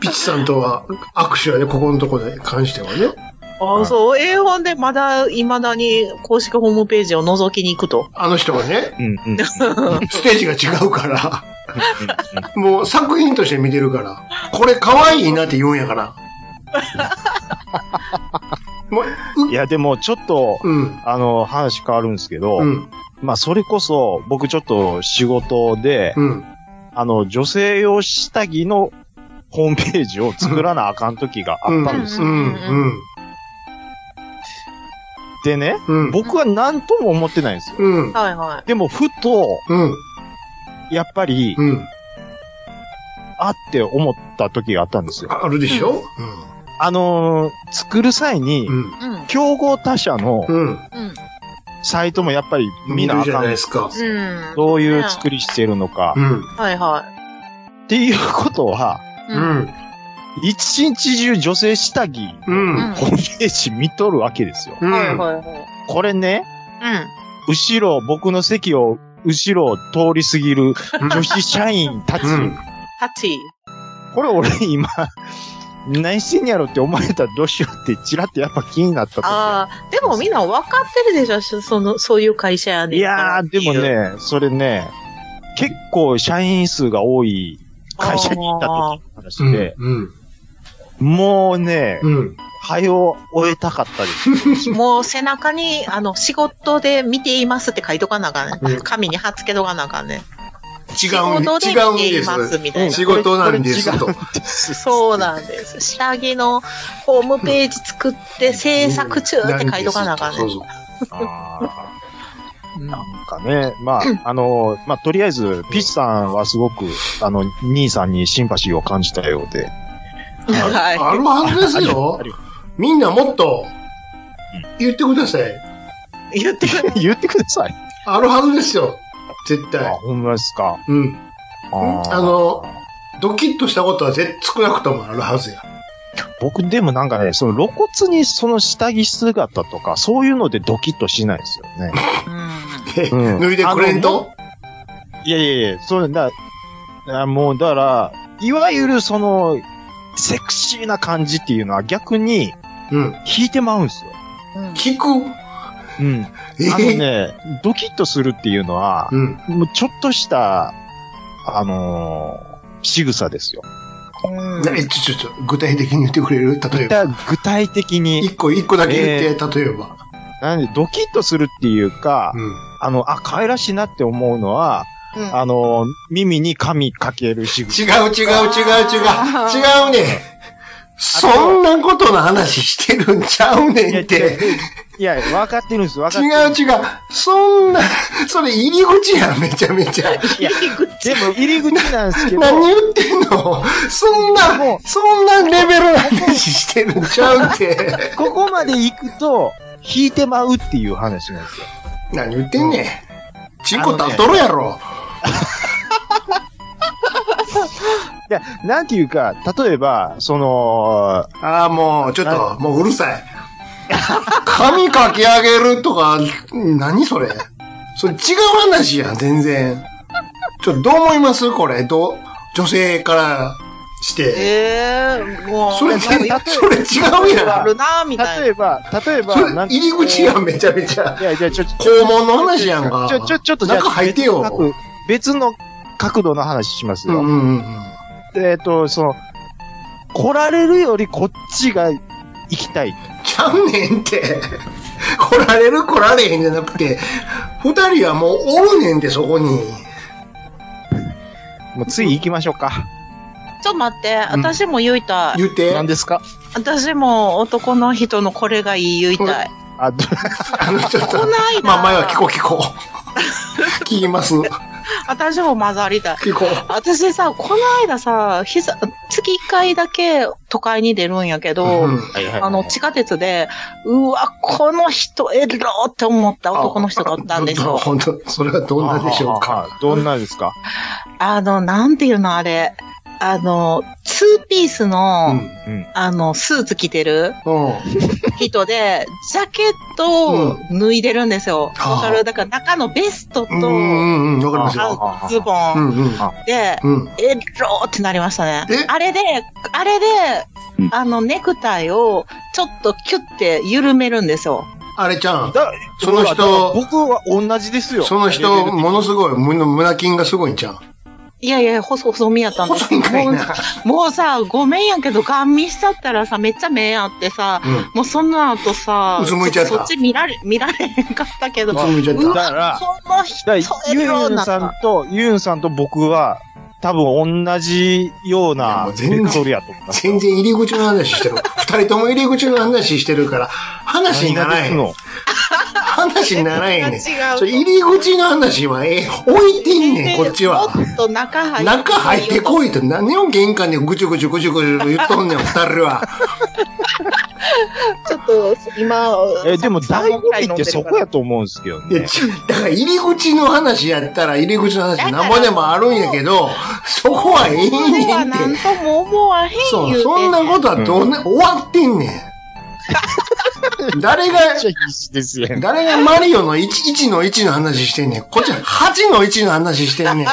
Speaker 4: ピチさんとは握手やで、ここのとこで関してはね。
Speaker 5: ああ、そう。英本でまだ、未だに公式ホームページを覗きに行くと。
Speaker 4: あの人はね、
Speaker 3: うんうん。
Speaker 4: ステージが違うから、もう作品として見てるから、これ可愛いなって言うんやから。もう、
Speaker 3: いや、でもちょっと、
Speaker 4: ううん、
Speaker 3: あの、話変わるんですけど、
Speaker 4: うん、
Speaker 3: まあ、それこそ、僕ちょっと仕事で、
Speaker 4: うん。
Speaker 3: あの、女性用下着のホームページを作らなあかん時があったんですよ。
Speaker 4: うん、うん、
Speaker 3: でね、
Speaker 4: うん、
Speaker 3: 僕は何とも思ってないんですよ。
Speaker 4: うん、
Speaker 5: はいはい。
Speaker 3: でも、ふと、
Speaker 4: うん、
Speaker 3: やっぱり、
Speaker 4: うん。
Speaker 3: あって思った時があったんですよ。
Speaker 4: あるでしょ
Speaker 3: あのー作る際に
Speaker 4: う、ん、
Speaker 5: うん。うん。
Speaker 3: 競合他社の
Speaker 4: うん、うん。
Speaker 3: サイトもやっぱり見な
Speaker 4: る
Speaker 3: あ
Speaker 4: じゃ
Speaker 3: か
Speaker 4: ない
Speaker 3: ん
Speaker 4: で。すか。
Speaker 5: うん。
Speaker 3: どういう作りしてるのか
Speaker 4: う。ん、
Speaker 5: はいは
Speaker 3: っていうことは、
Speaker 5: い。
Speaker 4: う。ん、
Speaker 3: 一日中女性下着
Speaker 4: う
Speaker 3: の
Speaker 4: ん、
Speaker 3: ホームページ見とるわけですよ。
Speaker 4: う
Speaker 5: はい
Speaker 4: ん。
Speaker 5: はいはい。
Speaker 3: これね、
Speaker 5: う
Speaker 3: 後ろ、僕の席を後ろを通り過ぎる女子社員たち。
Speaker 4: うん、
Speaker 5: ん。タッチ。
Speaker 3: これ俺今、何してんやろって思われたらどうしようってチラってやっぱ気になった時。
Speaker 5: ああ、でもみんな分かってるでしょしその、そういう会社やで。
Speaker 3: いやー、でも。ね、それね、結構社員数が多い会社にいた時の話で、
Speaker 4: うん、
Speaker 3: もうね、
Speaker 4: うん。
Speaker 3: 早を終えたかったです。
Speaker 5: もう背中に、あの、仕事で見ていますって書いとかなあかんね。
Speaker 4: うん
Speaker 5: 紙に貼っつけとかなあかんね。
Speaker 4: 違うんで
Speaker 5: 仕事
Speaker 4: す。
Speaker 5: で
Speaker 4: 違うん
Speaker 5: 見て
Speaker 4: で
Speaker 5: います
Speaker 4: す。
Speaker 5: みたいな。
Speaker 4: 仕事なんです
Speaker 3: ことれ。違うんです
Speaker 5: そうなんです。下着のホームページ作って制作中って書いとかなあかん
Speaker 4: そ
Speaker 5: ね
Speaker 4: う。そう
Speaker 3: あー
Speaker 5: うん
Speaker 3: なんかね、まあ、あの、まあ、とりあえず、ピッチさんはすごく、あの、兄さんにシンパシーを感じたようで。
Speaker 5: はい。
Speaker 4: あるはずですよ
Speaker 3: あり。
Speaker 4: みんなもっと、言ってください。
Speaker 5: 言ってくれ。
Speaker 3: 言ってください。
Speaker 4: あるはずですよ。絶
Speaker 3: あ、
Speaker 4: 対。
Speaker 3: ほんまですか。
Speaker 4: うん。
Speaker 3: あー
Speaker 4: あの、ドキッとしたことは絶少なくともあるはずや。
Speaker 3: 僕でもなんかね、その露骨にその下着姿とか、そういうのでドキッとしないですよね。 うん
Speaker 4: 脱いでくれんと
Speaker 3: いやいやいや、そうだ、あもうだから、いわゆるその、セクシーな感じっていうのは逆に
Speaker 4: うん。
Speaker 3: 引いてまうんですよ。
Speaker 5: うん
Speaker 4: 聞く
Speaker 3: うん。
Speaker 4: え
Speaker 3: あの
Speaker 4: え
Speaker 3: ね、ドキッとするっていうのは、
Speaker 4: うん。
Speaker 3: もうちょっとした、あのー、仕草ですよ。
Speaker 5: うん
Speaker 4: なえ、ちょ、ちょ、ちょ、具体的に言ってくれる例
Speaker 3: 具
Speaker 4: えば。
Speaker 3: 体具体的に、
Speaker 4: 一個、一個だけ言って、例えば。
Speaker 3: なんでドキッとするっていうか、
Speaker 4: うん。
Speaker 3: あの、あ、可愛らしいなって思うのは、
Speaker 5: うん
Speaker 3: あの、耳に髪かける仕草。
Speaker 4: 違う違う違う違う
Speaker 5: あ
Speaker 4: 違うねんそんなことの話してるんちゃうねんって。
Speaker 3: いや、分かってるんです、分か
Speaker 4: 違
Speaker 3: って
Speaker 4: う
Speaker 3: る。
Speaker 4: 違う。そんな、それ入り口やん、めちゃめちゃ。
Speaker 3: いや、でも入り口なんですけど、
Speaker 4: 何言ってんのそん
Speaker 3: も
Speaker 4: な、そんなレベルの話してるんちゃうって。
Speaker 3: ここまで行くと、引いてまうっていう話なんですよ。
Speaker 4: 何言ってんねん。チンコ立っとるやろ。
Speaker 3: いや、なんていうか、例えば、その、
Speaker 4: ああ、もう、ちょっと、もううるさい。髪かき上げるとか、何それ。それ違う話やん、全然。ちょっとどう思いますこれ、どう、女性からして。
Speaker 5: ええ、もう、
Speaker 4: それ、
Speaker 5: なん
Speaker 4: 全
Speaker 5: か
Speaker 4: 然それ違うや
Speaker 5: あ
Speaker 4: ん
Speaker 5: る。な、みたいな
Speaker 3: 例。えば、例えば
Speaker 4: そ、れ、
Speaker 3: なん
Speaker 4: 入り口やん、めちゃめちゃ
Speaker 3: い。やいや、ちょ、ちょ、
Speaker 4: 肛門の話やんか。
Speaker 3: ちょ、ちょ、ちょっとじゃあ
Speaker 4: 中入ってよ。
Speaker 3: 別の角別の角度の話します
Speaker 4: う
Speaker 3: よ。
Speaker 4: んうんうん。
Speaker 3: えっ、と、その、来られるよりこっちが行きたい。
Speaker 4: ちゃうねんって。来られる来られへんじゃなくて、二人はもうおるねんって、そこに。
Speaker 3: もうつい行きましょうか。
Speaker 5: ちょっと待って、私も言いたい。
Speaker 4: 言って。
Speaker 3: 何ですか
Speaker 5: 私も男の人のこれがいい言いたい。
Speaker 3: あ、ど
Speaker 4: あの、ちょっと
Speaker 5: こない。な
Speaker 4: まあ、前は聞こう聞こう。聞きます。聞
Speaker 5: 私も混ざりたい。
Speaker 4: こ
Speaker 5: 私さ、この間さ、膝、月1回だけ都会に出るんやけ
Speaker 4: う。
Speaker 5: ど、
Speaker 4: うん
Speaker 5: あの、地下鉄で、うわ、この人エロって思った男の人がおったんですよ。
Speaker 4: 本当それはどんなでしょうか。
Speaker 3: か。どんなですか
Speaker 5: あの、なんていうのあれ。あの、ツーピースの、
Speaker 4: うん。
Speaker 5: あの、スーツ着てる
Speaker 4: うん。
Speaker 5: 人で、ジャケットを脱いでるんですよ。
Speaker 4: うん
Speaker 5: わか
Speaker 4: は
Speaker 5: る
Speaker 4: あ
Speaker 5: だから中のベストと、
Speaker 4: うんうんうん。わかりますよ。
Speaker 5: あのズボ
Speaker 4: うん
Speaker 5: ン
Speaker 4: うん。
Speaker 5: で、
Speaker 4: うん。
Speaker 5: エローってなりましたね
Speaker 4: え。
Speaker 5: あれで、あれで、あの、ネクタイをちょっとキュッて緩めるんですよ。
Speaker 4: あれちゃん、
Speaker 3: だ
Speaker 4: その人
Speaker 3: だから僕は同じですよ。
Speaker 4: その
Speaker 3: レベル
Speaker 4: 人、
Speaker 3: 的に
Speaker 4: ものすごい、胸胸筋がすごいんちゃう。
Speaker 5: いやいや、細、細身やったんです
Speaker 4: 細いんかいな。
Speaker 5: もうさ、ごめんやけど、ガン見しちゃったらさ、めっちゃ目あってさ、
Speaker 4: うん。
Speaker 5: もうその後さ、
Speaker 4: うつむいちゃった
Speaker 5: そっち見られ、見られへんかったけど、
Speaker 4: うつむいちゃっ
Speaker 5: う
Speaker 4: た。
Speaker 3: だから、
Speaker 5: この人
Speaker 3: だ、
Speaker 5: そ
Speaker 3: から
Speaker 5: れ
Speaker 3: ユ
Speaker 5: よう
Speaker 3: ン
Speaker 5: な
Speaker 3: さ
Speaker 5: さ
Speaker 3: ん、と、ユンさんと僕は、多分同じよう
Speaker 4: いや
Speaker 3: な
Speaker 4: もう全然
Speaker 3: ベクトルやと思います。
Speaker 4: 全然入り口の話してる。二人とも入り口の話してるから、話にならへん。
Speaker 3: の
Speaker 4: 話にならへんねん。
Speaker 5: 違う
Speaker 4: それ入り口の話は、ええ、置いてんねん、こっちは。
Speaker 5: もっと中入って。
Speaker 4: 中入ってこいと、何を玄関でぐちゅぐちゅぐちゅぐちゅ言っと んねん、二人は。
Speaker 5: ちょっと、今、
Speaker 3: え、でも醍醐味ってそこやと思うんですけど
Speaker 4: いや、
Speaker 3: ね。
Speaker 4: ちだから入り口の話やったら入り口の話なんぼでもあるんやけど、そこは ええ
Speaker 5: それ
Speaker 4: ね
Speaker 5: は
Speaker 4: ん
Speaker 5: なん
Speaker 4: って。
Speaker 5: とも思わへん
Speaker 4: そ
Speaker 5: 言
Speaker 4: う、
Speaker 5: う
Speaker 4: そんなことはどうね、終わってんねん。誰が、
Speaker 3: めっちゃ必死ですよ。
Speaker 4: 誰がマリオの 1, 1の1の話してんねん。こっちは8の1の話してんねん。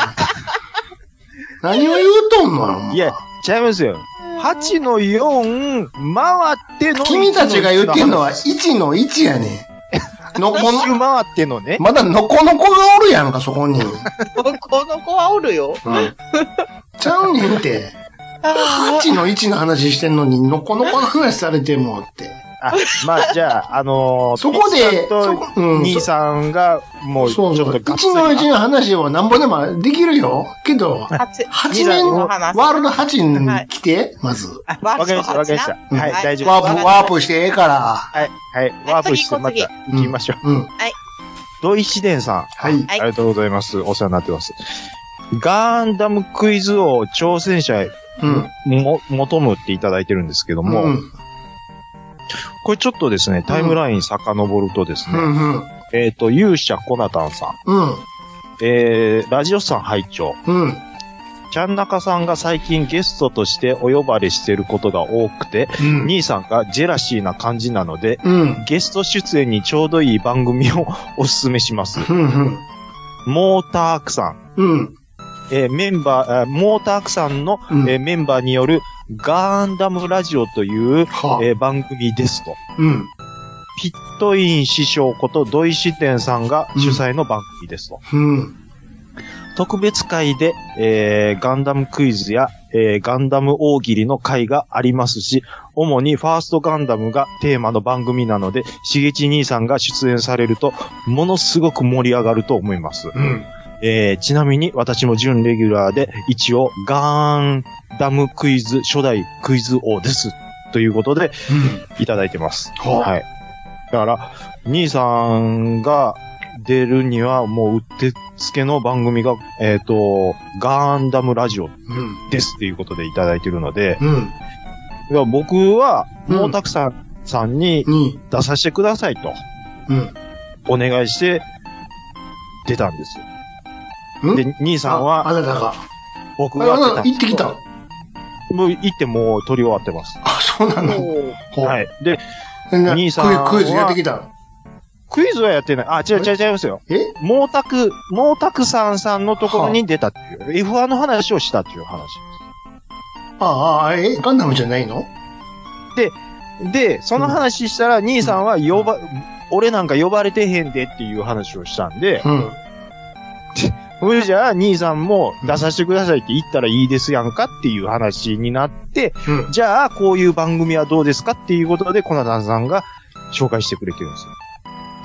Speaker 4: 何を言うとんのよお前
Speaker 3: いや、ちゃいますよ。8の4、回っての。
Speaker 4: 君たちが言ってんのは1の1やね ん。のこ
Speaker 3: 一周
Speaker 4: の、
Speaker 3: 回ってのね。
Speaker 4: まだのこのこがおるやんか、そこに。うん。
Speaker 5: と。この子はおる よ。
Speaker 4: ちゃうねんって。
Speaker 5: あ
Speaker 4: 8の1の話してんのに、のこのこの話されてもって。
Speaker 3: あ、まあ、じゃあ、あのー、
Speaker 4: そこで
Speaker 3: ピッチさん
Speaker 4: そこう
Speaker 3: と
Speaker 4: ん
Speaker 3: 兄さんが、もう、ち
Speaker 4: そ
Speaker 3: ょ
Speaker 4: う
Speaker 3: っ
Speaker 4: そ
Speaker 3: と
Speaker 4: う。
Speaker 3: ガッツ
Speaker 4: 一のうちの話はなんぼでもできるよ。けど、
Speaker 5: 八
Speaker 4: 八
Speaker 5: 二
Speaker 4: 面、
Speaker 5: の
Speaker 4: ワ
Speaker 5: 話
Speaker 4: ールド8
Speaker 5: はい
Speaker 4: に来て、まず。
Speaker 5: あワ
Speaker 3: わかりました、わかりました。
Speaker 4: うん
Speaker 3: はい、大丈夫
Speaker 4: ワ
Speaker 3: で
Speaker 4: ー
Speaker 3: す。
Speaker 4: プ、ワープしてええから。
Speaker 3: はい、はい、ワープしてまた
Speaker 5: 次
Speaker 3: 行きましょう。
Speaker 4: うん。
Speaker 3: ドイシデンさん、
Speaker 4: はい。
Speaker 5: はい
Speaker 3: ありがとうございます。お世話になってます。ガンダムクイズ王挑戦者へ
Speaker 4: うん。
Speaker 3: も、求むっていただいてるんですけども、
Speaker 4: うん。
Speaker 3: これちょっとですね、タイムライン遡るとです
Speaker 4: う
Speaker 3: ね、
Speaker 4: ん。うん。
Speaker 3: えっ、と、勇者コナタンさん、
Speaker 4: うん。
Speaker 3: えー、ラジオさん拝聴
Speaker 4: うん。
Speaker 3: ちゃんなかさんが最近ゲストとしてお呼ばれしてることが多くて、
Speaker 4: うん。
Speaker 3: 兄さんがジェラシーな感じなので、
Speaker 4: うん。
Speaker 3: ゲスト出演にちょうどいい番組を おすすめします。
Speaker 4: うん。
Speaker 3: モータークさん、
Speaker 4: うん。
Speaker 3: えーメンバー、あモータークさんの、
Speaker 4: うん
Speaker 3: えーメンバーによるガンダムラジオという、
Speaker 4: は
Speaker 3: えー番組ですと。
Speaker 4: うん。
Speaker 3: ピットイン師匠こと土井支店さんが主催の番組ですと。
Speaker 4: うん。
Speaker 3: 特別会で、えー、ガンダムクイズや、えー、ガンダム大喜利の会がありますし、主にファーストガンダムがテーマの番組なので、しげち兄さんが出演されると、ものすごく盛り上がると思います。
Speaker 4: うん。
Speaker 3: えー、ちなみに私も準レギュラーで、一応、ガンダムクイズ初代クイズ王です。ということで、いただいてます。
Speaker 4: はあ
Speaker 3: はい。だから、兄さんが出るにはもううってつけの番組が、えっ、と、ガンダムラジオ
Speaker 4: うん。
Speaker 3: ですっていうことでいただいてるので、
Speaker 4: うん。
Speaker 3: だから僕は、
Speaker 4: うん
Speaker 3: もうたくさんさんに
Speaker 4: に。
Speaker 3: 出させてくださいと、
Speaker 4: うん。
Speaker 3: お願いして、出たんです。
Speaker 4: ん
Speaker 3: で、兄さん
Speaker 4: あ、あ
Speaker 3: は、
Speaker 4: なたが。
Speaker 3: 僕
Speaker 4: あ
Speaker 3: が
Speaker 4: な
Speaker 3: 出
Speaker 4: た
Speaker 3: たんで
Speaker 4: 行ってきた。
Speaker 3: す。もう行ってもう撮り終わってます。
Speaker 4: あ、そうなの。ほう
Speaker 3: はい。で、
Speaker 4: な
Speaker 3: 兄さんは
Speaker 4: クイクイズやってきた。
Speaker 3: クイズはやってない。あ、違う違う違いますよ。
Speaker 4: え
Speaker 3: 毛沢、毛沢さんさんのところに出たっていう、F1 の話をしたっていう話
Speaker 4: ああ、えガンダムじゃないの
Speaker 3: です。で、その話したら、兄さんは呼ば、俺なんか呼ばれてへんでっていう話をしたんで、
Speaker 4: うん。
Speaker 3: それじゃあ兄さんも出させてくださいって言ったらいいですやんかっていう話になって、
Speaker 4: うん
Speaker 3: じゃあこういう番組はどうですかっていうことで、コナタンさんが紹介してくれてるんで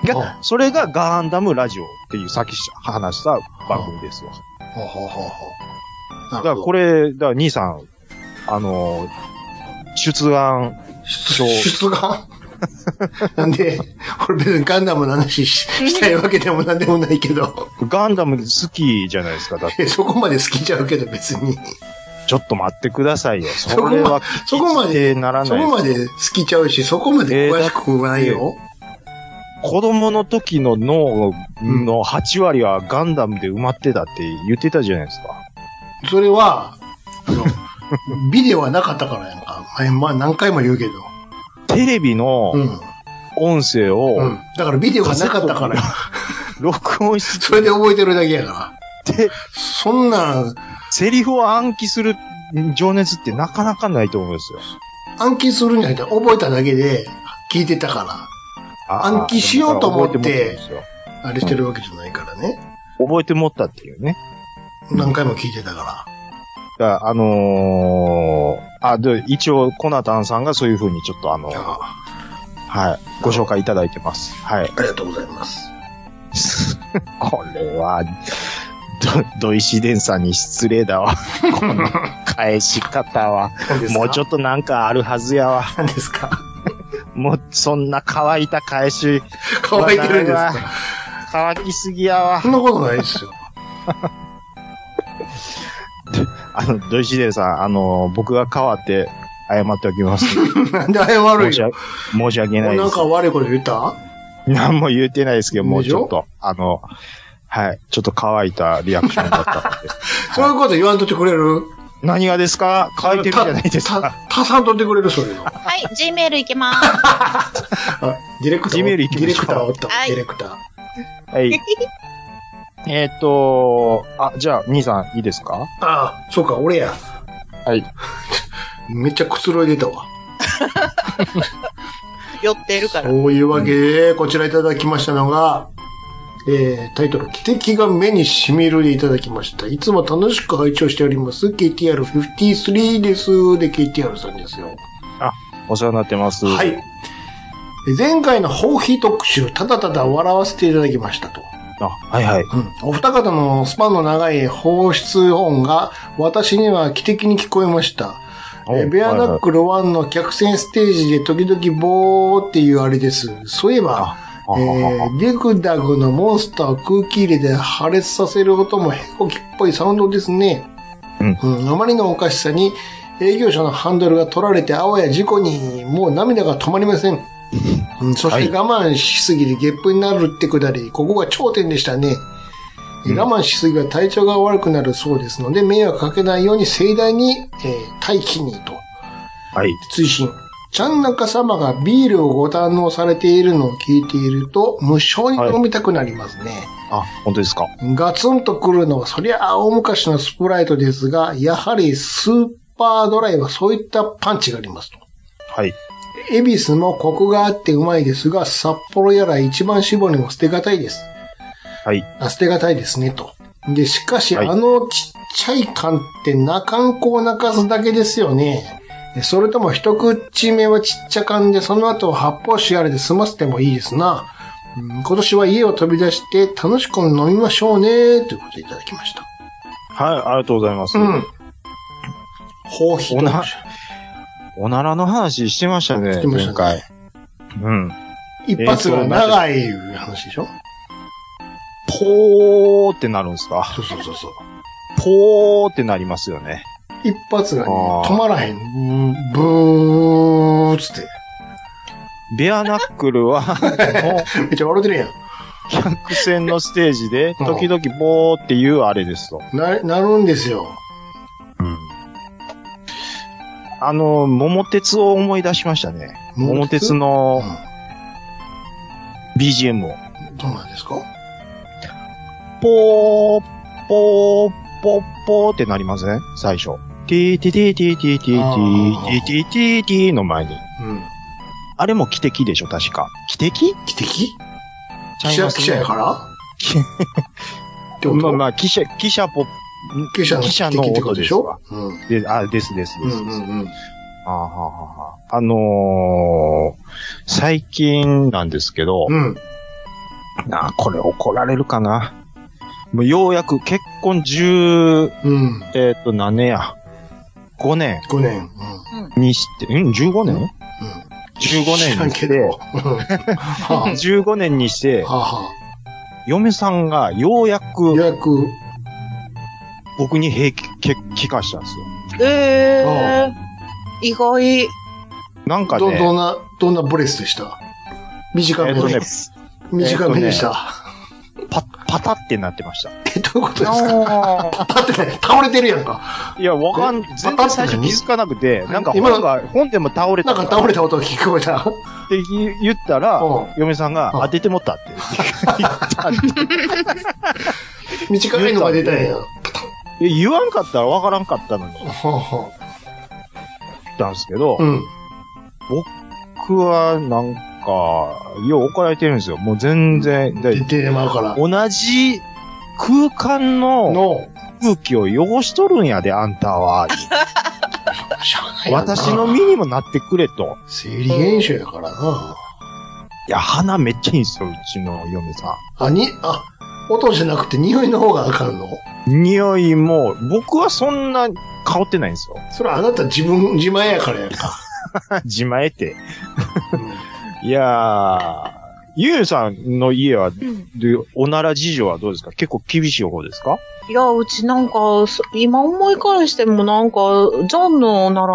Speaker 3: すよ。
Speaker 4: あ
Speaker 3: が、それがガンダムラジオっていうさっき話した番組ですわ。
Speaker 4: ほうほうほうほう。
Speaker 3: だからこ
Speaker 4: れ、
Speaker 3: れ、だから兄さん、あのー、出願、
Speaker 4: 出出願 なんで、俺別にガンダムの話ししたいわけでもなんでもないけど、
Speaker 3: ガンダム好きじゃないですか。だって
Speaker 4: えそこまで好きちゃうけど別に。
Speaker 3: ちょっと待ってくださいよ。そ
Speaker 4: こま
Speaker 3: れは、
Speaker 4: そこま
Speaker 3: で
Speaker 4: で、
Speaker 3: なら
Speaker 4: そ
Speaker 3: ない
Speaker 4: こ。まで好きちゃうし、そこまで詳しくはないよ。
Speaker 3: 子供の時の脳の8割はガンダムで埋まってたって言ってたじゃないですか。
Speaker 4: それは、あのビデオはなかったからやんか。前、まあ何回も言うけど。
Speaker 3: テレビの
Speaker 4: うん。
Speaker 3: 音声
Speaker 4: う
Speaker 3: を
Speaker 4: ん。だからビデオがなかったから。
Speaker 3: 録音し
Speaker 4: それで覚えてるだけやから。
Speaker 3: て、
Speaker 4: そんなん、
Speaker 3: セリフを暗記する情熱ってなかなかないと思うんですよ。
Speaker 4: 暗記するんじゃなくて、覚えただけで聞いてたか
Speaker 3: あー
Speaker 4: 暗記しようと思って
Speaker 3: 覚えもたんですよ
Speaker 4: ら、あれしてるわけじゃないからね。
Speaker 3: 覚えてもったっていうね。
Speaker 4: 何回も聞いてたから。
Speaker 3: だあのー、あ、で、一応、コナタンさんがそういう風にちょっとあの、は
Speaker 4: あ
Speaker 3: い、ご紹介いただいてます。 はい。
Speaker 4: ありがとうございます。
Speaker 3: これは、ど、土井紫伝さんに失礼 だわ。この返し方は。もうちょ
Speaker 4: っ
Speaker 3: っとなんかあるはずやわ。
Speaker 4: と。何ですか
Speaker 3: もう、そんな乾いた返し、
Speaker 4: 乾いてるんです
Speaker 3: わ
Speaker 4: か
Speaker 3: 乾きすぎやわ
Speaker 4: そ。んなことないですよ。
Speaker 3: あの、土井紫伝さん、あの、僕が変わって謝っておき ます。
Speaker 4: なんで謝る
Speaker 3: 申し
Speaker 4: よ。
Speaker 3: 訳申し訳ないです。
Speaker 4: なんか悪いこと言った
Speaker 3: 何も言えてないですけど、もう
Speaker 4: で
Speaker 3: ち
Speaker 4: しょ
Speaker 3: ょっと、あの、はい、ちょっと乾いたリアクションだったんで。
Speaker 4: そういうこと言わんとってくれる
Speaker 3: 何がですか乾いてるじゃないです
Speaker 4: た
Speaker 3: か。、
Speaker 4: たさんとってくれる、そういうの。あ
Speaker 5: はい、G メールいけます。
Speaker 4: ディレクター。
Speaker 3: Gmail
Speaker 4: デ
Speaker 3: 行きましょ
Speaker 4: ィ
Speaker 3: う
Speaker 4: レクターおったわ
Speaker 5: は。い
Speaker 4: ディレクター。
Speaker 3: はい。えーっと、あ、じゃあ、兄さんいいですか
Speaker 4: ああ、そうか、俺や。
Speaker 3: はい。
Speaker 4: めっちゃくつろいでたわ。
Speaker 5: 寄ってるから。
Speaker 4: そういうわけで、こちらいただきましたのが、えー、タイトル、汽笛が目にしみるでいただきました。いつも楽しく拝聴しております。KTR53 です。で、KTR さんですよ。
Speaker 3: お世話になってます。
Speaker 4: は。い。前回の放棄特集、ただただ笑わせていただきましたと。
Speaker 3: あ、はいはい。
Speaker 4: うんお二方のスパンの長い放出音が私には奇跡に聞こえました。
Speaker 3: お
Speaker 4: えーベアナックル1の客船ステージで時々ボーっていうあれです。そういえば、え
Speaker 3: あ
Speaker 4: ー、デグダグのモンスターを空気入れで破裂させる音もへこきっぽいサウンドですね。
Speaker 3: うん
Speaker 4: あまりのおかしさに営業者のハンドルが取られてあわや事故にもう涙が止まりません。うんそして我慢しすぎてゲップになるってくだり、ここが頂点でしたね。えー我慢しすぎは体調が悪くなるそうですので、迷惑かけないように盛大に、えー待機にと。
Speaker 3: はい。
Speaker 4: 追伸。ちゃん中様がビールをご堪能されているのを聞いていると、無性に飲みたくなりますね。
Speaker 3: あ、本当ですか。
Speaker 4: ガツンとくるのは、そりゃあ大昔のスプライトですが、やはりスーパードライはそういったパンチがありますと。
Speaker 3: はい。
Speaker 4: エビスもコクがあってうまいですが、札幌やら一番絞りも捨てがたいです。
Speaker 3: はい。
Speaker 4: あ捨てがたいですね、と。で、しかし、
Speaker 3: はい
Speaker 4: あのちっちゃい缶って、なかんこを泣かすだけですよね。それとも一口目はちっちゃ缶で、その後は発泡酒あれで済ませてもいいですな。うん今年は家を飛び出して楽しく飲みましょうね、ということでいただきました。
Speaker 3: はい、ありがとうございます。
Speaker 4: うん。放棄
Speaker 3: おなおならの話してましたね、
Speaker 4: してました
Speaker 3: 前
Speaker 4: ね
Speaker 3: 回。うん。
Speaker 4: 一発が長いいう話でしょ
Speaker 3: ぽーってなるんですか
Speaker 4: そうそうそうそう。
Speaker 3: ぽーってなりますよね。
Speaker 4: 一発がね、
Speaker 3: あー
Speaker 4: 止まらへん。ブーっつって。
Speaker 3: ベアナックル は、もう
Speaker 4: めっちゃ笑ってるやん。
Speaker 3: 客船のステージで、
Speaker 4: うん
Speaker 3: 時々ぼーっていうあれですと。
Speaker 4: な、なるんですよ。
Speaker 3: あの、桃鉄を思い出しましたね。桃鉄
Speaker 4: うん
Speaker 3: の BGM を。
Speaker 4: どうなんですか
Speaker 3: ぽー、ぽー、ぽー、ぽーってなりません最初。てーててーてーてーてーて
Speaker 4: あ
Speaker 3: ー
Speaker 4: ー
Speaker 3: てーてーてーの前に。
Speaker 4: うん。
Speaker 3: あれも汽笛でしょ、確か。汽笛
Speaker 4: 汽笛
Speaker 3: ちゃい
Speaker 4: 汽車、
Speaker 3: ます
Speaker 4: 汽車やから
Speaker 3: 汽
Speaker 4: って こと
Speaker 3: まあまあ、汽車、汽車ぽ、
Speaker 4: 汽車の
Speaker 3: 汽車
Speaker 4: 汽
Speaker 3: の
Speaker 4: 笛ってこ
Speaker 3: 音
Speaker 4: と
Speaker 3: で
Speaker 4: で
Speaker 3: し
Speaker 4: し
Speaker 3: ょ
Speaker 4: ょうん。
Speaker 3: で、あ、ですです
Speaker 4: う
Speaker 3: です。
Speaker 4: んうんうん。
Speaker 3: あーはーはーはーあのー、最近なんですけど、
Speaker 4: うん。
Speaker 3: なあ、これ怒られるかな。もうようやく結婚10、
Speaker 4: うん。
Speaker 3: えっ、と、何年や。5年
Speaker 4: 5年。
Speaker 3: にして、ん ?15
Speaker 4: うん
Speaker 3: 年
Speaker 4: うん。
Speaker 3: 15年に
Speaker 4: 知らんけ
Speaker 3: し
Speaker 4: ど。 うん
Speaker 3: て、
Speaker 4: は
Speaker 3: 15年にして
Speaker 4: あ、は
Speaker 3: 嫁さんがようや
Speaker 4: あ。予
Speaker 3: く
Speaker 4: 約。
Speaker 3: 僕に平気、け帰化したんですよ。
Speaker 5: え
Speaker 4: あ
Speaker 5: ー、意外。
Speaker 3: なんか
Speaker 4: ど、ど
Speaker 3: ね、
Speaker 4: んな、どんなブレスでした短
Speaker 3: え
Speaker 4: め
Speaker 3: っとね
Speaker 4: で。短めでした。
Speaker 3: パ、パタってなってました。
Speaker 4: え、どういうことですか
Speaker 5: あー
Speaker 4: パタってね、倒れてるやんか。
Speaker 3: いや、わかん、全然最初気づかなくて、なんか本が、本でも倒れ
Speaker 4: な
Speaker 3: たか
Speaker 4: んから倒れた音が聞こえた。
Speaker 3: って言言ったら
Speaker 4: うん、
Speaker 3: 嫁さんが
Speaker 4: うん
Speaker 3: 当ててもったって言ったんで
Speaker 4: 短いのが出たんやん。は
Speaker 3: え言わんかったらわからんかったのに言っ
Speaker 4: あは
Speaker 3: たんですけど
Speaker 4: あ。う、ん。
Speaker 3: 僕はなんか、よう怒られてるんですよ。もう全然。
Speaker 4: 出
Speaker 3: で
Speaker 4: てまうから。
Speaker 3: 同じ空間の
Speaker 4: の、
Speaker 3: 空気を汚しとるんやで、あんたは。
Speaker 4: しゃあないやんな
Speaker 3: 私の身にもなってくれと。
Speaker 4: 生理現象やからな。
Speaker 3: いや、鼻めっちゃいいんですよ、うちの嫁さ
Speaker 4: あ、に、あ、音じゃなくて匂いの方があかんの
Speaker 3: ん。匂いも、僕はそんな香ってないんですよ。
Speaker 4: それはあなた自分、自前やからやんか。
Speaker 3: 自前って。
Speaker 4: うん
Speaker 3: いやー。ゆうさんの家は、
Speaker 5: うん
Speaker 3: でおなら事情はどうですか結構厳しい方ですか
Speaker 5: いや、うちなんか、そ今思い返してもなんか、ジョンのなら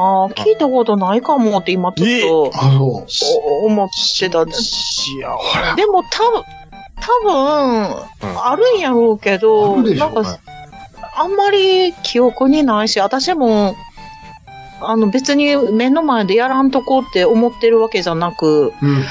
Speaker 5: 聞いたことないかもって今ちょっと
Speaker 4: あ、そう。
Speaker 5: お思ってた。
Speaker 3: いや、
Speaker 5: でも多分、多分、あるんやろうけど、
Speaker 4: あるでし
Speaker 5: な
Speaker 4: ょ
Speaker 5: んか、あんまり記憶にないし、私も、あの別に目の前でやらんとこって思ってるわけじゃなく、
Speaker 4: うん。
Speaker 3: うん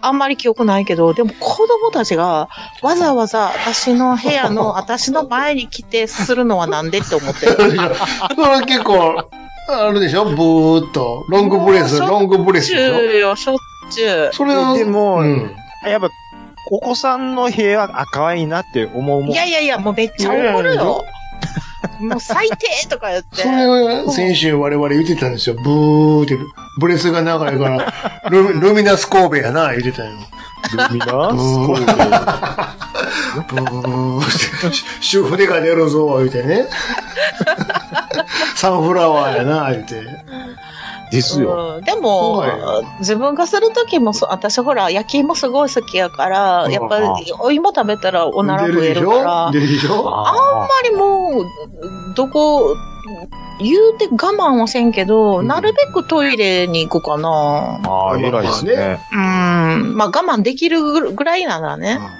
Speaker 5: あんまり記憶ないけど、でも子供たちがわざわざ私の部 屋の私の前に来てするのはなんでって思ってる。
Speaker 4: それは結構、あるでしょブーっと。ロングブレス、ロングブレス
Speaker 5: し
Speaker 4: で
Speaker 5: ょっちゅ
Speaker 4: し
Speaker 5: うよ、しょっちゅう
Speaker 4: ょ。それは、
Speaker 3: でも
Speaker 4: うん。
Speaker 3: やっぱ、お子さんの部屋、あ、可愛いなって思うもん。
Speaker 5: いやいやいや、もうめっちゃ怒るよ。もう最低とか言って。
Speaker 4: それは先週我々言ってたんですよ。ブーって、ブレスが長いから、ルミルミナス神戸やな、言ってたよ。
Speaker 3: ルミ ナス神戸
Speaker 4: ブーって、し主婦でが出るぞ、言うてね。サンフラワーやな、言うて。
Speaker 3: ですよ。
Speaker 5: うん、でも、
Speaker 4: は
Speaker 5: 自分がするときもそう、私ほら、焼き芋すごい好きやから、やっぱり
Speaker 3: あ
Speaker 5: お芋食べたらおなら
Speaker 4: 出る
Speaker 5: 増え
Speaker 4: でし
Speaker 5: るから、
Speaker 4: ょ
Speaker 5: あん
Speaker 4: 出るでしょ
Speaker 3: あ
Speaker 5: まりもう、どこ、言うて我慢はせんけど、
Speaker 4: うん
Speaker 5: なるべくトイレに行くかな。
Speaker 3: ーあー、偉いですね。
Speaker 5: うん、まあ我慢できるぐらいならね。
Speaker 3: うん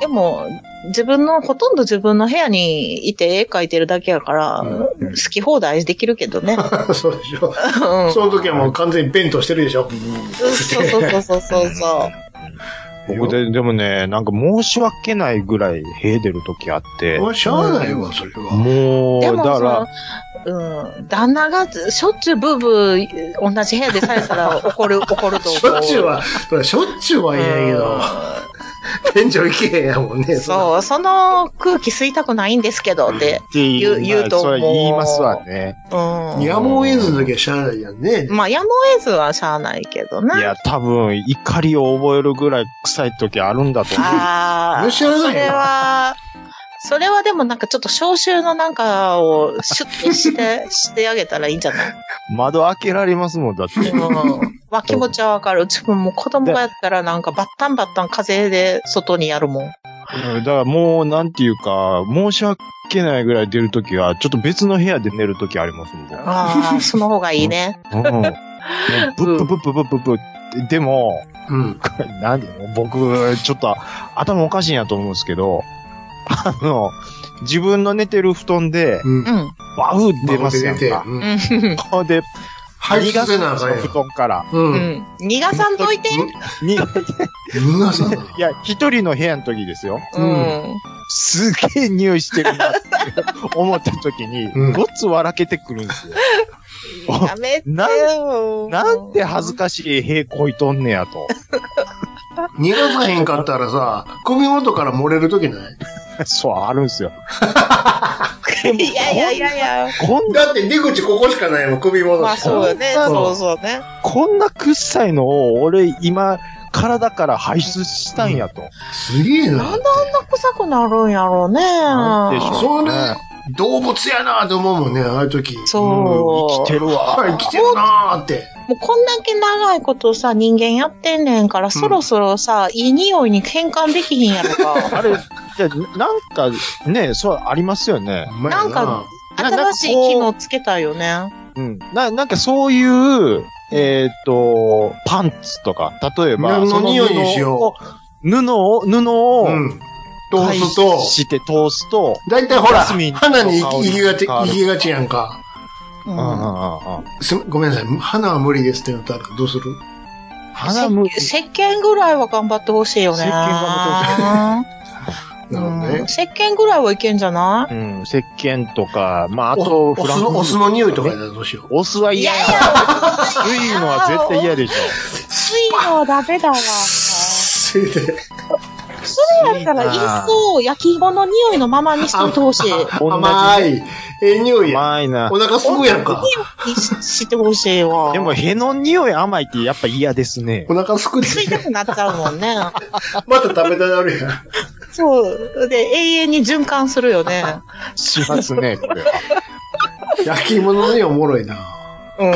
Speaker 5: でも、自分の、ほとんど自分の部屋にいて絵描いてるだけやから、
Speaker 3: うん
Speaker 5: 好き放題できるけどね。
Speaker 4: そうでしょ
Speaker 5: うん
Speaker 4: その時はもう完全に弁当してるでしょ
Speaker 5: そうそうそうそうそうそう。
Speaker 3: 僕で、でもね、なんか申し訳ないぐらい塀出る時あって、
Speaker 4: もうしゃあないわ、それは。
Speaker 3: もう、
Speaker 5: で
Speaker 3: だ
Speaker 5: も
Speaker 3: か
Speaker 5: その、うん、旦那がしょっちゅうブーブー同じ部屋でさえたら 怒る、怒ると思う。
Speaker 4: しょっちゅうは、それしょっちゅうは言えんけど、店長行けへんやもんね。
Speaker 5: うんそう、その空気吸いたくないんですけど
Speaker 3: ら、
Speaker 5: っ
Speaker 3: って
Speaker 5: て。
Speaker 3: 言う、
Speaker 5: 言うと
Speaker 3: それは言いますわね。
Speaker 5: うん。
Speaker 4: やむを得ずの時はしゃあないやんね。
Speaker 5: まあ、やむを得ずはしゃあないけど
Speaker 3: い
Speaker 5: な。
Speaker 3: や、多分、怒りを覚えるぐらい臭い時あるんだと思う。
Speaker 5: ああ、
Speaker 4: むしろ
Speaker 5: そ
Speaker 4: ないよ
Speaker 5: れは、それはでもなんかちょっと消臭のなんかをシュッ として、してあげたらいいんじゃない
Speaker 3: 窓開けられますもん、だって。
Speaker 5: うん。わ、気持ちはわかる。うちももう子供がやったらなんかバッタンバッタン風で外にやるもん。
Speaker 3: うんだからもう、なんていうか、申し訳ないぐらい出るときは、ちょっと別の部屋で寝るときありますもんね。
Speaker 5: ああ、その方がいいね。
Speaker 3: うん。もうブッブッブッブッブッブッってでも、
Speaker 4: うん。
Speaker 3: なんで僕、ちょっと頭おかしいなと思うんですけど、あの、自分の寝てる布団で、
Speaker 4: うん
Speaker 5: う。ん。
Speaker 3: バフ出ますやん
Speaker 4: て。
Speaker 3: か。
Speaker 4: うん
Speaker 5: う
Speaker 3: ほんで、
Speaker 4: 排出
Speaker 3: 逃がす
Speaker 4: せ
Speaker 3: ん
Speaker 4: なあ
Speaker 3: です
Speaker 4: かん
Speaker 3: よ
Speaker 4: やん
Speaker 3: 布。団から。
Speaker 4: うん。
Speaker 5: ん。逃がさんといて。
Speaker 3: にい
Speaker 4: 逃がさない。
Speaker 3: や、一人の部屋の時ですよ。
Speaker 5: う。
Speaker 4: うん
Speaker 3: すげえ匂いしてるなって思った時に、
Speaker 4: うん
Speaker 3: ごっつ笑けてくるんですよ。
Speaker 5: やめてよ。
Speaker 3: なんて恥ずかしい平行いとんねやと。
Speaker 4: 逃がさへんかったらさ、首元から漏れる時ない
Speaker 3: そう、あるん ですよ。
Speaker 5: いやいやいやいや。
Speaker 3: こんな、
Speaker 4: だって出口ここしかないもん、首元
Speaker 5: まあそうよね。
Speaker 3: そんな
Speaker 5: そ
Speaker 3: の
Speaker 5: うそうね。
Speaker 3: こんな臭いのを俺今、体から排出したんやと。
Speaker 4: すげえ
Speaker 5: な
Speaker 4: な。
Speaker 5: んであんな臭くなるんやろうね。
Speaker 3: なんでしょう
Speaker 4: それ、動物やなと思うもんね、ああいう時。
Speaker 5: そう。
Speaker 3: 生きてる
Speaker 4: あ
Speaker 3: わ。
Speaker 4: 生きてるなーって。
Speaker 5: もうこんだけ長いことさ、人間やってんねんから、そろそろさ、いい匂いに変換できひんやろか。
Speaker 3: あれ、じゃあなんか、ね、そうありますよね。
Speaker 4: ほんまや
Speaker 5: なんか
Speaker 3: ななんかこ
Speaker 5: 新
Speaker 3: う
Speaker 5: しい機能つけたいよね。
Speaker 3: うん。な、なんかそういう、えーっ、と、パンツとか、例えば、
Speaker 4: 布の
Speaker 3: そ
Speaker 4: 匂いにしよ
Speaker 3: 布を、布を、布を、
Speaker 4: うん。通すと、
Speaker 3: して通すと、
Speaker 4: だいたいほら、
Speaker 3: ジャスミンの
Speaker 4: 花に行きがち、
Speaker 3: 香
Speaker 4: 行
Speaker 3: り
Speaker 4: きがちやんか。
Speaker 5: う
Speaker 3: うんんうんうんうん
Speaker 4: すごめんなさい、花は無理ですってなったらどうする
Speaker 3: 花む、
Speaker 5: 石鹸ぐらいは頑張ってほしいよね。
Speaker 3: 石鹸頑張
Speaker 4: なるほど
Speaker 5: うん
Speaker 4: ね。
Speaker 5: 石鹸ぐらいはいけんじゃな
Speaker 3: うん、石鹸とか、まあ、あ
Speaker 4: お
Speaker 3: と、
Speaker 4: お
Speaker 3: フラ
Speaker 4: 酢
Speaker 3: ン
Speaker 4: の、お酢
Speaker 3: ス。
Speaker 4: の匂いとかやったらどうしよう。
Speaker 3: お酢はい
Speaker 5: い
Speaker 3: 嫌
Speaker 5: やい
Speaker 3: や。
Speaker 5: や、
Speaker 3: 薄いのは絶対嫌でしょ。
Speaker 5: 薄いのはダメだわ。そ
Speaker 4: それで、
Speaker 5: れやったら、いっそ焼き芋の匂いのままにしといてほしい。
Speaker 4: 甘い、ええ匂いや。
Speaker 3: 甘いな
Speaker 4: お。腹すぐやんか。
Speaker 5: にしてほしいわ。
Speaker 3: でも、への匂い甘いってやっぱ嫌ですね
Speaker 4: お。腹すくで、
Speaker 5: ついたくなっちゃうもんね。
Speaker 4: また食べたなるやん。
Speaker 5: そう。で、永遠に循環するよね。
Speaker 3: しますね、これは。
Speaker 4: 焼き芋の匂いおもろいな。
Speaker 5: う
Speaker 4: お
Speaker 5: ん。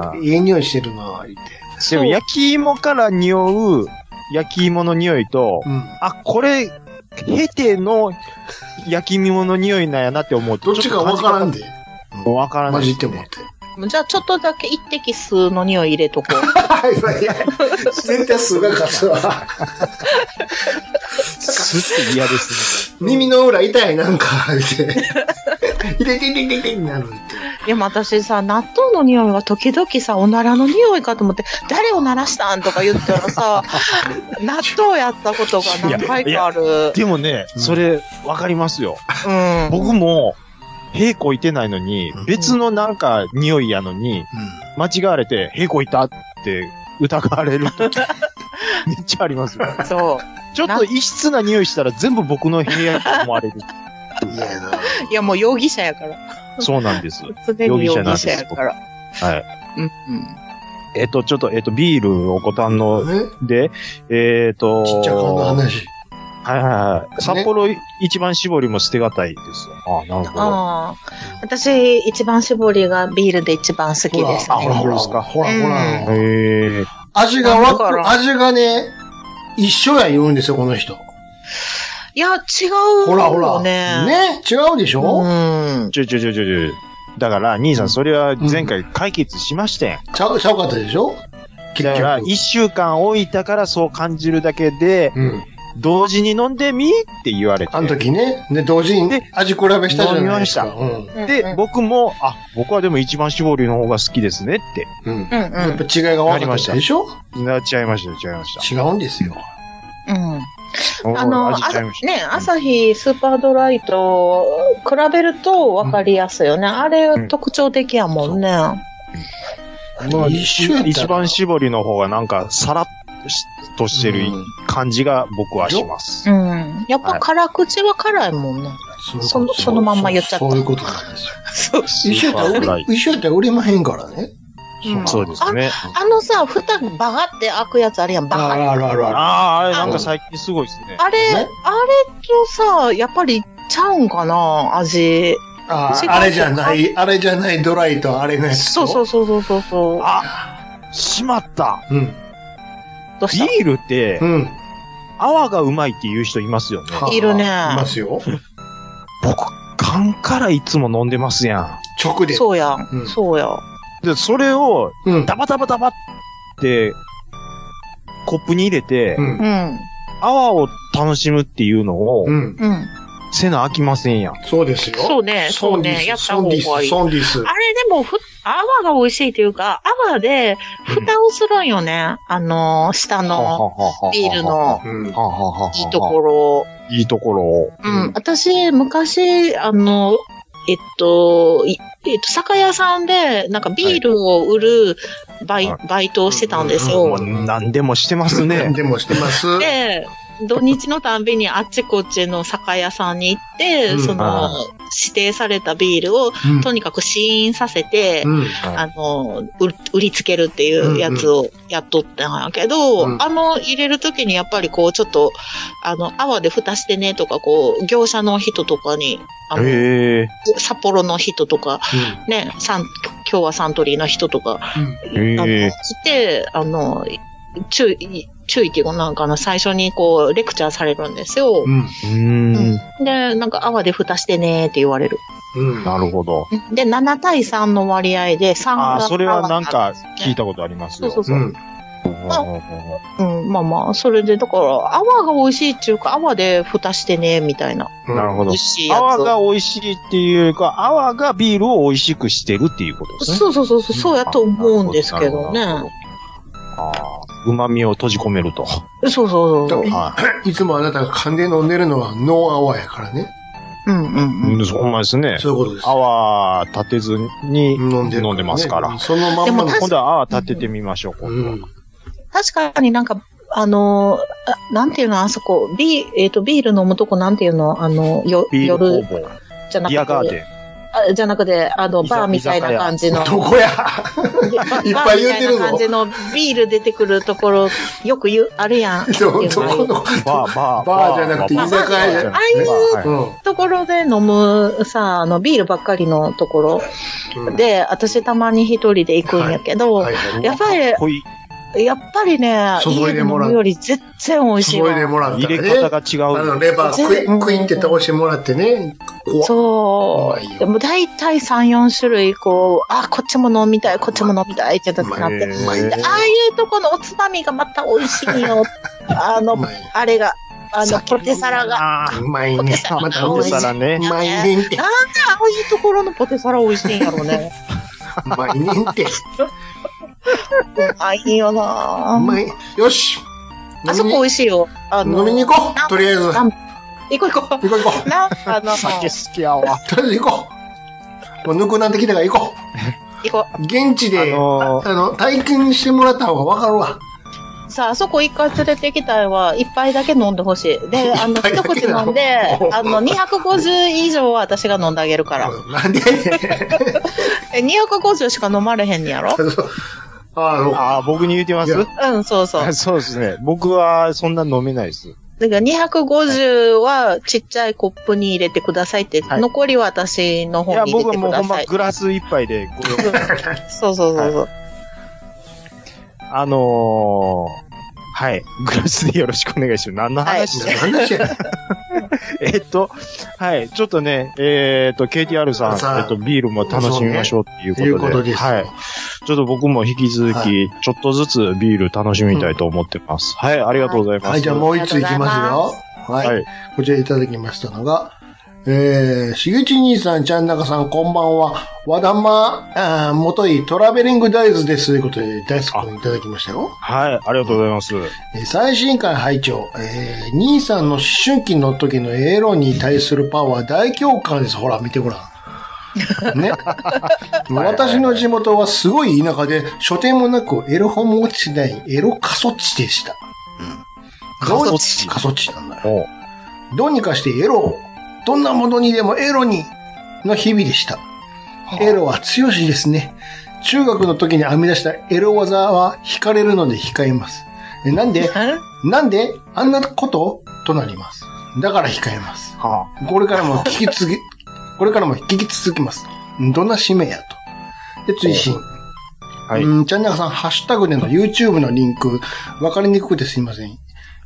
Speaker 4: ー、ええ匂いしてるな、言って。
Speaker 3: でも焼き芋から匂う焼き芋の匂いと、
Speaker 4: うん。
Speaker 3: あ、これ、ヘテの焼き芋の匂いなんやなって思う
Speaker 4: ど
Speaker 3: と。
Speaker 4: っちかわからんで。
Speaker 3: ちょっと感じ方もわからな
Speaker 4: 混
Speaker 3: い。
Speaker 4: じってもらって。
Speaker 5: じゃあ、ちょっとだけ一滴酢の匂い入れとこう。
Speaker 4: はいはいはい。絶対すが勝つわ。
Speaker 3: すって嫌ですね。
Speaker 4: 耳の裏痛い、なんか、言って。いてててててになるって。
Speaker 5: でも私さ、納豆の匂いが時々さ、おならの匂いかと思って、誰おならしたんとか言ったら さ、納豆やったことが何回かある。
Speaker 3: でもね、それ、わかりますよ。
Speaker 5: うん。
Speaker 3: 僕も、平行いてないのに、別のなんか匂いやのに、間違われて、平行いたって疑われる 時。めっちゃありますよ。
Speaker 5: そう。
Speaker 3: ちょっと異質な匂いしたら全部僕の部屋と思われる。
Speaker 4: 嫌やな。
Speaker 5: いや、もう容疑者やから。
Speaker 3: そうなんです。
Speaker 5: 常に容疑者やから。
Speaker 3: はい。
Speaker 5: うん、うん。
Speaker 3: えっと、ちょっと、えっと、ビールをご堪能
Speaker 4: え
Speaker 3: で、えっと、
Speaker 4: ちっちゃかんの話。
Speaker 3: はいはいはい。札幌一番絞りも捨てがたいです。あなるほど。
Speaker 5: ああ。私、一番絞りがビールで一番好きです
Speaker 3: あほら
Speaker 5: ね。
Speaker 3: ほらですか
Speaker 4: ほらほら。
Speaker 5: う
Speaker 3: へえ。
Speaker 4: 味が
Speaker 5: だか
Speaker 4: わ、
Speaker 5: ら
Speaker 4: 味がね、一緒や言うんですよ、この人。
Speaker 5: いや、違う
Speaker 4: ほらほ
Speaker 5: よ
Speaker 4: ら。
Speaker 5: ね。。
Speaker 4: ね違うでしょ、
Speaker 5: うん。
Speaker 3: ちょちょちょちょちょ。だから、兄さん、それは前回解決しましたやん。
Speaker 4: ちゃう、ちゃうかったでしょ結
Speaker 3: だから、
Speaker 4: 局。
Speaker 3: 一週間置いたからそう感じるだけで、
Speaker 4: うん。
Speaker 3: 同時に飲んでみって言われて。
Speaker 4: あの時ね。で、同時に
Speaker 3: で
Speaker 4: 味比べしたじゃないですか。
Speaker 3: 飲
Speaker 4: うん。
Speaker 3: で、僕も、あ、僕はでも一番絞りの方が好きですねって。
Speaker 4: うん。
Speaker 5: うん、
Speaker 4: やっぱ違いが分かったでしょ
Speaker 3: なっちゃいました、違いまし
Speaker 4: 違うんですよ。
Speaker 5: うん。うん。
Speaker 3: た。
Speaker 5: あ
Speaker 3: お
Speaker 5: の、
Speaker 3: 味
Speaker 5: あ
Speaker 3: ちゃいました。
Speaker 5: ね、朝日スーパードライと比べると分かりやすいよね。あれ特徴的やもんね。
Speaker 3: まあ
Speaker 4: 一緒やったら
Speaker 3: 一番絞りの方がなんか、さらっとしてる
Speaker 4: うん
Speaker 3: 感じが僕はします
Speaker 5: う。ん。やっぱ辛口は辛いもんね。
Speaker 4: そういうこと
Speaker 5: そのそのまんま言っちゃった
Speaker 4: そうそういうことなんですよ。
Speaker 5: そう
Speaker 4: 一緒やった
Speaker 3: スーパーフ
Speaker 4: ら
Speaker 3: ラ
Speaker 4: 売
Speaker 3: イ
Speaker 4: れ、一緒やったら売れまへんからね。
Speaker 5: うん
Speaker 3: そうですね。
Speaker 5: あのさ、蓋バガって開くやつあるやん、バ
Speaker 4: あ
Speaker 5: ガ。
Speaker 4: らあらあらあら。
Speaker 3: ああ、あれなんか最近すごいですね。
Speaker 5: あれ、あれ
Speaker 4: ね
Speaker 5: とさ、やっぱりちゃうんかな、味。
Speaker 4: あ
Speaker 5: 違う
Speaker 4: あれじゃない、あれじゃないドライとあれのやつ
Speaker 5: そ
Speaker 4: と。
Speaker 5: うそうそうそうそうそ
Speaker 3: あ、しまった。
Speaker 4: う。うん。
Speaker 5: う。どうした
Speaker 3: ビールって
Speaker 4: う、ん。
Speaker 3: 泡がうまいって言う人いますよね。
Speaker 4: はい
Speaker 5: るね
Speaker 4: いますよ。
Speaker 3: 僕、缶からいつも飲んでますや
Speaker 4: 直で。
Speaker 5: そうや、
Speaker 4: うん
Speaker 5: ん、そうや。
Speaker 3: ん。で、それを、
Speaker 4: うん。
Speaker 3: ダバダバダバって、コップに入れて、
Speaker 4: う。
Speaker 5: うんん。
Speaker 3: 泡を楽しむっていうのを
Speaker 4: う、ん。
Speaker 5: うん。
Speaker 3: せな飽きませんやん。
Speaker 4: そうですよ。
Speaker 5: そうね
Speaker 4: ソンディ
Speaker 5: そうね
Speaker 4: ス
Speaker 5: やった方がいい
Speaker 4: ソンディス。ソンディ
Speaker 5: あれでもふ、泡が美味しいというか、泡で蓋をするんよね。あの、下のビールの
Speaker 4: ス。うん。
Speaker 5: いいところ
Speaker 3: ろ。
Speaker 5: を。
Speaker 3: いいところを。
Speaker 5: う
Speaker 4: うん
Speaker 5: ん。私、昔、あの、えっと、いえっと、酒屋さんで、なんかビールを売るバイ,、
Speaker 3: は
Speaker 5: バイトをしてたんです
Speaker 4: うんうん
Speaker 5: よ
Speaker 3: も。う何でもしてますね。
Speaker 4: でもしてます。
Speaker 5: で、土日のたんびにあっちこっちの酒屋さんに行って、
Speaker 4: うん
Speaker 5: その
Speaker 3: は、
Speaker 5: 指定されたビールを、
Speaker 4: うん
Speaker 5: とにかく試飲させて、
Speaker 4: うん。
Speaker 5: あの、売り売りつけるっていうやつをやっとったんやけど、
Speaker 4: うん
Speaker 5: あの、入れるときにやっぱりこう、ちょっと、あの、泡で蓋してねとか、こう、業者の人とかに、あの、
Speaker 3: へえ。
Speaker 5: 札幌の人とか、ね、サン、今日はサントリーの人とか、
Speaker 3: へ
Speaker 5: あの、
Speaker 3: え
Speaker 5: 来。て、あの、注意、注意っていうかなんかの最初にこう、レクチャーされるんですよ
Speaker 4: う。ん。
Speaker 3: うーん。
Speaker 5: で、なんか泡で蓋してねって言われる。
Speaker 4: うん。
Speaker 3: なるほど。
Speaker 5: で、7対3の割合で3が
Speaker 3: ああ、それはなん
Speaker 5: 泡
Speaker 3: か聞いたことあります
Speaker 5: そう
Speaker 3: よ。
Speaker 5: そうそうう。
Speaker 4: ん。
Speaker 5: うん、まあまあ、それで、だから、泡が美味しいっていうか、泡で蓋してね、みたいな。
Speaker 3: なるほ
Speaker 5: 美
Speaker 3: ど
Speaker 5: 味。しいやつ。
Speaker 3: 泡が美味しいっていうか、泡がビールを美味しくしてるっていうことですね。
Speaker 5: そうそうそう、そうそうやと思うんですけどね。
Speaker 3: なるほああ、旨味を閉じ込めると。
Speaker 5: そうそうそう。
Speaker 4: だ
Speaker 3: はい
Speaker 4: つもあなたが噛んで飲んでるのはノンアワーやからね。
Speaker 5: うんうんうん。
Speaker 3: い。ほんまですね。
Speaker 4: そういうことです。
Speaker 3: 泡立てずに
Speaker 4: 飲んでるらね
Speaker 3: 飲んでますから。
Speaker 4: うんそのまんまの。
Speaker 5: でも確
Speaker 3: 今度は泡立ててみましょう、今度は。
Speaker 5: 確かになんか、あのー、あなんていうの、あそこ、ビー、えっ、と、ビール飲むとこなんていうの、あの、よ、
Speaker 3: ビール
Speaker 5: 夜
Speaker 3: 工房、
Speaker 5: じゃな
Speaker 3: ビアガ
Speaker 5: く
Speaker 3: ー
Speaker 5: て、
Speaker 3: デ
Speaker 5: あじゃなくて、あの、
Speaker 3: 居酒
Speaker 5: バーみたいな 感じの、
Speaker 4: どこや
Speaker 5: バー
Speaker 4: いっ
Speaker 5: み
Speaker 4: ぱい言
Speaker 5: た
Speaker 4: う
Speaker 5: い
Speaker 4: てる
Speaker 5: な
Speaker 4: ぞ
Speaker 5: 感じのビール出てくるところ、よく言う、ある やん。
Speaker 4: どどこの、
Speaker 3: ン。バー、バー、
Speaker 4: バーじゃなくて。
Speaker 5: 居酒屋じゃなくてあ
Speaker 3: いううん
Speaker 5: ところで飲むさ、あの、ビールばっかりのところ
Speaker 4: うん
Speaker 5: で、私たまに一人で行くんやけど、
Speaker 4: はいはい。
Speaker 5: やっぱり、
Speaker 3: こい
Speaker 5: やっぱりね、
Speaker 4: 注い
Speaker 5: 家
Speaker 4: で
Speaker 5: で飲
Speaker 4: もらう
Speaker 5: むより全然美味しい
Speaker 4: 注いで
Speaker 5: わ。
Speaker 4: もらった
Speaker 3: 入れ
Speaker 4: らね。
Speaker 3: 方が違
Speaker 4: あの、
Speaker 3: う。
Speaker 4: レバークイン、クインって倒してもらってね。怖っ
Speaker 5: そう
Speaker 4: まいよ
Speaker 5: う。でも大体3、4種類こう、あ、こっちも飲みたい、こっちも飲みたいってなって
Speaker 4: ま
Speaker 5: な
Speaker 4: あ
Speaker 5: って。
Speaker 3: えー
Speaker 4: うまいんだ
Speaker 5: ああいうとこのおつまみがまた美味しい よ。あ
Speaker 4: う
Speaker 5: の
Speaker 4: ま、い。
Speaker 5: あれが、あの、ポテサラが。
Speaker 3: ああ、
Speaker 4: うまいね。またう
Speaker 3: お
Speaker 4: まい
Speaker 3: 皿
Speaker 4: ね。
Speaker 3: ね
Speaker 4: う。まいねんて。
Speaker 5: なんでああいうところのポテサラ美味しいんやろうね。
Speaker 4: うまいねんて。
Speaker 5: うんあ、いいよな
Speaker 4: うまい。よし。
Speaker 5: あそこ美味しいよ。あの
Speaker 4: 飲みに行こう。とりあえず。
Speaker 5: な
Speaker 4: 行
Speaker 5: ん行こう行こ
Speaker 4: こう行こ
Speaker 5: う。なんか あの、
Speaker 3: 酒
Speaker 5: 行
Speaker 3: 好きやわ。
Speaker 4: う。とりあえず行こう。もうぬくなってきたから行こ
Speaker 5: こ
Speaker 4: う。現地で、
Speaker 3: あのー
Speaker 4: あの、体験してもらった方がわかるわ。
Speaker 5: う。さあ、あそこ一回連れてきたいは、一杯だけ飲んでほしい。で、あの、
Speaker 4: 一杯
Speaker 5: 一
Speaker 4: だけ
Speaker 5: 口飲んで、あの、250以上は私が飲んであげるから。
Speaker 4: なんで
Speaker 5: え、250しか飲まれへんねや ろ
Speaker 4: あの、
Speaker 3: ああ、僕に言うてま
Speaker 4: いや
Speaker 3: す
Speaker 5: うん、そうそう。
Speaker 3: そうですね。僕はそんな飲めないです。
Speaker 5: だから250はちっちゃいコップに入れてくださいって、
Speaker 3: はい
Speaker 5: 残りは私の
Speaker 3: い
Speaker 5: 方
Speaker 3: や、
Speaker 5: に入
Speaker 3: 僕
Speaker 5: れ
Speaker 3: はもうほ
Speaker 5: てくだ
Speaker 3: んま
Speaker 5: さい。
Speaker 3: グラス一杯で、これを
Speaker 5: そうそうそうそう。
Speaker 3: あのー、はい。グラスでよろしくお願いします。何の話ですか、
Speaker 4: 話や。
Speaker 3: えっと、はい。ちょっとね、えっと、KTR さん、
Speaker 4: さあ
Speaker 3: えっと、ビールも楽しみましょうっていうことで。
Speaker 4: いうことです。
Speaker 3: はい。ちょっと僕も引き続
Speaker 4: は
Speaker 3: き、ちょっとずつビール楽しみたいと思ってます。はい、ありがとうございます。
Speaker 4: はい、じゃあもう一ついきますよ。はい。
Speaker 3: はい
Speaker 4: こちらいただきましたのが、えー、しげち兄さん、ちゃんなかさん、こんばんは。わだま、あーもとい、トラベリングダイズです。ということで、大好きにいただきましたよ。
Speaker 3: はい、ありがとうございます。
Speaker 4: えー最新回拝聴、えー、兄さんの思春期の時のエロに対するパワー大共感です。ほら、見てごらん。 ね。私の地元はすごい田舎で、書店もなくエロ本も落ちてないエロ過疎地でした。
Speaker 3: どうぞ
Speaker 4: 過疎地なんだよ。
Speaker 3: お
Speaker 4: どうにかしてエロを、どんなものにでもエロに、の日々でした。エロは強しですね。中学の時に編み出したエロ技は惹かれるので控えます。えなんで、なんであんなこととなります。だから控えます。
Speaker 3: は
Speaker 4: これからも聞き続け、これからも聞き続きます。どんな使命やと。で、追伸。。
Speaker 3: はいう
Speaker 4: ん、チャンネルさん、ハッシュタグでの YouTube のリンク、わかりにくくてすいません。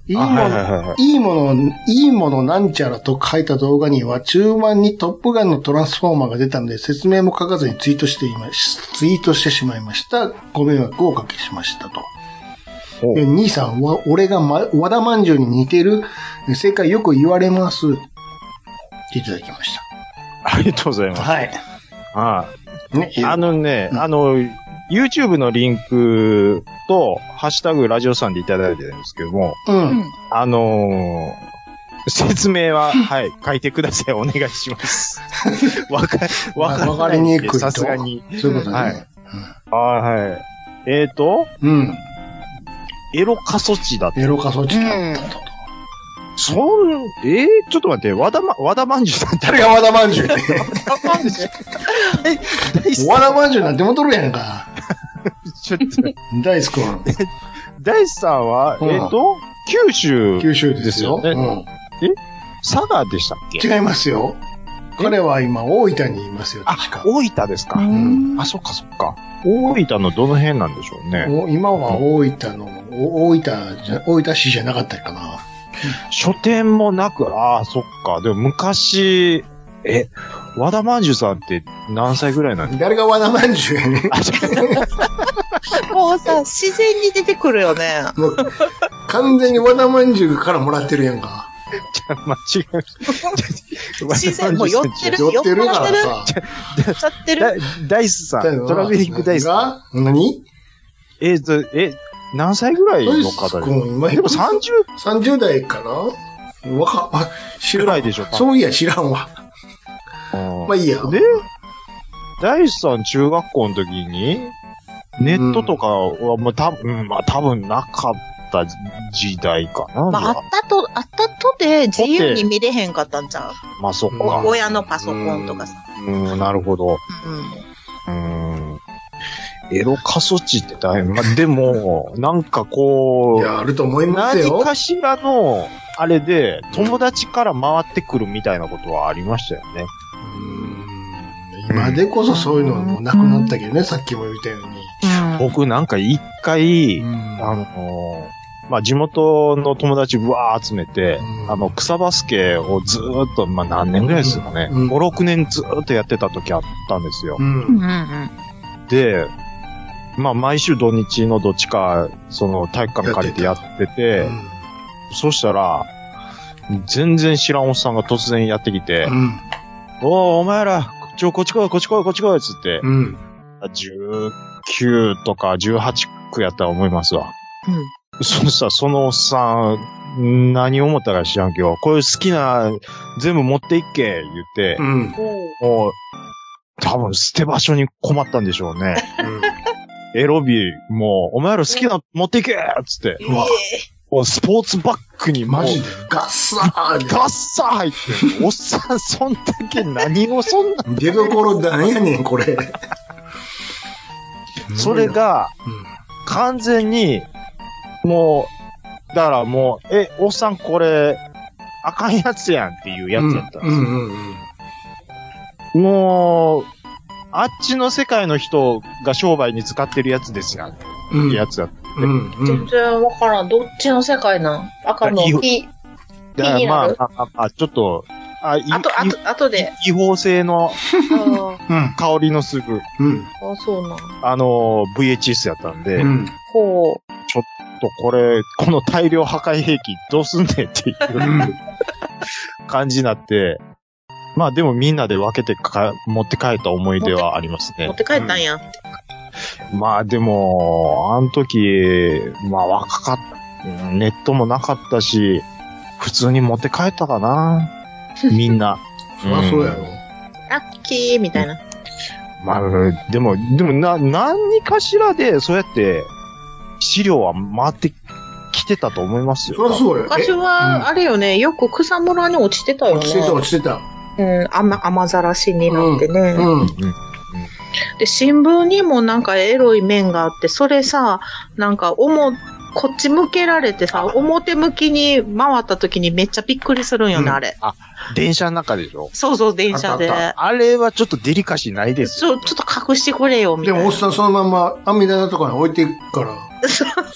Speaker 4: いいもの、
Speaker 3: あはい
Speaker 4: い、
Speaker 3: はいはいはい
Speaker 4: もの、いいものなんちゃらと書いた動画には、中盤にトップガンのトランスフォーマーが出たので、説明も書かずにツイートしていまし、ツイートしてしまいました。ご迷惑をおかけしましたと。
Speaker 3: お
Speaker 4: え兄さんは、俺が、ま、和田まんじゅうに似てる、正解よく言われます。っていただきまし
Speaker 3: ありがとうございま
Speaker 4: た。
Speaker 3: す。
Speaker 4: はい。
Speaker 3: は
Speaker 4: ね、
Speaker 3: い。あのね、
Speaker 4: うん
Speaker 3: あの、YouTube のリンクと、ハッシュタグラジオさんでいただいてるんですけども、
Speaker 4: うん。
Speaker 3: あのー説明 は、はい、書いてください。お願いします。わか、わか
Speaker 4: わからり
Speaker 3: ない
Speaker 4: に
Speaker 3: んで
Speaker 4: くいと。
Speaker 3: さすがに。。
Speaker 4: そういうことね。
Speaker 3: はいあはい。えっ、と、
Speaker 4: うん。
Speaker 3: エロ過疎地だって。
Speaker 4: エロ化装置だ
Speaker 5: うん
Speaker 4: ったと。
Speaker 3: そん、えー、ちょっと待って、和田ま、和田まんじゅうさんって
Speaker 4: 誰が和田まんじ ゅう
Speaker 3: 大好
Speaker 4: 和田まんじゅうなんてもとるやんか。
Speaker 3: き、ちょっと、
Speaker 4: 大好き
Speaker 3: 大地さんは、
Speaker 4: うん
Speaker 3: えっ、と、九州、
Speaker 4: 九州ですよ。
Speaker 3: ですよ
Speaker 4: う
Speaker 3: 佐賀でしたっけ
Speaker 4: ん違いますよ。彼は今、大分にいますよ、
Speaker 3: あ
Speaker 4: 確か、。
Speaker 3: 大分ですか。
Speaker 4: ん
Speaker 3: あ、そっかそっか。大分のどの辺なんでしょうね。
Speaker 4: お今は大分の、お大分じゃ、大分市じゃなかったかな。
Speaker 3: 書店もなく、ああ、そっか。でも昔、え、和田まんじゅうさんって何歳ぐらいなんで
Speaker 4: 誰が和田まんじゅうやねん。
Speaker 3: す か
Speaker 5: もうさ、自然に出てくるよね。
Speaker 4: もう、完全に和田まんじゅうからもらってるやんか。
Speaker 3: 間違えました和田まんじゅ
Speaker 5: 自
Speaker 3: うさん
Speaker 5: 然、もう寄ってる。
Speaker 4: 寄ってるから
Speaker 5: 酔っ
Speaker 4: さ。
Speaker 5: 払っちゃって
Speaker 3: だ
Speaker 5: る。
Speaker 3: ダイスさん、トラベリングダイスさん。
Speaker 4: が何
Speaker 3: えっと、え、何歳ぐらいの方で
Speaker 4: 君今
Speaker 3: でも30
Speaker 4: 30代かなわか、あ、知ら
Speaker 3: ぐ
Speaker 4: ん
Speaker 3: らいでしょうか。
Speaker 4: そういや、知らんわ。まあいいや。
Speaker 3: で、ダイスさん中学校の時に、ネットとかは、まあ、多分、うんまあ、多分なかった時代かな。
Speaker 5: まあ、あったと、あったとで自由に見れへんかったんじゃん。
Speaker 3: まあそっ
Speaker 4: う
Speaker 3: か
Speaker 4: ん。
Speaker 5: お親のパソコンとかさ。
Speaker 3: うん、なるほど。
Speaker 5: うん。
Speaker 3: うん。エロ過疎地って大変。まあ、で も、なんか
Speaker 4: い
Speaker 3: こう、
Speaker 4: や、あると思います
Speaker 3: 何
Speaker 4: よ。
Speaker 3: かしらの、あれで、友達から回ってくるみたいなことはありましたよね。
Speaker 4: うん今でこそそういうのもなくなったけどね、さっきも言ったように。
Speaker 3: 僕なんか一回、
Speaker 4: うん
Speaker 3: あのーまあ、地元の友達ぶわー集めて、
Speaker 4: うん
Speaker 3: あの、草バスケをずーっと、まあ、何年ぐらいですかね。
Speaker 4: うん
Speaker 3: 5、6年ずーっとやってた時あったんですよ
Speaker 4: う。。
Speaker 5: うんんうん
Speaker 3: で、まあ、毎週土日のどっちか、その、体育館借りてやってて、そしたら、全然知らんおっさんが突然やってきて、
Speaker 4: うん。
Speaker 3: おー、お前ら、ちょ、こっち来い、こっち来い、こっち来い、つって、
Speaker 4: うん。
Speaker 3: 19とか18区やったら思いますわ。そしたらそのおっさん、何思ったか知らんけど、これ好きな、全部持っていっけ、言って
Speaker 4: う、ん。
Speaker 3: もう、多分捨て場所に困ったんでしょうね。エロビー、もう、お前ら好きな、持っていけっつって、
Speaker 4: うわ、
Speaker 3: おスポーツバッグにもう
Speaker 4: マジでガッサーで
Speaker 3: ガッサー入って、おっさん、そんだけ何をそん な、
Speaker 4: 出どころなんやねん、これ。
Speaker 3: それが、完全に、もう、だからもう、え、おっさんこれ、あかんやつやんっていうや
Speaker 4: うん、
Speaker 3: つやったん
Speaker 4: う
Speaker 3: ですよ
Speaker 4: んうんうんうん。
Speaker 3: もう、あっちの世界の人が商売に使ってるやつですやんって
Speaker 4: うん
Speaker 3: やつやっ
Speaker 4: うんうん
Speaker 7: 全。然わからん。どっちの世界なん赤の
Speaker 3: いや
Speaker 7: P。
Speaker 3: た。
Speaker 7: 気に
Speaker 3: ま
Speaker 7: な
Speaker 3: あ
Speaker 7: る、
Speaker 3: まあ、まあ、ちょっと、あ、い
Speaker 5: あと、あと、あとで。
Speaker 3: 違法性の
Speaker 7: あ
Speaker 4: うん。
Speaker 3: 香りのする、
Speaker 4: うん。
Speaker 7: ーあ、そうなん。
Speaker 3: あの、VHS やったんで、
Speaker 4: うん。
Speaker 7: ほ
Speaker 3: と、これ、この大量破壊兵器どうすんねんっていう感じになって、まあでもみんなで分けてか持って帰った思い出はあります
Speaker 5: 持
Speaker 3: ね
Speaker 5: っ。て帰ったんや。
Speaker 3: まあでも、あの時、まあ若かった、ネットもなかったし、普通に持って帰ったか な。みんな。
Speaker 4: そりゃそうやろ。
Speaker 5: ラッキーみたいな。
Speaker 3: まあ、でも、でもな、何かしらで、そうやって、資料は回ってきてたと思いますよ。
Speaker 4: そりゃそうや
Speaker 5: 昔は、あれよね、よく草むらに落ちてた
Speaker 4: え
Speaker 5: よね。
Speaker 4: 落ちてた、落ちてた。
Speaker 5: うん、雨、雨ざらしになってね。
Speaker 4: うん。
Speaker 5: で、新聞にもなんかエロい面があって、それさ、なんか、おも、こっち向けられてさ、表向きに回った時にめっちゃびっくりするんよね、
Speaker 4: うん
Speaker 5: あれ。
Speaker 3: 電車の中でしょ
Speaker 5: そうそう、電車で
Speaker 4: あっ。た
Speaker 3: あれはちょっとデリカシーないです
Speaker 5: ち
Speaker 3: よ。
Speaker 5: ょ、ちょっと隠してくれよ、み
Speaker 4: で
Speaker 5: たい
Speaker 4: も、お
Speaker 5: な
Speaker 4: っ。さんそのまま網棚とかに置いていくから。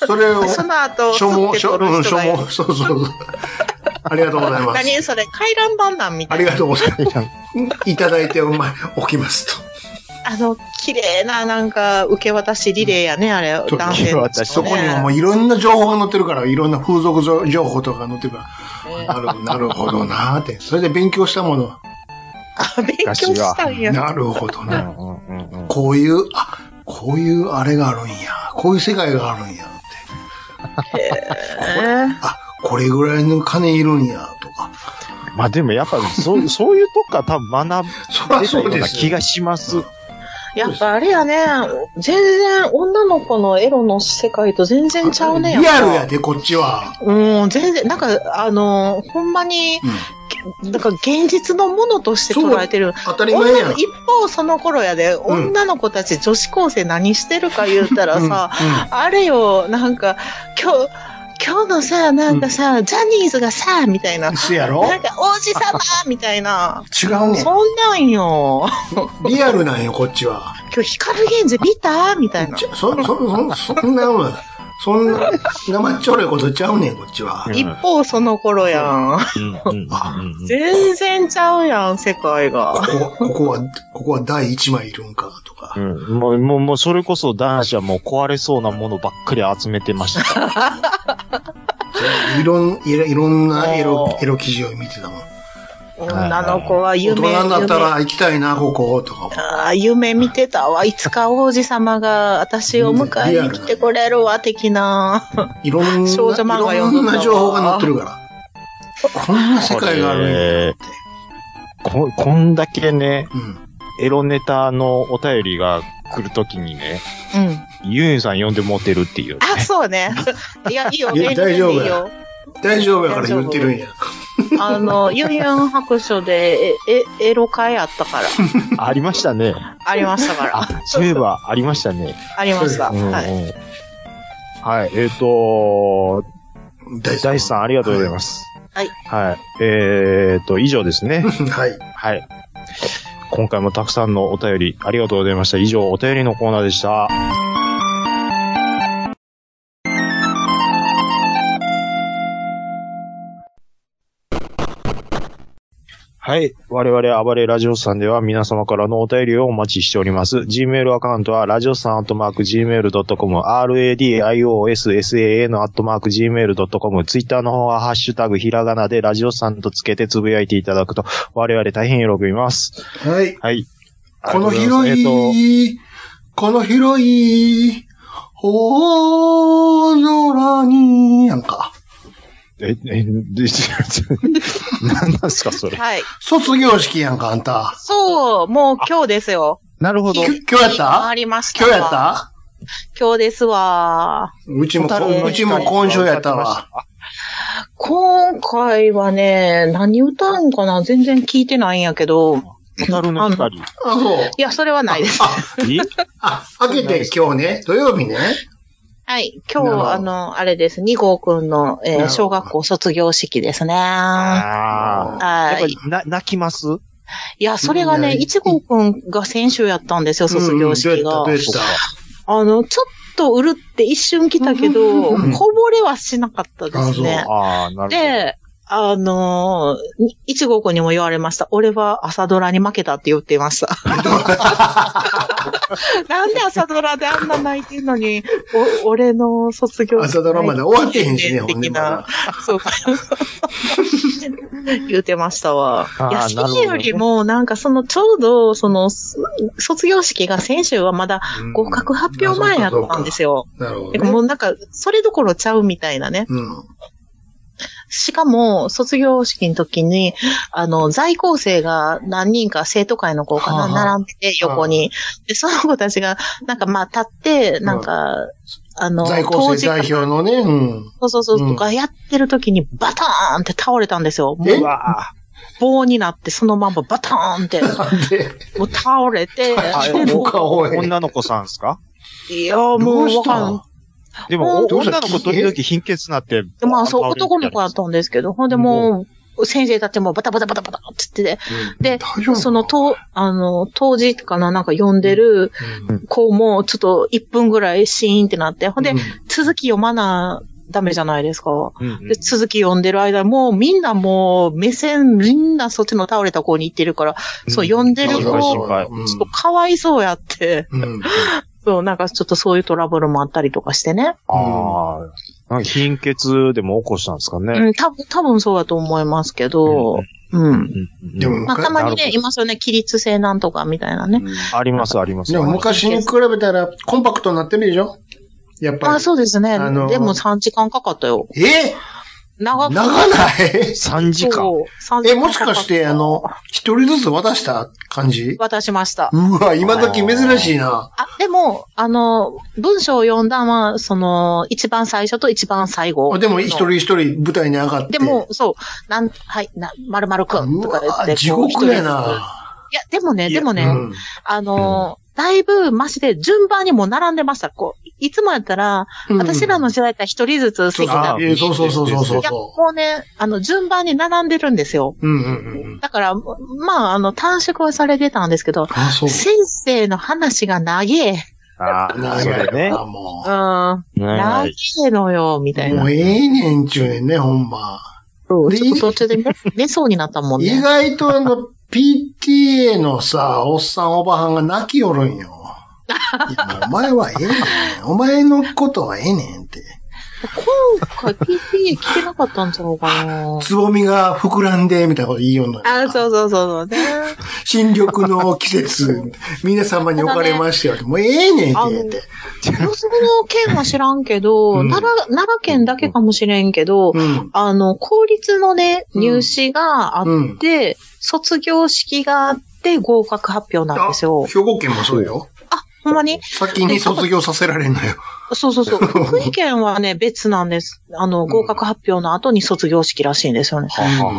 Speaker 4: それを、
Speaker 5: その後、
Speaker 4: 所
Speaker 5: 吸っ
Speaker 4: 望、
Speaker 5: て
Speaker 4: 所
Speaker 5: 取る
Speaker 4: 望、
Speaker 5: 人
Speaker 4: 所
Speaker 5: がいる
Speaker 4: 望、そうそうそう。ありがとうございます。
Speaker 5: 何それ、回覧板なんみた
Speaker 4: あ
Speaker 5: い
Speaker 4: り
Speaker 5: な。
Speaker 4: がとうございます。いただいて、お前、置きますと。
Speaker 5: あの、綺麗な、なんか、受け渡しリレーやね、あれ、
Speaker 4: そう
Speaker 5: 男性
Speaker 3: 受け
Speaker 5: の
Speaker 3: 渡し
Speaker 4: そこにはもういろんな情報が載ってるから、いろんな風俗情報とか載ってるから、 なるなるほどなーって。それで勉強したものは、
Speaker 5: あ勉強したんや。
Speaker 4: なるほど
Speaker 3: う
Speaker 4: な。
Speaker 3: んうんうんうん
Speaker 4: こういう、あ、こういうあれがあるんや。こういう世界があるんやって。あ、これぐらいの金いるんや、とか。
Speaker 3: まあでもやっぱ、そう、 そういうとこから多分学べ
Speaker 4: そりゃ
Speaker 3: た
Speaker 4: そ
Speaker 3: よ
Speaker 4: う
Speaker 3: う
Speaker 4: で
Speaker 3: な
Speaker 4: すよ。
Speaker 3: 気がします。
Speaker 5: やっぱあれやね、全然女の子のエロの世界と全然ちゃうね。
Speaker 4: リアル
Speaker 5: やっ
Speaker 4: やで、こっちは。
Speaker 5: ぱうん、全然、なんか、あの、ほんまに、
Speaker 4: うん
Speaker 5: なんか現実のものとして捉えてる。
Speaker 4: 当たり前
Speaker 5: 女
Speaker 4: や
Speaker 5: の
Speaker 4: ん。
Speaker 5: 一方その頃やで、
Speaker 4: ん
Speaker 5: 女の子たち女子高生何してるか言うたら
Speaker 4: うん
Speaker 5: さ、あれよ、なんか、今日、今日のさ、なんかさ、ジャニーズがさ、みたいな
Speaker 4: うん。。そやろ
Speaker 5: なんか、王子様みたいな。
Speaker 4: 違うね
Speaker 5: そんなんよ。
Speaker 4: ん。リアルなんよ、こっちは。
Speaker 5: 今日、光源氏見たみたいな。
Speaker 4: ちょそ、そ、そ、そんなもん。そんな、生っちょろいことちゃうねん、こっちは。
Speaker 5: 一方その頃やん。
Speaker 3: うんうんうんうん
Speaker 5: 全然ちゃうやん、世界が。
Speaker 4: ここ、ここは、ここは第一枚いるんか、とか。
Speaker 3: うんもう、もう、もう、それこそ男子はもう壊れそうなものばっかり集めてましたから。
Speaker 4: いろん、いろいろんなエロ
Speaker 5: お、ー
Speaker 4: エロ記事を見てたもん。
Speaker 5: 女の子は
Speaker 4: 大
Speaker 5: 夢、
Speaker 4: 人になった
Speaker 5: 夢
Speaker 4: ら行きたいな、ここ、とか。
Speaker 5: あー夢見てたわ。いつか王子様が私を迎えに来てくれるわ、的な。
Speaker 4: いろんな、い
Speaker 5: 少女漫画読んでた
Speaker 4: ろ
Speaker 5: わ
Speaker 4: んな情報が載ってるから。こんな 世界があるんや。
Speaker 3: えーこ、こんだけね、
Speaker 4: うん。
Speaker 3: エロネタのお便りが来るときにね、
Speaker 5: うん。
Speaker 3: ユンさん呼んでモテるっていう。
Speaker 5: あ、そうね。いや、いいよ、
Speaker 4: いや
Speaker 5: 遠慮
Speaker 4: 大丈夫
Speaker 5: していいよ。
Speaker 4: 大丈夫やから言ってるんや。
Speaker 5: あの、ユンユン白書で、え、えエロ会あったから。
Speaker 3: ありましたね。
Speaker 5: ありましたか ら。
Speaker 3: あ、そういえばありましたね。
Speaker 5: ありました。
Speaker 3: うんうん
Speaker 5: はい。
Speaker 3: はい、えっ、と
Speaker 4: 大
Speaker 3: 大地さんありがとうございます。
Speaker 5: はい。
Speaker 3: はい。えっ、と、以上ですね。
Speaker 4: す。はい。
Speaker 3: はい。今回もたくさんのお便りありがとうございました。以上、お便りのコーナーでした。はい。我々、暴れラジオスさんでは皆様からのお便りをお待ちしております。Gmail アカウントは、ラジオスさんアットマーク Gmail.com、radiossan アットマーク Gmail.com、Twitter の方は、ハッシュタグひらがなで、ラジオスさんとつけてつぶやいていただくと、我々大変喜びます。
Speaker 4: はい。
Speaker 3: はい。
Speaker 4: この
Speaker 3: ありがとうございますえっと
Speaker 4: 広い、この広い、大空に、なんか、
Speaker 3: え、え、で、何なんすか、それ。
Speaker 5: はい。
Speaker 4: 卒業式やんか、あんた。
Speaker 5: そう、もう今日ですよ。
Speaker 3: なるほど
Speaker 4: き。ゅ今日やった
Speaker 5: ありました。
Speaker 4: 今日やった
Speaker 5: 今日ですわ。
Speaker 4: うちもこ、
Speaker 5: 蛍の
Speaker 4: うちも今週やったわ。。
Speaker 5: 今回はね、何歌うんかな全然聞いてないんやけど。
Speaker 3: 蛍の光。
Speaker 4: あ、そう。
Speaker 5: いや、それはないです。
Speaker 3: え
Speaker 4: あ、開けて今日ね、土曜日ね。
Speaker 5: はい。今
Speaker 4: なるほど
Speaker 5: 日、あの、あれです。二号くんの、え
Speaker 4: なる
Speaker 5: ー
Speaker 4: ほど
Speaker 5: 小学校卒業式ですね。は
Speaker 3: ああ。やっぱ
Speaker 5: い
Speaker 3: り。な、泣きます
Speaker 5: いや、それがね、
Speaker 4: うん
Speaker 5: 一号くんが先週やったんですよ、卒業式が。
Speaker 4: うんどうやったどうやっ
Speaker 5: あの、ちょっとうるって一瞬来たけど、こ
Speaker 4: うん
Speaker 5: ぼれはしなかったですね。
Speaker 3: ああ、なる
Speaker 5: で、あのー、一号くんにも言われました。俺は朝ドラに負けたって言っていました。 なんで朝ドラであんな泣いてんのに、お俺の卒業
Speaker 4: 朝ドラまで終わってへんしね、ほんで
Speaker 5: 的
Speaker 4: まだ
Speaker 5: な。。 そ うか。言うてましたわ。
Speaker 3: あー
Speaker 5: いや、
Speaker 3: なるほど
Speaker 5: 式よりも、なんかその、ちょうど、その、す卒業式が先週はまだ
Speaker 3: ほど。
Speaker 5: 合格発表前やったんですよ。
Speaker 4: なるほ
Speaker 5: て
Speaker 4: ど
Speaker 5: か
Speaker 4: ね。
Speaker 5: もうなんか、それどころちゃうみたいなね。
Speaker 4: うん。
Speaker 5: しかも、卒業式の時に、あの、在校生が何人か生徒会の子か
Speaker 4: はあ
Speaker 5: な、
Speaker 4: はあ
Speaker 5: 並んでて、横に。で、その子たちが、なんかまあ、立って、なんか、あの、
Speaker 4: 在校
Speaker 5: 当
Speaker 4: 生
Speaker 5: 時
Speaker 4: 代表のね、うん。
Speaker 5: そうそうそう、
Speaker 4: うん
Speaker 5: とかやってる時にバターンって倒れたんですよ。も
Speaker 4: え
Speaker 5: う棒になって、そのまんまバターンって、
Speaker 4: なんで、
Speaker 5: もう倒れて、
Speaker 4: あ
Speaker 5: で
Speaker 4: そうか、おい。
Speaker 3: 女の子さんですか
Speaker 5: いや、も
Speaker 4: ど
Speaker 5: う
Speaker 4: うし
Speaker 5: わ
Speaker 4: た
Speaker 5: かん
Speaker 4: ん
Speaker 3: でも、お
Speaker 4: どうした
Speaker 3: 女の子時々貧血なって。
Speaker 5: でまあそう、男の子だったんですけど、ほんでもう、先生たちもバタバタバタバタって言ってて、
Speaker 4: 大丈
Speaker 5: で、
Speaker 4: 夫
Speaker 5: その、と、あの、当時かな、なんか呼んでる子も、ちょっと1分ぐらいシーンってなって、ほんで
Speaker 4: うん、
Speaker 5: 続き読まな、ダメじゃないですか。
Speaker 3: うんうん
Speaker 5: で、続き読んでる間、もうみんなもう目線、みんなそっちの倒れた子に行ってるから、そう、読んでる子、ち
Speaker 3: そうそう
Speaker 5: ょ
Speaker 3: 心配
Speaker 5: っとかわいそうやって、
Speaker 4: うん。
Speaker 5: そう、なんかちょっとそういうトラブルもあったりとかしてね。
Speaker 3: ああ。なんか貧血でも起こしたんですかね。
Speaker 5: うん、多分、多分そうだと思いますけど、う
Speaker 3: う
Speaker 5: ん。
Speaker 3: ん
Speaker 4: でも、
Speaker 5: まあ、たま
Speaker 3: な
Speaker 5: に
Speaker 3: る
Speaker 5: ね、
Speaker 3: ほど
Speaker 5: いますよね、起立性なんとかみたいなね。
Speaker 3: あります、あります。
Speaker 4: でも昔に比べたらコンパクトになってるでしょやっぱり。
Speaker 5: まあ、そうですね。
Speaker 4: あのー
Speaker 5: でも3時間かかったよ。
Speaker 4: え
Speaker 5: 長
Speaker 4: 長
Speaker 5: く。
Speaker 4: ない
Speaker 3: 3時間。
Speaker 5: そう3時
Speaker 4: え、
Speaker 5: 間
Speaker 4: もしかして、あの、一人ずつ渡した感じ
Speaker 5: 渡しました。
Speaker 4: うわ、今時珍しいな。
Speaker 5: あ、でも、あの、文章を読んだのは、その、一番最初と一番最後。
Speaker 4: あでも一人一人舞台に上がって。
Speaker 5: でも、そう、なん、はい、な、まるまるくん
Speaker 4: う
Speaker 5: とか言っ
Speaker 4: わ、
Speaker 5: て。
Speaker 4: 地
Speaker 5: こう
Speaker 4: 獄や。
Speaker 5: 一人ず
Speaker 4: な。
Speaker 5: ついや、でもね、
Speaker 3: いや
Speaker 5: でもね、
Speaker 4: うん
Speaker 5: あのー、だいぶマシで順番にもう並んでました。こう、いつもやったら、
Speaker 4: うん
Speaker 5: 私らの時代だったら一人ずつ
Speaker 4: そう
Speaker 5: 席
Speaker 4: そう
Speaker 5: が。い
Speaker 4: えそうそうそうそうそう
Speaker 5: や、
Speaker 4: そ
Speaker 5: もうね、あの、順番に並んでるんですよ。
Speaker 4: う。うんうんうん。
Speaker 5: だから、まあ、あの、短縮はされてたんですけど、
Speaker 4: あ、そう。
Speaker 5: 先生の話が長え。
Speaker 3: ああ、そ
Speaker 4: 長
Speaker 3: れ
Speaker 4: い
Speaker 3: ね。
Speaker 4: な、も
Speaker 5: うん。長
Speaker 3: はい。
Speaker 5: えのよ、みた
Speaker 4: う。
Speaker 5: い
Speaker 4: も
Speaker 5: な。
Speaker 4: うええねんちゅうねんね、ほんま。
Speaker 5: そう
Speaker 4: で
Speaker 5: ちょっと途中で 寝寝そうになったもん
Speaker 4: 意
Speaker 5: ね。
Speaker 4: 外とあの、PTA のさ、おっさんおばはんが泣きよるんよ。いやもうお前はええねん。お前のことはええねんって。
Speaker 5: 今回 PTA 聞けなかったんちゃうかな。
Speaker 4: つぼみが膨らんで、みたいなこと言いよんのよ。
Speaker 5: あ、そうそうそうそうね。
Speaker 4: 新緑の季節、 皆様におかれましては、もうええねん
Speaker 5: あの
Speaker 4: けって。
Speaker 5: 広島の県は知らんけど、
Speaker 4: うん
Speaker 5: 奈良、奈良県だけかもしれんけど、
Speaker 4: うん。
Speaker 5: あの、公立のね、入試があって、卒業式があって合格発表なんですよ
Speaker 4: あ。兵庫県もそうよ。
Speaker 5: あ、ほんまに
Speaker 4: 先に卒業させられんのよ。
Speaker 5: そ うそうそう。福井県はね、別なんです。あの、合格発表の後に卒業式らしいんですよね。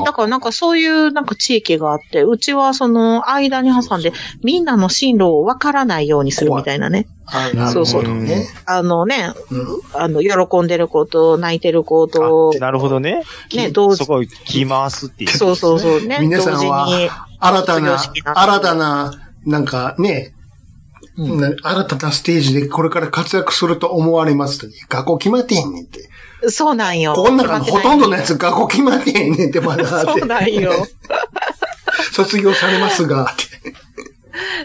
Speaker 5: だからなんかそういうなんか地域があって、うちはその間に挟んで、みんなの進路をわからないようにするみたいなね。
Speaker 4: あなるほどね。
Speaker 5: あのね、
Speaker 4: うん
Speaker 5: あの、喜んでる子と泣いてる子と
Speaker 3: あ、なるほどね。
Speaker 5: ね、同
Speaker 3: そ
Speaker 5: 時、
Speaker 3: こをき回すっていう。
Speaker 5: そうそうそうね、
Speaker 4: 皆
Speaker 5: 同
Speaker 4: さん
Speaker 5: 時
Speaker 4: は
Speaker 5: に。
Speaker 4: 新たな
Speaker 5: 卒業式、なんて
Speaker 4: 新たな、なんかね、
Speaker 5: うん
Speaker 4: な新たなステージでこれから活躍すると思われますと。学校決まってへんねんって。
Speaker 5: そうなんよ。
Speaker 4: この中のほとんどのやつ学校決まってへんねんって、まだっ
Speaker 5: そう
Speaker 4: て。
Speaker 5: なん よ。
Speaker 4: 卒業されますが、っ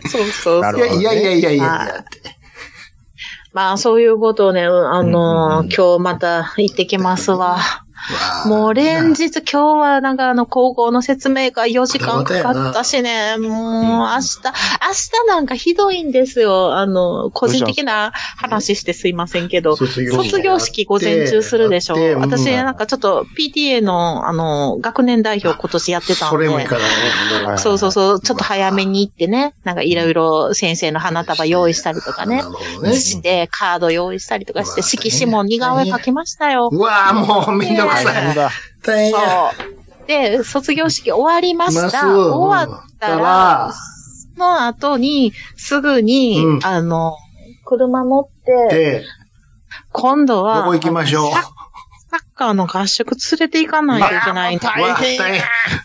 Speaker 4: て。
Speaker 5: そうそう
Speaker 3: な
Speaker 5: そ
Speaker 3: る
Speaker 5: う。
Speaker 4: いやいやいやいやいやいやって。
Speaker 5: まあ、そういうことをね、うんあのー今日また行ってきますわ。もう連日今日はなんかあの高校の説明会4時間かかったしね、もう明日、明日なんかひどいんですよ。あの、個人的な話してすいませんけど。
Speaker 4: 卒業
Speaker 5: 卒業式午前中するでしょ
Speaker 4: やってうん
Speaker 5: 私なんかちょっと PTA のあの、学年代表今年やってたん
Speaker 4: そ
Speaker 5: で。
Speaker 4: れもいいからね。
Speaker 3: はい
Speaker 5: そうそうそう、ちょっと早めに行ってね、なんかいろいろ先生の花束用意したりとかね
Speaker 4: な。るほどね。
Speaker 5: して、カード用意したりとかして、
Speaker 4: うわ
Speaker 5: 色紙も似顔絵描きましたよ。
Speaker 4: うわぁ、もうめんどく
Speaker 5: ね
Speaker 4: さ。
Speaker 3: ないんだ。
Speaker 4: 大変や。
Speaker 5: そう。で、卒業式終わりまし
Speaker 4: ます
Speaker 5: た。終わった
Speaker 4: 終
Speaker 5: ら
Speaker 4: わ、
Speaker 5: その後に、すぐに、
Speaker 4: うん
Speaker 5: あの、車持って、
Speaker 4: で、
Speaker 5: 今度は、
Speaker 4: どこ行きましょう。
Speaker 5: サッサッカーの合宿連れて行かないといけないんだ。
Speaker 4: うわぁ、大変。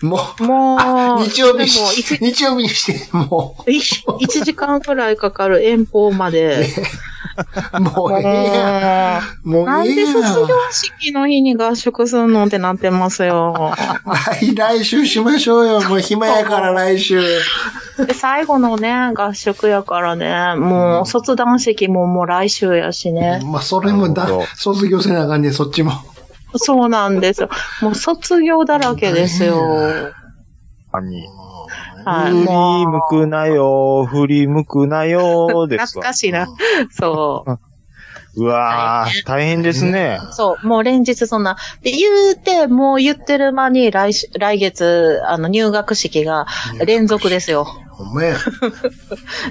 Speaker 4: も
Speaker 5: もう、
Speaker 4: う、日曜日に
Speaker 5: でも
Speaker 4: し、
Speaker 5: 一
Speaker 4: 日曜日にして、も
Speaker 5: 1時間くらいかかる遠方まで。
Speaker 4: う、 もうええやん。も
Speaker 5: な
Speaker 4: うんええ
Speaker 5: で
Speaker 4: やん
Speaker 5: 卒。業式の日に合宿するのってなってますよ。
Speaker 4: 来来週しましょうよ。もう暇やから来週。
Speaker 5: で最後のね、合宿やからね、もう卒団式ももう来週やしね。
Speaker 4: まあ、それもだ
Speaker 3: なるほど、
Speaker 4: 卒業せなあかんね、そっちも。
Speaker 5: そうなんですよ。もう卒業だらけですよ。
Speaker 3: 神。
Speaker 5: はい。
Speaker 3: 振り向
Speaker 5: も
Speaker 3: くなよ、振り向くなよ、
Speaker 5: う、
Speaker 3: です
Speaker 5: 懐
Speaker 3: わ
Speaker 5: かしいな。そう
Speaker 3: わー、大変ですね。
Speaker 5: う。そう。もう連日そんな。で、言うて、もう言ってる間に来し、来月、あの、入学式が連続ですよ。
Speaker 4: ほんまや。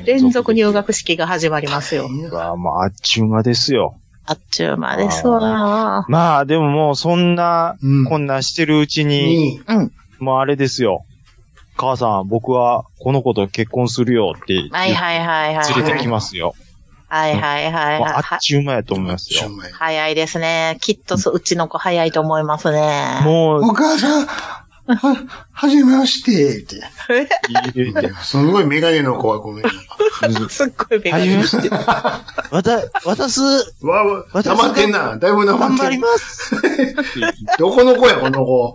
Speaker 5: 連続入学式が始まりますよ。
Speaker 3: うわー、もうあっちゅう間ですよ。
Speaker 5: あっちゅう間ですわ。
Speaker 3: まあ、でももうそんな、
Speaker 4: うん
Speaker 3: こんなしてるうちに、
Speaker 4: に、
Speaker 5: うん。
Speaker 3: もうあれですよ。母さん、僕はこの子と結婚するよって言って
Speaker 5: はいはいはいはい。
Speaker 3: 連れてきますよ。
Speaker 5: はいはいはい
Speaker 3: もう
Speaker 5: はい。
Speaker 3: あっちゅう間やと思います
Speaker 4: しょ
Speaker 3: よ
Speaker 4: う。もない
Speaker 5: 早いですね。きっとそう、うちの子早いと思いますね。
Speaker 3: もう、
Speaker 4: お母さん、は、はじめまして、って。
Speaker 3: いいです
Speaker 4: ごいメガネの子はごめん。
Speaker 5: すっごいびっく
Speaker 3: は
Speaker 5: り
Speaker 3: じめまして。わた、 私、
Speaker 4: わわ、
Speaker 3: 私
Speaker 4: 黙ってんな。だいぶ黙
Speaker 3: 頑
Speaker 4: っ
Speaker 3: 張
Speaker 4: て
Speaker 3: り
Speaker 4: ん
Speaker 3: ます。
Speaker 4: どこの子や、この子。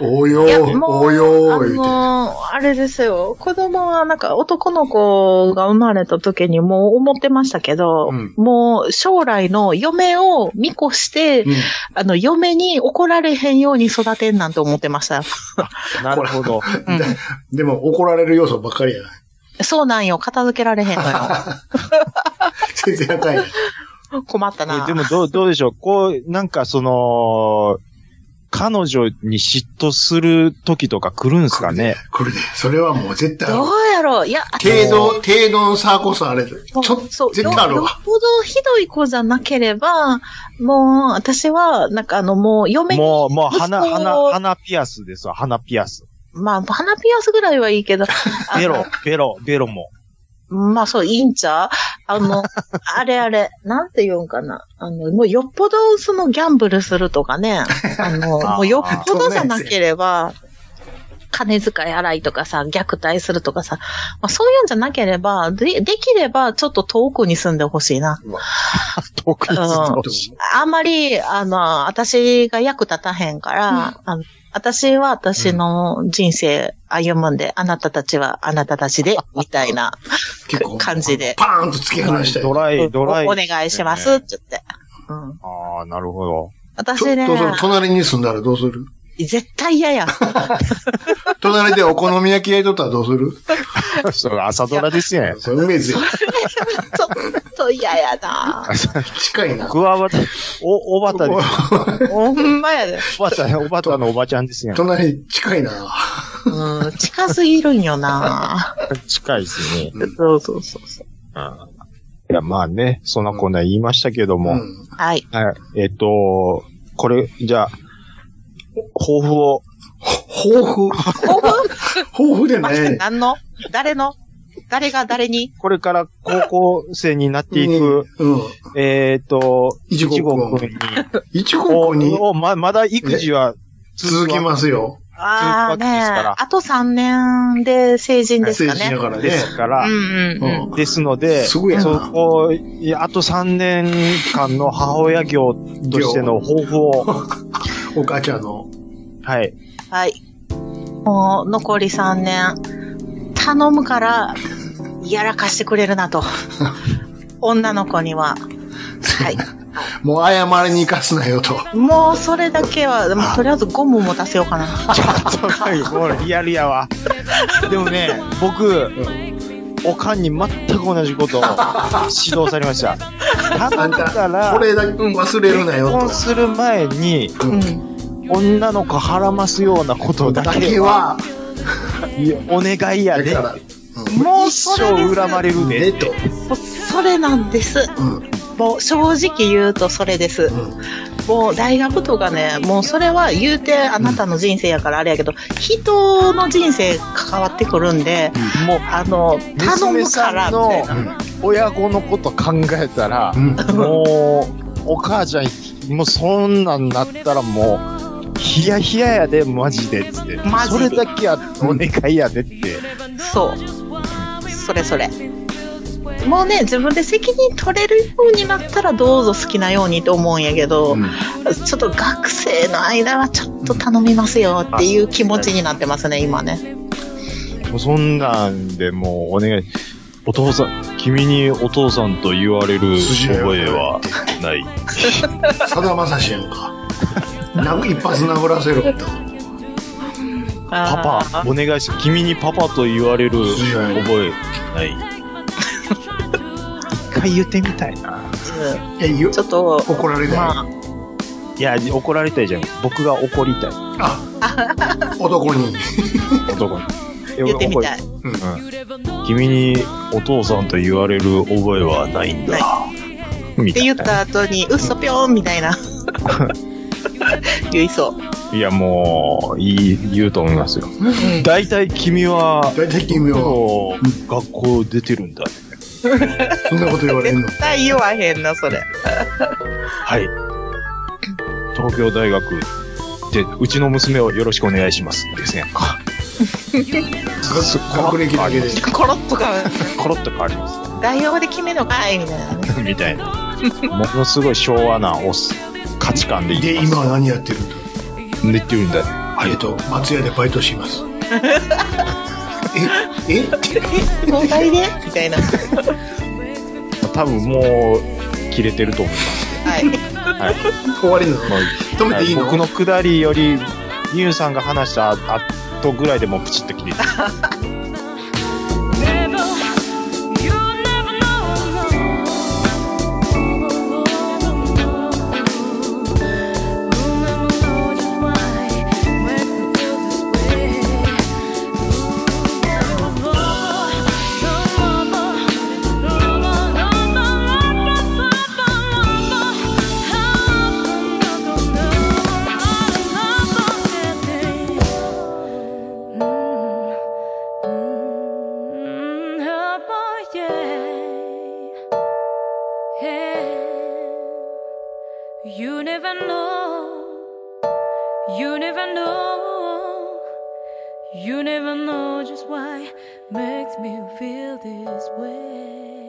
Speaker 4: およ
Speaker 5: いや
Speaker 4: ー、
Speaker 5: もう
Speaker 4: およー、言うて。
Speaker 5: あのーあれですよ。子供はなんか男の子が生まれた時にもう思ってましたけど、
Speaker 4: うん
Speaker 5: もう将来の嫁を見越して、
Speaker 4: うん
Speaker 5: あの、嫁に怒られへんように育てんなんて思ってました。
Speaker 3: なるほど。
Speaker 5: うん
Speaker 4: でも怒られる要素ばっかりや。
Speaker 5: そうなんよ。片付けられへんのよ。
Speaker 4: 先生赤い。
Speaker 5: 困ったな。
Speaker 3: でもどう、どうでしょうこう、なんかその、彼女に嫉妬する時とか来るんですかね
Speaker 4: これで、それはもう絶対ある
Speaker 5: どうやろういや、あ
Speaker 4: 程度、程度の差こそあれ。ちょっと、
Speaker 5: そう
Speaker 4: 絶対ある
Speaker 5: よよ
Speaker 4: わ。
Speaker 5: っぽどひどい子じゃなければ、もう、私は、なんかあの、もう、嫁に
Speaker 3: もう、もう、鼻、
Speaker 5: 息子を
Speaker 3: 鼻、鼻ピアスですわ、鼻ピアス。
Speaker 5: まあ、鼻ピアスぐらいはいいけど、あの
Speaker 3: ベロ、ベロ、ベロも。
Speaker 5: まあ、そう、いいんちゃうあの、あれあれ、なんて言うんかな。あの、もうよっぽど、その、ギャンブルするとかね。あの、
Speaker 3: あー
Speaker 5: もうよっぽどじゃなければ、金遣い荒いとかさ、虐待するとかさ、まあ、そういうんじゃなければ、で、できれば、ちょっと遠くに住んでほしいな。
Speaker 3: 特に
Speaker 5: うんあんまり、あの、私が役立たへんから、あの私は私の人生歩むんで、あなたたちはあなたたちで、みたいな
Speaker 4: 結構。
Speaker 5: 感じで。
Speaker 4: パーンと突き放したい。
Speaker 3: ドライ、ドライ。
Speaker 5: おお願いします、って言って。うん。
Speaker 3: ああ、なるほど。
Speaker 5: 私
Speaker 4: ちょっ
Speaker 5: ね
Speaker 4: と、その隣に住んだらどうする
Speaker 5: 絶対 嫌や。
Speaker 4: 隣でお好み焼き焼いとったらどうする
Speaker 3: それ朝ドラですね。
Speaker 4: それ梅津や
Speaker 5: ちょっと嫌やな。
Speaker 4: 近いな。
Speaker 3: 僕は、お、おばたです。
Speaker 5: ほんまやで。
Speaker 3: おばた、おばたのおばちゃんですね。
Speaker 4: 隣近いな。
Speaker 5: うん、近すぎるんよな。
Speaker 3: 近いですね。
Speaker 5: そうそうそうそう。
Speaker 3: いや、まあね、そんなこんな言いましたけども。
Speaker 4: うん。
Speaker 5: はい。
Speaker 3: はい。えっと、これ、じゃあ、抱負を、
Speaker 4: 豊富。
Speaker 5: 興奮
Speaker 4: 豊富で ね。
Speaker 5: 何の誰の誰が誰に
Speaker 3: これから高校生になっていく、
Speaker 4: うん。
Speaker 3: えっと、
Speaker 4: いちごくん
Speaker 3: くんに、
Speaker 4: 一号校に
Speaker 3: をま、まだ育児は
Speaker 4: 続き
Speaker 3: す
Speaker 4: ますよ。
Speaker 5: ああ
Speaker 3: というわけですから
Speaker 5: ね、あと3年で成人です
Speaker 4: 成
Speaker 5: か
Speaker 4: 人だ
Speaker 5: ね。
Speaker 4: から
Speaker 3: で
Speaker 4: ね。
Speaker 3: すから、
Speaker 5: うんうん
Speaker 4: う
Speaker 5: うんん。
Speaker 3: ですので、
Speaker 4: す
Speaker 3: そ
Speaker 4: ごいやな
Speaker 3: こ、いやあと3年間の母親業としての抱負 を、
Speaker 4: お母ちゃんの。
Speaker 3: はい。
Speaker 5: はい。もう残り3年。頼むから、 やらかしてくれるなと。女の子には。はい。
Speaker 4: もう謝りに行かすなよと。
Speaker 5: もうそれだけは、もうとりあえずゴム持たせようかな。
Speaker 3: ちょっと待って、もうリアルやわ。でもね、僕、おかんに全く同じことを指導されました。
Speaker 4: あ
Speaker 3: 頼
Speaker 4: ん
Speaker 3: んだか
Speaker 4: た、
Speaker 3: ら、
Speaker 4: これだけ忘れるなよ
Speaker 3: 結婚
Speaker 4: と。
Speaker 3: する前に、
Speaker 5: うん。
Speaker 3: 女の子はらますようなことだ
Speaker 4: だ
Speaker 3: け
Speaker 4: け
Speaker 3: は、
Speaker 4: は、
Speaker 3: お願いや
Speaker 4: だ
Speaker 3: で
Speaker 4: か。ら、
Speaker 5: もう
Speaker 3: 一
Speaker 5: それで
Speaker 3: 生
Speaker 5: す
Speaker 3: 恨まれる
Speaker 4: ね
Speaker 3: で。
Speaker 4: と。
Speaker 5: もうそれなんです。
Speaker 4: うん。
Speaker 5: もう正直言うとそれです。もう大学とかね、もうそれは言うてあなたの人生やからあれやけど、人の人生関わってくるんで、
Speaker 3: もう、
Speaker 5: あの、頼
Speaker 3: 娘
Speaker 5: むか
Speaker 3: さ
Speaker 5: ら
Speaker 3: ん
Speaker 5: みたい
Speaker 3: の
Speaker 5: な。
Speaker 3: 親子のこと考えたら
Speaker 4: う、ん。
Speaker 3: もう、お母ちゃん、もうそんなんなったらもう、ヒヤヒヤやで、マジで、つって。
Speaker 5: マジ
Speaker 3: そ
Speaker 5: で
Speaker 3: れだけはお願いやでって。
Speaker 5: そう。それそれ。もうね、自分で責任取れるようになったらどうぞ好きなようにと思うんやけど、ちょっと学生の間はちょっと頼みますよっていう気持ちになってますね、今ね。
Speaker 3: もうそんなんでもうお願い。お父さん、君にお父さんと言われる
Speaker 4: 筋の
Speaker 3: 覚えはない。
Speaker 4: さだまさしやんか。殴一発殴らせろと。
Speaker 3: パパ、お願いし、君にパパと言われる
Speaker 4: 筋合いない
Speaker 3: 覚えない。一回言ってみたいな。
Speaker 5: パ。
Speaker 4: え、よ
Speaker 5: ちょっと、
Speaker 4: 怒られない。
Speaker 5: まあ、
Speaker 3: いや、怒られたいじゃん。僕が怒りたい。
Speaker 4: あ、男に。
Speaker 3: 男に。
Speaker 5: 言ってみたい。
Speaker 3: 君にお父さんと言われる覚えはないんだ。み
Speaker 5: って
Speaker 3: たい
Speaker 5: 言
Speaker 3: な
Speaker 5: った後に、うっそぴょーんみたいな。言いそう。
Speaker 3: いや、もう、いい、言うと思いますよ。大体君は、
Speaker 4: 大体君は、
Speaker 3: もう学校出てるんだ。
Speaker 4: そんなこと言われんの。
Speaker 5: 絶対言わへんな、それ。
Speaker 3: はい。東京大学で、うちの娘をよろしくお願いします。ですね。か。す
Speaker 4: 学歴だけで。
Speaker 5: コロッとか、
Speaker 3: コロッと変わります。
Speaker 5: 代表で決めるのかいみたいなね。
Speaker 3: みたいな。ものすごい昭和なおっ価値観で
Speaker 4: で、
Speaker 3: 言い
Speaker 4: 今
Speaker 3: ま
Speaker 4: は何やってると。
Speaker 3: す。寝てるんだ。は
Speaker 4: えっ
Speaker 3: い。
Speaker 4: と、松屋でバイトします。え、え
Speaker 5: 交代でみたいな。は
Speaker 3: 多分もう、切れてると思います。
Speaker 5: い。
Speaker 3: はい。
Speaker 4: 終わりなの
Speaker 3: もう
Speaker 4: 止めていいの
Speaker 3: 僕のくだりより、ニューさんが話した後ぐらいでもうプチッと切れて。
Speaker 8: Mm-hmm. You never know, you never know, you never know just why makes me feel this way.